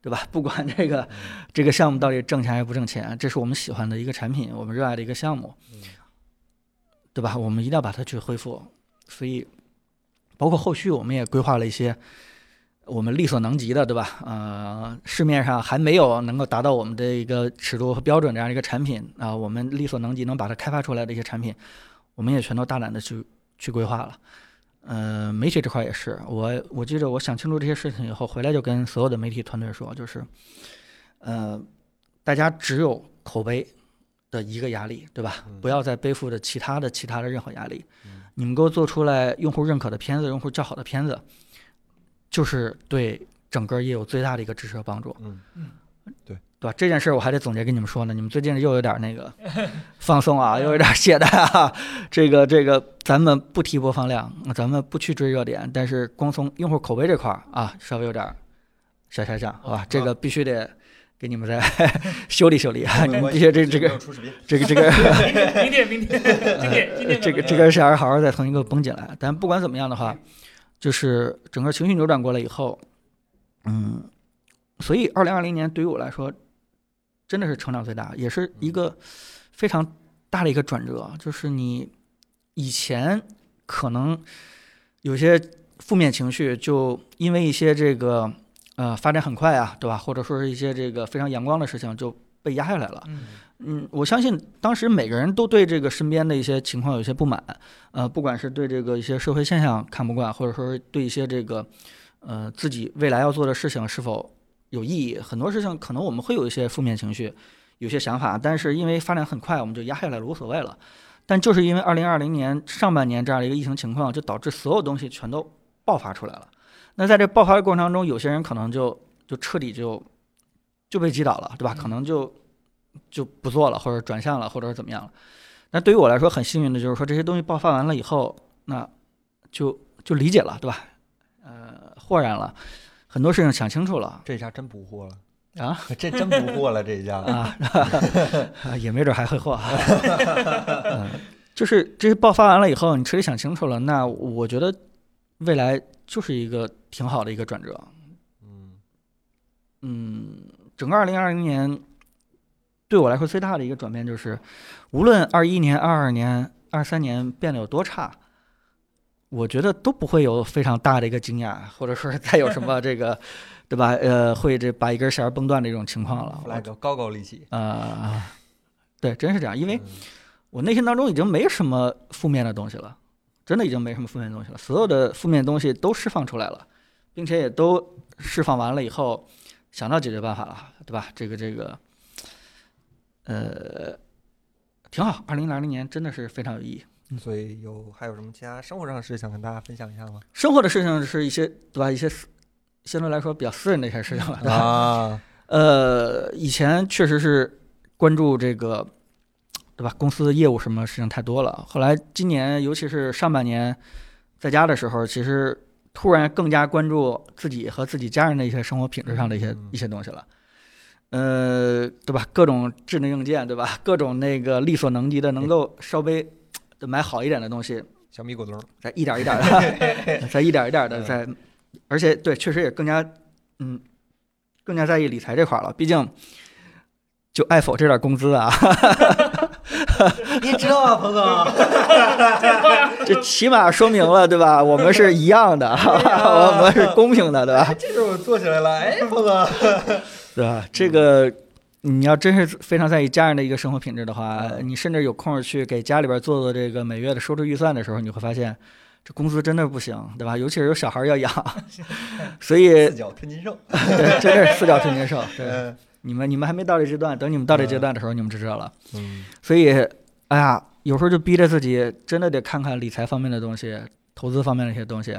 S5: 对吧？ 不管这个这个项目到底挣钱还是不挣钱，这是我们喜欢的一个产品，我们热爱的一个项目，对吧？我们一定要把它去恢复。所以，包括后续我们也规划了一些我们力所能及的，对吧？呃，市面上还没有能够达到我们的一个尺度和标准这样一个产品啊、我们力所能及能把它开发出来的一些产品，我们也全都大胆的去去规划了。呃，媒体这块也是，我我记得我想清楚这些事情以后，回来就跟所有的媒体团队说，就是，呃，大家只有口碑的一个压力，对吧？
S1: 嗯
S5: 不要再背负着其他的其他的任何压力。
S1: 嗯
S5: 你们给我做出来用户认可的片子，用户叫好的片子，就是对整个业有最大的一个支持和帮 助，
S1: 嗯
S5: 对吧？这件事儿我还得总结跟你们说呢，你们最近又有点那个放松啊，又有点懈怠啊。这个这个，咱们不提播放量，咱们不去追热点，但是光从用户口碑这块儿啊，稍微有点儿下下降，好吧？这个必须得。给你们再 修理修理啊！你们必须这这个
S1: 出视频，
S5: 这个这个
S2: 明天明天 今天今天
S5: 这个这个事儿好好再从一个绷紧来。但不管怎么样的话，就是整个情绪扭转过来以后，嗯，所以二零二零年对于我来说，真的是成长最大，也是一个非常大的一个转折。就是你以前可能有些负面情绪，就因为一些这个呃发展很快啊，对吧？或者说是一些这个非常阳光的事情就被压下来了。
S2: 嗯
S5: 嗯，我相信当时每个人都对这个身边的一些情况有一些不满，呃，不管是对这个一些社会现象看不惯，或者说是对一些这个，呃，自己未来要做的事情是否有意义，很多事情可能我们会有一些负面情绪，有些想法，但是因为发展很快，我们就压下来了，无所谓了。但就是因为二零二零年上半年这样的一个疫情情况，就导致所有东西全都爆发出来了。那在这爆发的过程当中，有些人可能就就彻底就就被击倒了，对吧？可能就就不做了，或者转向了，或者是怎么样了。那对于我来说，很幸运的就是说，这些东西爆发完了以后，那就就理解了，对吧？呃，豁然了，很多事情想清楚 了
S1: 这一下真不惑了，
S5: 啊
S1: 这真不惑了，这一下，
S5: 啊，也没准还会祸、啊。 嗯就是这些爆发完了以后，你彻底想清楚了，那我觉得未来就是一个挺好的一个转折。
S1: 嗯
S5: 嗯，整个二零二零年对我来说最大的一个转变就是，无论二一年、二二年、二三年变得有多差，我觉得都不会有非常大的一个惊讶，或者说是再有什么这个，对吧？呃，会这把一根弦儿崩断的这种情况了。我
S1: ，flag 高高立起，
S5: 呃，对，真是这样，因为
S1: 嗯
S5: 我内心当中已经没什么负面的东西了，真的已经没什么负面的东西了，所有的负面东西都释放出来了，并且也都释放完了以后，想到解决办法了，对吧？这个这个，呃，挺好，二零二零年真的是非常有意义。
S1: 所以有还有什么其他生活上的事想跟大家分享一下吗？
S5: 生活的事情是一些对吧？一些私相对来说比较私人的一些事情了，对吧？
S1: 啊，
S5: 呃，以前确实是关注这个，对吧？公司的业务什么事情太多了。后来今年，尤其是上半年在家的时候，其实突然更加关注自己和自己家人的一些生活品质上的一些、
S1: 嗯
S5: 一些东西了。呃，对吧？各种智能硬件，对吧？各种那个力所能及的，能够稍微呃买好一点的东西，
S1: 小米果冻，
S5: 再一点儿一点 的，再一点儿一点的
S1: 嗯
S5: 再，而且对，确实也更加，嗯，更加在意理财这块儿了。毕竟，就爱否这点工资啊，
S1: 你知道啊吗，彭总？
S5: 这起码说明了，对吧？我们是一样 的，我们是公平的，对吧？
S1: 这时候我坐起来了，哎，彭总，
S5: 对吧？这个你要真是非常在意家人的一个生活品质的话，
S1: 嗯
S5: 你甚至有空儿去给家里边做做这个每月的收支预算的时候，你会发现这工资真的不行，对吧？尤其是有小孩儿要养， 所以
S1: 四脚吞金兽，
S5: 对，真的是四脚吞金兽。对，
S1: 嗯
S5: 你们你们还没到这阶段，等你们到这阶
S1: 嗯
S5: 段的时候，你们就知道了。
S1: 嗯
S5: 所以，哎呀，有时候就逼着自己，真的得看看理财方面的东西，投资方面的一些东西。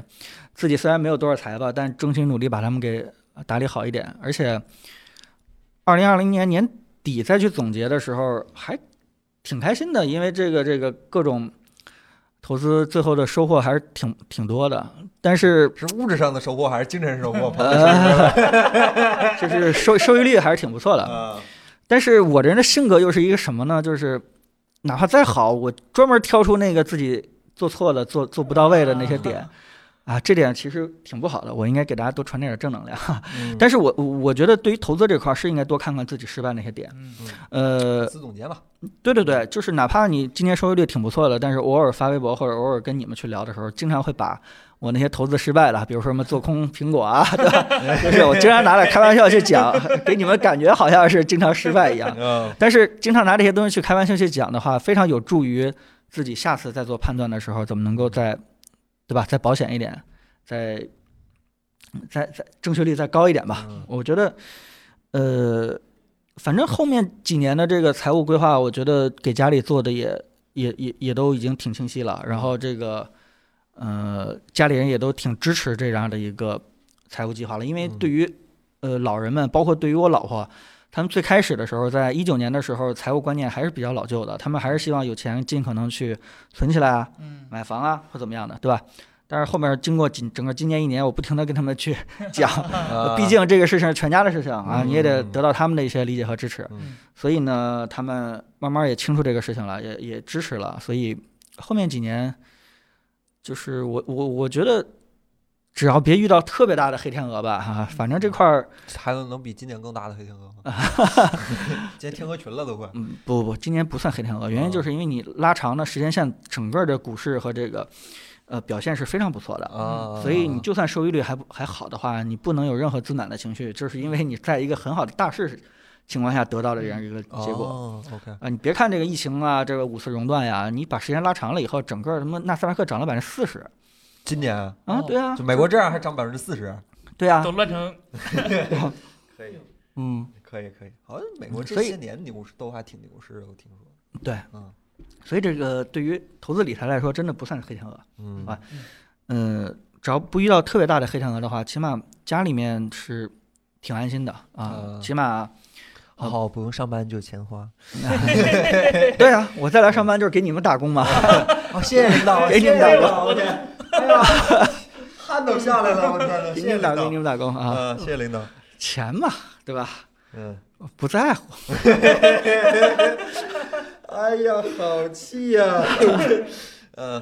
S5: 自己虽然没有多少财吧，但争取努力把他们给打理好一点。而且，二零二零年年底再去总结的时候，还挺开心的，因为这个这个各种投资最后的收获还是挺挺多的。但是
S1: 是物质上的收获还是精神收获？ 彭总
S5: 呃， 就是收收益率还是挺不错的。
S1: 啊，
S5: 但是我这人的性格又是一个什么呢？就是哪怕再好，我专门挑出那个自己做错了、做做不到位的那些点。啊，这点其实挺不好的，我应该给大家多传点正能量。
S1: 嗯
S5: 但是我我我觉得对于投资这块儿是应该多看看自己失败那些点。
S2: 嗯
S5: 呃，
S1: 自总结吧，
S5: 对对对，就是哪怕你今年收益率挺不错的，但是偶尔发微博或者偶尔跟你们去聊的时候，经常会把我那些投资失败的，比如说什么做空苹果啊， 对吧？就是我经常拿来开玩笑去讲， 给你们感觉好像是经常失败一样。
S1: 嗯
S5: 但是经常拿这些东西去开玩笑去讲的话，非常有助于自己下次在做判断的时候，怎么能够在，对对吧？再保险一点，再再再正确率再高一点吧。
S1: 嗯
S5: 我觉得，呃，反正后面几年的这个财务规划，我觉得给家里做的也也也也都已经挺清晰了。然后这个，呃，家里人也都挺支持这样的一个财务计划了，因为
S1: 嗯
S5: 对于、呃老人们，包括对于我老婆。他们最开始的时候，在一九年的时候，财务观念还是比较老旧的，他们还是希望有钱尽可能去存起来啊，
S2: 嗯，
S5: 买房啊或怎么样的，对吧？但是后面经过今整个今年一年，我不停的跟他们去讲，
S1: 啊
S5: 毕竟这个事情是全家的事情啊，
S1: 嗯
S5: 你也得得到他们的一些理解和支持。
S1: 嗯
S5: 所以呢，他们慢慢也清楚这个事情了，也也支持了。所以后面几年，就是我我我觉得，只要别遇到特别大的黑天鹅吧，哈、
S1: 嗯
S5: 反正这块儿，
S1: 还能能比今年更大的黑天鹅吗？ 今天天鹅群了都快。
S5: 嗯，不不不，今年不算黑天鹅，
S1: 哦
S5: 原因就是因为你拉长的时间线，整个的股市和这个呃表现是非常不错的。
S1: 啊，
S5: 所以你就算收益率还不还好的话，你不能有任何自满的情绪，就是因为你在一个很好的大势情况下得到的这样一个结果。
S1: 哦，OK，
S5: 啊，你别看这个疫情啊，这个五次熔断呀，你把时间拉长了以后，整个他妈纳斯达克涨了百分之四十
S1: 今年
S5: 啊，
S2: 哦
S5: 对啊
S1: 就，美国这样还涨百分之四十，
S5: 对啊
S2: 嗯都，乱成
S1: 可以，
S5: 嗯，
S1: 可以，嗯可以。好像美国这
S5: 所以
S1: 些年牛市都还挺牛市的，我听说。
S5: 对，
S1: 嗯
S5: 所以这个对于投资理财来说，真的不算是黑天鹅。
S1: 嗯
S5: 啊嗯，只要不遇到特别大的黑天鹅的话，起码家里面是挺安心的啊
S1: 嗯，
S5: 起 码
S1: 哦，不用上班就有钱花。
S5: 对啊，我再来上班就是给你们打工嘛。
S1: 哦，谢谢领导，
S5: 给你们
S1: 谢谢
S5: 两个
S1: 我天，哎呀，汗都下来了，我天， 谢
S5: 给
S1: 谢
S5: 你们
S1: 领
S5: 打工，给
S1: 导
S5: 你，们打工啊，
S1: 嗯，谢谢领导，
S5: 钱嘛，对吧？
S1: 嗯，
S5: 我不在乎，
S1: 哎呀，好气呀，嗯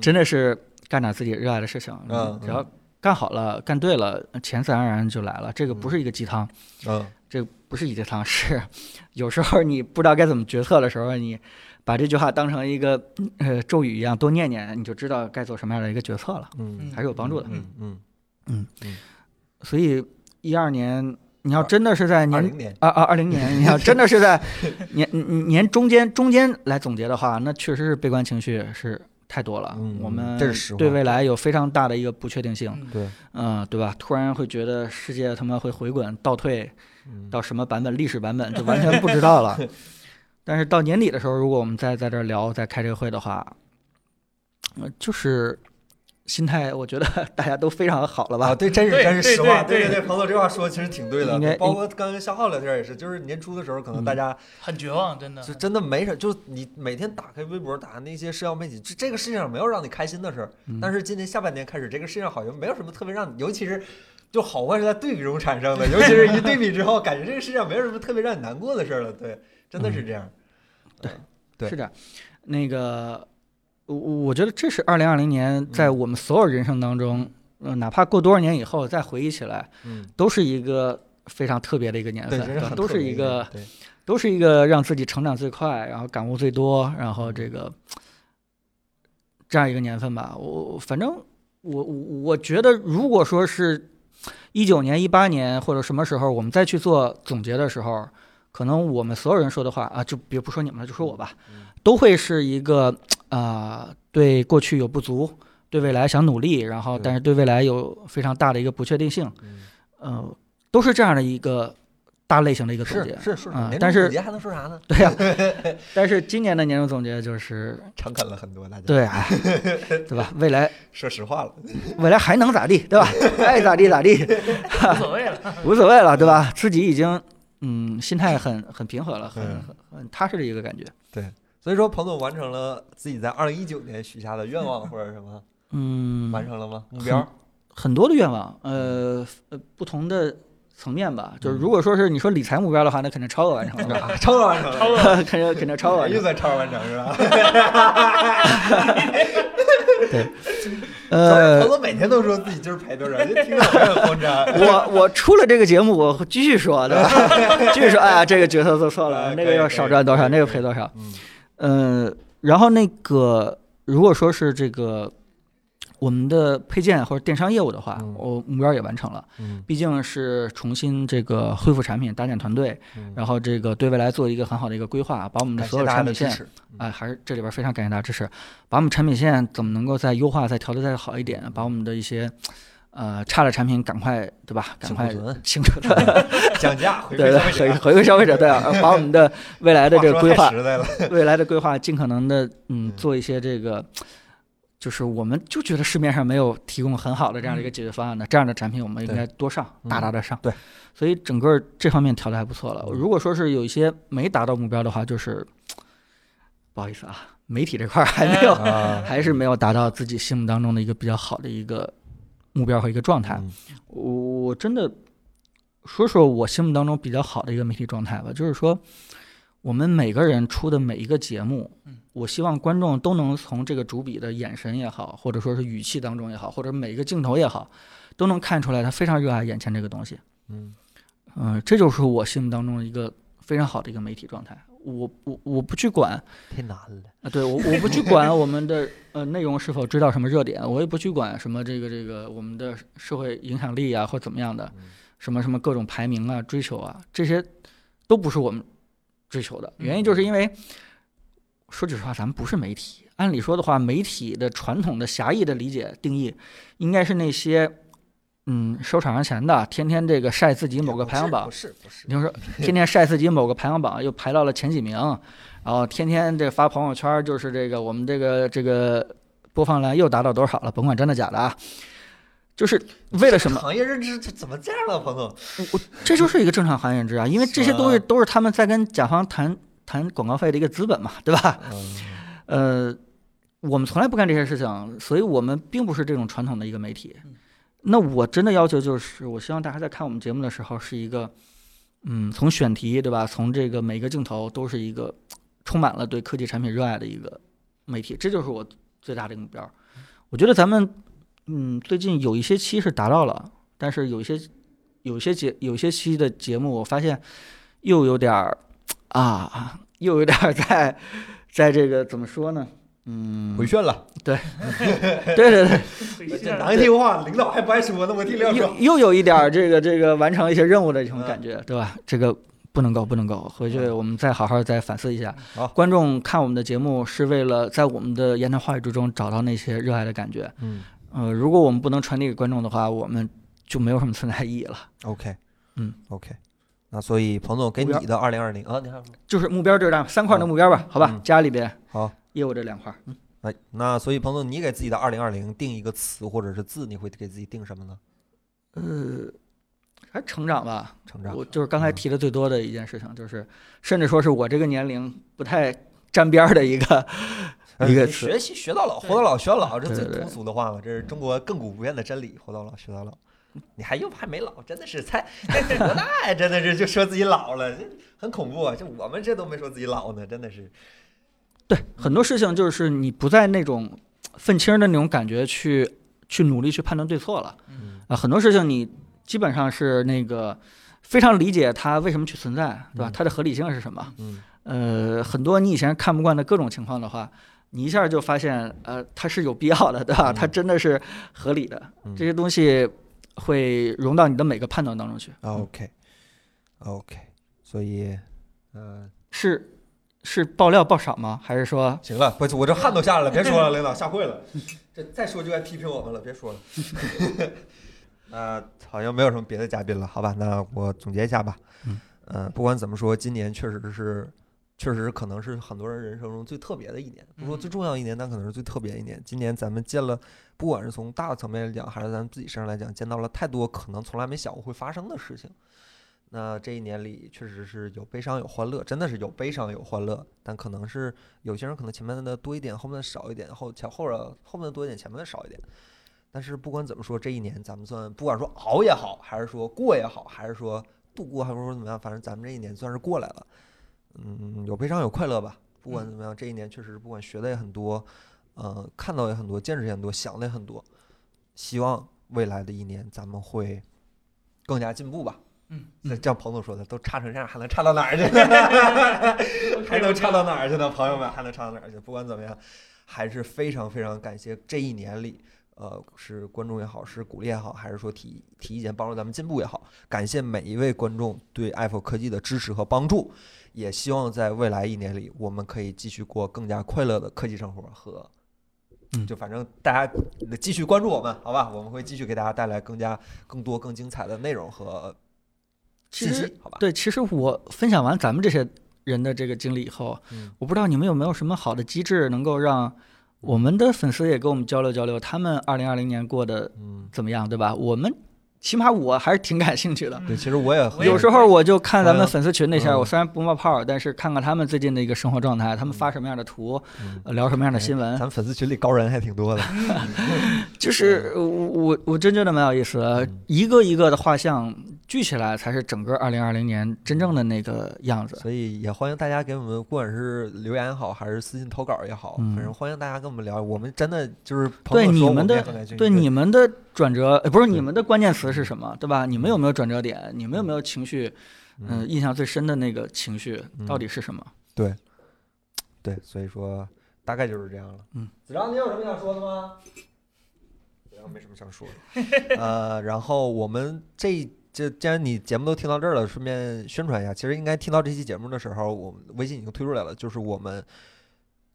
S5: 真的是干点自己热爱的事情，
S1: 嗯
S5: 只要干好了、干对了，钱自然而然就来了。这个不是一个鸡汤，
S1: 嗯
S5: 这个不是一个鸡汤，是 有时候你不知道该怎么决策的时候，你把这句话当成一个呃咒语一样，多念念，你就知道该做什么样的一个决策了，
S1: 嗯，
S5: 还是有帮助的。
S1: 嗯嗯，
S5: 所以一二年，你要真的是在
S1: 二
S5: 年
S1: 零年，
S5: 二二二 零年，你要真的是在年年年中间中间来总结的话，那确实是悲观情绪是太多了。
S1: 嗯
S5: 我们
S1: 这是实话
S5: 对未来有非常大的一个不确定性，
S2: 嗯
S1: 对，
S5: 嗯，对吧？突然会觉得世界他妈会回滚倒退
S1: 嗯
S5: 到什么版本，历史版本就完全不知 道了。但是到年底的时候，如果我们再在这儿聊，再开这个会的话，呃就是心态，我觉得 大家都非常好了吧
S1: 啊，？对，真是
S2: 对
S1: 真是
S2: 对
S1: 实话，
S2: 对
S1: 对
S2: 对
S1: 对，彭总这话说的其实挺对的
S5: 应嗯该，
S1: 包括刚跟肖浩聊天也是，就是年初的时候，可能大家
S2: 很绝望， 真的。
S1: 就真的没啥，就是你每天打开微博，打开那些社交媒体，这这个世界上没有让你开心的事儿。
S5: 嗯
S1: 但是今年下半年开始，这个世界上好像没有什么特别让你，尤其是就好坏是在对比中产生的，尤其是一对比之后，感觉这个世界上没有什么特别让你难过的事儿了。对，真的
S5: 嗯
S1: 是这样。对
S5: 是这样。那个，我我觉得这是二零二
S1: 嗯
S5: 零年在我们所有人生当中，呃，哪怕过多少年以后再回忆起来，
S1: 嗯，
S5: 都是一个非常特别的一个年
S1: 对，
S5: 份，
S1: 真是
S5: 对
S1: 很
S5: 都
S1: 特
S5: 是
S1: 别
S5: 一个
S1: 对，
S5: 都是一个让自己成长最快，然后感悟最多，然后这个这样一个年份吧。我反正我我我觉得，如果说是一九年、一八年或者什么时候，我们再去做总结的时候，可能我们所有人说的话啊，就别不说你们了，就说我吧
S1: 嗯，
S5: 都会是一个啊、对过去有不足，对未来想努力，然后
S1: 对
S5: 但是对未来有非常大的一个不确定性，
S1: 嗯
S5: 呃，都是这样的一个大类型的一个总
S1: 是
S5: 结。
S1: 是是，
S5: 啊
S1: 年终
S5: 但是
S1: 总结还能说啥呢？
S5: 对呀、但是今年的年终总结就是，
S1: 诚恳了很多，大家
S5: 对 啊，对吧？未来
S1: 说实话了。
S5: 未来还能咋地， 对吧？爱咋地咋地，
S2: 无所谓了。
S5: 无所谓了，对吧？自己已经嗯，心态很很平和了，很
S1: 嗯
S5: 很很踏实的一个感觉。
S1: 所以说，彭总完成了自己在二零一九年许下的愿望或者什么，
S5: 嗯，
S1: 完成了 吗？目
S5: 很
S1: 标？
S5: 很多的愿望，呃呃，不同的层面吧。就是
S1: 嗯
S5: 如果说是你说理财目标的话，那肯定超额完成了 吧，
S1: 啊超额完成了，
S2: 超额
S5: 肯定肯定超额完成
S1: 又。在超额完成是吧？
S5: 呃哎
S1: 彭，总每天都说自己今儿赔多少，就听着我也很慌张。
S5: 我我出了这个节目，我会继续说，对吧？ 继续说，哎呀，这个决策做错了，
S1: 哎
S5: 那个要
S1: 可以
S5: 少赚多
S1: 可
S5: 少，
S1: 以
S5: 那个
S1: 可以
S5: 赔多少。
S1: 嗯
S5: 呃嗯，然后那个如果说是这个，我们的配件或者电商业务的话，
S3: 嗯
S5: 我目标也完成了。
S3: 嗯
S5: 毕竟是重新这个恢复产品、搭建团队，
S3: 嗯
S5: 然后这个对未来做一个很好的一个规划，把我们的
S1: 感
S5: 所
S1: 谢
S5: 有
S1: 大家
S5: 产
S1: 的
S5: 品
S1: 支
S5: 线
S1: 持。
S5: 哎，还是这里边非常感谢大家支持，把我们产品线怎么能够再优化、再调的再好一点，把我们的一些呃差的产品赶快对吧？赶
S1: 清
S5: 快
S1: 库 存
S5: 清库存，
S1: 讲价回馈
S5: 对对，
S1: 消费
S5: 回
S1: 者。
S5: 回归消费者，对啊，呃把我们的未来的这个
S1: 话
S5: 规
S1: 说
S5: 划
S1: 太，实在了，
S5: 未来的规划尽可能的嗯
S1: 嗯
S5: 做一些这个。就是我们就觉得市面上没有提供很好的这样的一个
S2: 嗯
S5: 解决方案的，这样的产品我们应
S1: 对
S5: 该多上，大
S3: 嗯
S5: 大的上。
S1: 对，
S5: 所以整个这方面调的还不错了。
S3: 嗯
S5: 如果说是有一些没达到目标的话，就是不好意思啊，媒体这块儿还没有
S1: 哎
S3: 啊
S5: 还是没有达到自己心目当中的一个比较好的一个目标和一个状态。
S3: 嗯
S5: 我我真的说说我心目当中比较好的一个媒体状态吧，就是说我们每个人出的每一个节目
S2: 嗯，
S5: 我希望观众都能从这个主笔的眼神也好，或者说是语气当中也好，或者每一个镜头也好，都能看出来他非常热爱眼前这个东西。
S3: 嗯
S5: 嗯、这就是我心目当中的一个非常好的一个媒体状态。我我我不去管
S1: 太难了。
S5: 啊，对我我不去管我们的呃内容是否追到什么热点，我也不去管什么这个这个我们的社会影响力啊或怎么样的，
S1: 嗯
S5: 什么什么各种排名啊追求啊这些都不是我们追求的，原因就是因
S1: 嗯
S5: 为说句实话，咱们不是媒体。按理说的话，媒体的传统的狭义的理解定义，应该是那些嗯收场上钱的，天天这个晒自己某个排行榜
S1: 不，是不是，
S5: 你听说天天晒自己某个排行榜又排到了前几名，然后天天这发朋友圈儿就是这个我们这个这个播放量又达到多少了，甭管真的假的啊，就是为了什么？
S1: 行业认知这怎么这样了，彭总？
S5: 我这就是一个正常行业认知啊，因为这些东西
S1: 是
S5: 都是他们在跟甲方谈谈广告费的一个资本嘛，对吧？
S1: 嗯
S5: 呃，我们从来不干这些事情，所以我们并不是这种传统的一个媒体
S2: 嗯。
S5: 那我真的要求就是，我希望大家在看我们节目的时候是一个，嗯，从选题对吧，从这个每个镜头都是一个充满了对科技产品热爱的一个媒体，这就是我最大的一个目标。我觉得咱们，嗯，最近有一些期是达到了，但是有一些有一些节有一些期的节目，我发现又有点儿啊，又有点儿在在这个怎么说呢？嗯，
S1: 回旋了，
S5: 对对对，
S2: 回去了
S1: 难听话，领导还不爱说呢，我听亮
S5: 又
S1: 说。
S5: 又有一点儿这个这个完成一些任务的这种
S1: 嗯
S5: 感觉，对吧？这个不能够不能够，回去我们再好好再反思一下。
S1: 好
S5: 观众看我们的节目是为了在我们的言谈话语之中找到那些热爱的感觉。
S3: 嗯
S5: 呃，如果我们不能传递给观众的话，我们就没有什么存在意义了。
S1: OK，
S5: 嗯
S1: ，OK，那所以彭总给
S5: 目标
S1: 你的二零二零啊，你还有什么？
S5: 就是目标就是这样，三块儿的目标吧，好吧
S3: 嗯，
S5: 家里边
S1: 好，
S5: 业务这两块儿。
S1: 哎，那所以彭总，你给自己的二零二零定一个词或者是字，你会给自己定什么呢？
S5: 呃，还成长吧，
S1: 成长。
S5: 我就是刚才
S1: 嗯
S5: 提的最多的一件事情，就是甚至说是我这个年龄不太沾边儿的一个
S1: 哎
S5: 一
S1: 你
S5: 个词
S1: 学习学到老，活
S2: 对
S1: 到老学到老，这
S5: 对
S1: 最
S5: 对
S1: 通俗的话嘛，这是中国亘古不变的真理。活到老学到老，你还又还没老，真的是才才多大呀？真的是就说自己老了，这很恐怖啊！就我们这都没说自己老呢，真的是。
S5: 对很多事情，就是你不在那种愤青儿的那种感觉去去努力去判断对错了
S1: 嗯
S5: 啊、很多事情你基本上是那个非常理解它为什么去存在，对吧？
S1: 嗯
S5: 它的合理性是什么？
S1: 嗯
S5: 呃，很多你以前看不惯的各种情况的话，你一下就发现，呃，它是有必要的，对吧？它
S1: 嗯
S5: 真的是合理的，
S1: 嗯
S5: 这些东西会融到你的每个判断当中去。
S1: ，OK OK，所以，嗯，
S5: 是是爆料爆少吗？还是说
S1: 行了，我我这汗都下来了，别说了，领导吓坏了，这再说就该批评我们了，别说了。那好像没有什么别的嘉宾了，好吧？那我总结一下吧。
S5: 嗯
S1: 呃，不管怎么说，今年确实是，确实可能是很多人人生中最特别的一年，不说最重要的一年，但可能是最特别的一年。今年咱们见了，不管是从大的层面来讲，还是咱们自己身上来讲，见到了太多可能从来没想过会发生的事情。那这一年里，确实是有悲伤有欢乐，真的是有悲伤有欢乐，但可能是有些人可能前面的多一点，后面的少一点，后前后边后面的多一点，前面的少一点。但是不管怎么说，这一年咱们算不管说熬也好，还是说过也好，还是说度过，还是说怎么样，反正咱们这一年算是过来了。嗯，有悲伤有快乐吧。不管怎么样，这一年确实不管学的也很多，呃，看到也很多，见识也很多，想的也很多。希望未来的一年咱们会更加进步吧。
S2: 嗯，
S1: 那像彭总说的，都差成这样，还能差到哪儿去？ 还能差到哪儿去呢？朋友们，还能差到哪儿去？不管怎么样，还是非常非常感谢这一年里，呃，是观众也好，是鼓励也好，还是说提提意见帮助咱们进步也好，感谢每一位观众对 Apple 科技的支持和帮助，也希望在未来一年里，我们可以继续过更加快乐的科技生活和，
S5: 嗯
S1: 就反正大家继续关注我们，好吧？我们会继续给大家带来更加更多更精彩的内容和
S5: 其
S1: 信
S5: 实
S1: 息，好吧？
S5: 对，其实我分享完咱们这些人的这个经历以后，
S1: 嗯
S5: 我不知道你们有没有什么好的机制能够让我们的粉丝也跟我们交流交流，他们二零二零年过得
S1: 嗯，
S5: 怎么样，对吧？我们起码我还是挺感兴趣的。
S1: 对，其实我也
S2: 我也
S5: 有时候我就看咱们
S1: 嗯
S5: 粉丝群那些，
S1: 嗯
S5: 我虽然不冒泡儿，但是看看他们最近的一个生活状态，他们发什么样的图，
S1: 嗯
S5: 呃聊什么样的新闻
S1: 咱，们粉丝群里高人还挺多的，
S5: 就是呃我我我真觉得蛮有意思的
S1: 嗯，
S5: 一个一个的画像聚起来，才是整个二零二零年真正的那个样子。
S1: 所以也欢迎大家给我们，不管是留言也好，还是私信投稿也好，
S5: 嗯
S1: 反正欢迎大家跟我们聊。我们真的就是朋
S5: 对
S1: 友说
S5: 你
S1: 我
S5: 们
S1: 们也
S5: 的
S1: 很感兴趣，
S5: 对嗯你们的转折，呃不是你们的关键词
S1: 对
S5: 是什么，对吧？你们有没有转折点？你们有没有情绪？嗯、印象最深的那个情绪
S1: 嗯
S5: 到底是什么？
S1: 对，所以说大概就是这样了。
S5: 嗯，
S1: 子章，你有什么想说的吗？子章没什么想说的。呃，然后我们这这，既然你节目都听到这儿了，顺便宣传一下，其实应该听到这期节目的时候，我们微信已经推出来了，就是我们。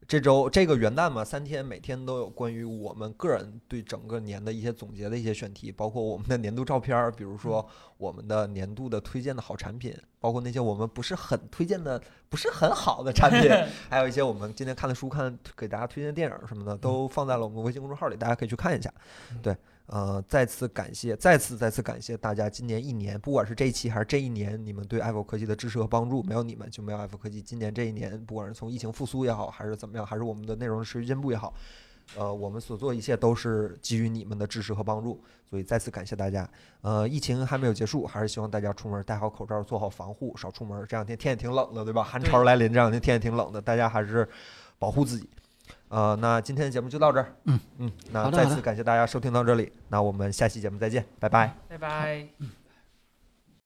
S1: 这周这个元旦嘛，三天每天都有关于我们个人对整个年的一些总结的一些选题，包括我们的年度照片儿，比如说我们的年度的推荐的好产品，包括那些我们不是很推荐的、不是很好的产品，还有一些我们今天看的书、看给大家推荐的电影什么的，都放在了我们微信公众号里，大家可以去看一下。对，呃，再次感谢，再次再次感谢大家今年一年，不管是这一期还是这一年，你们对 Apple 科技的支持和帮助，没有你们就没有 Apple 科技。今年这一年，不管是从疫情复苏也好，还是怎么样，还是我们的内容持续进步也好。呃，我们所做一切都是基于你们的支持和帮助，所以再次感谢大家。呃，疫情还没有结束，还是希望大家出门戴好口罩，做好防护，少出门。这两天天也挺冷的，对吧？寒潮来临，这两天天也挺冷的，大家还是保护自己。呃，那今天的节目就到这儿。
S5: 嗯
S1: 嗯，那
S5: 好的
S1: 再
S5: 好
S1: 次
S5: 的
S1: 感谢大家收听到这里，那我们下期节目再见，拜拜。
S2: 拜拜。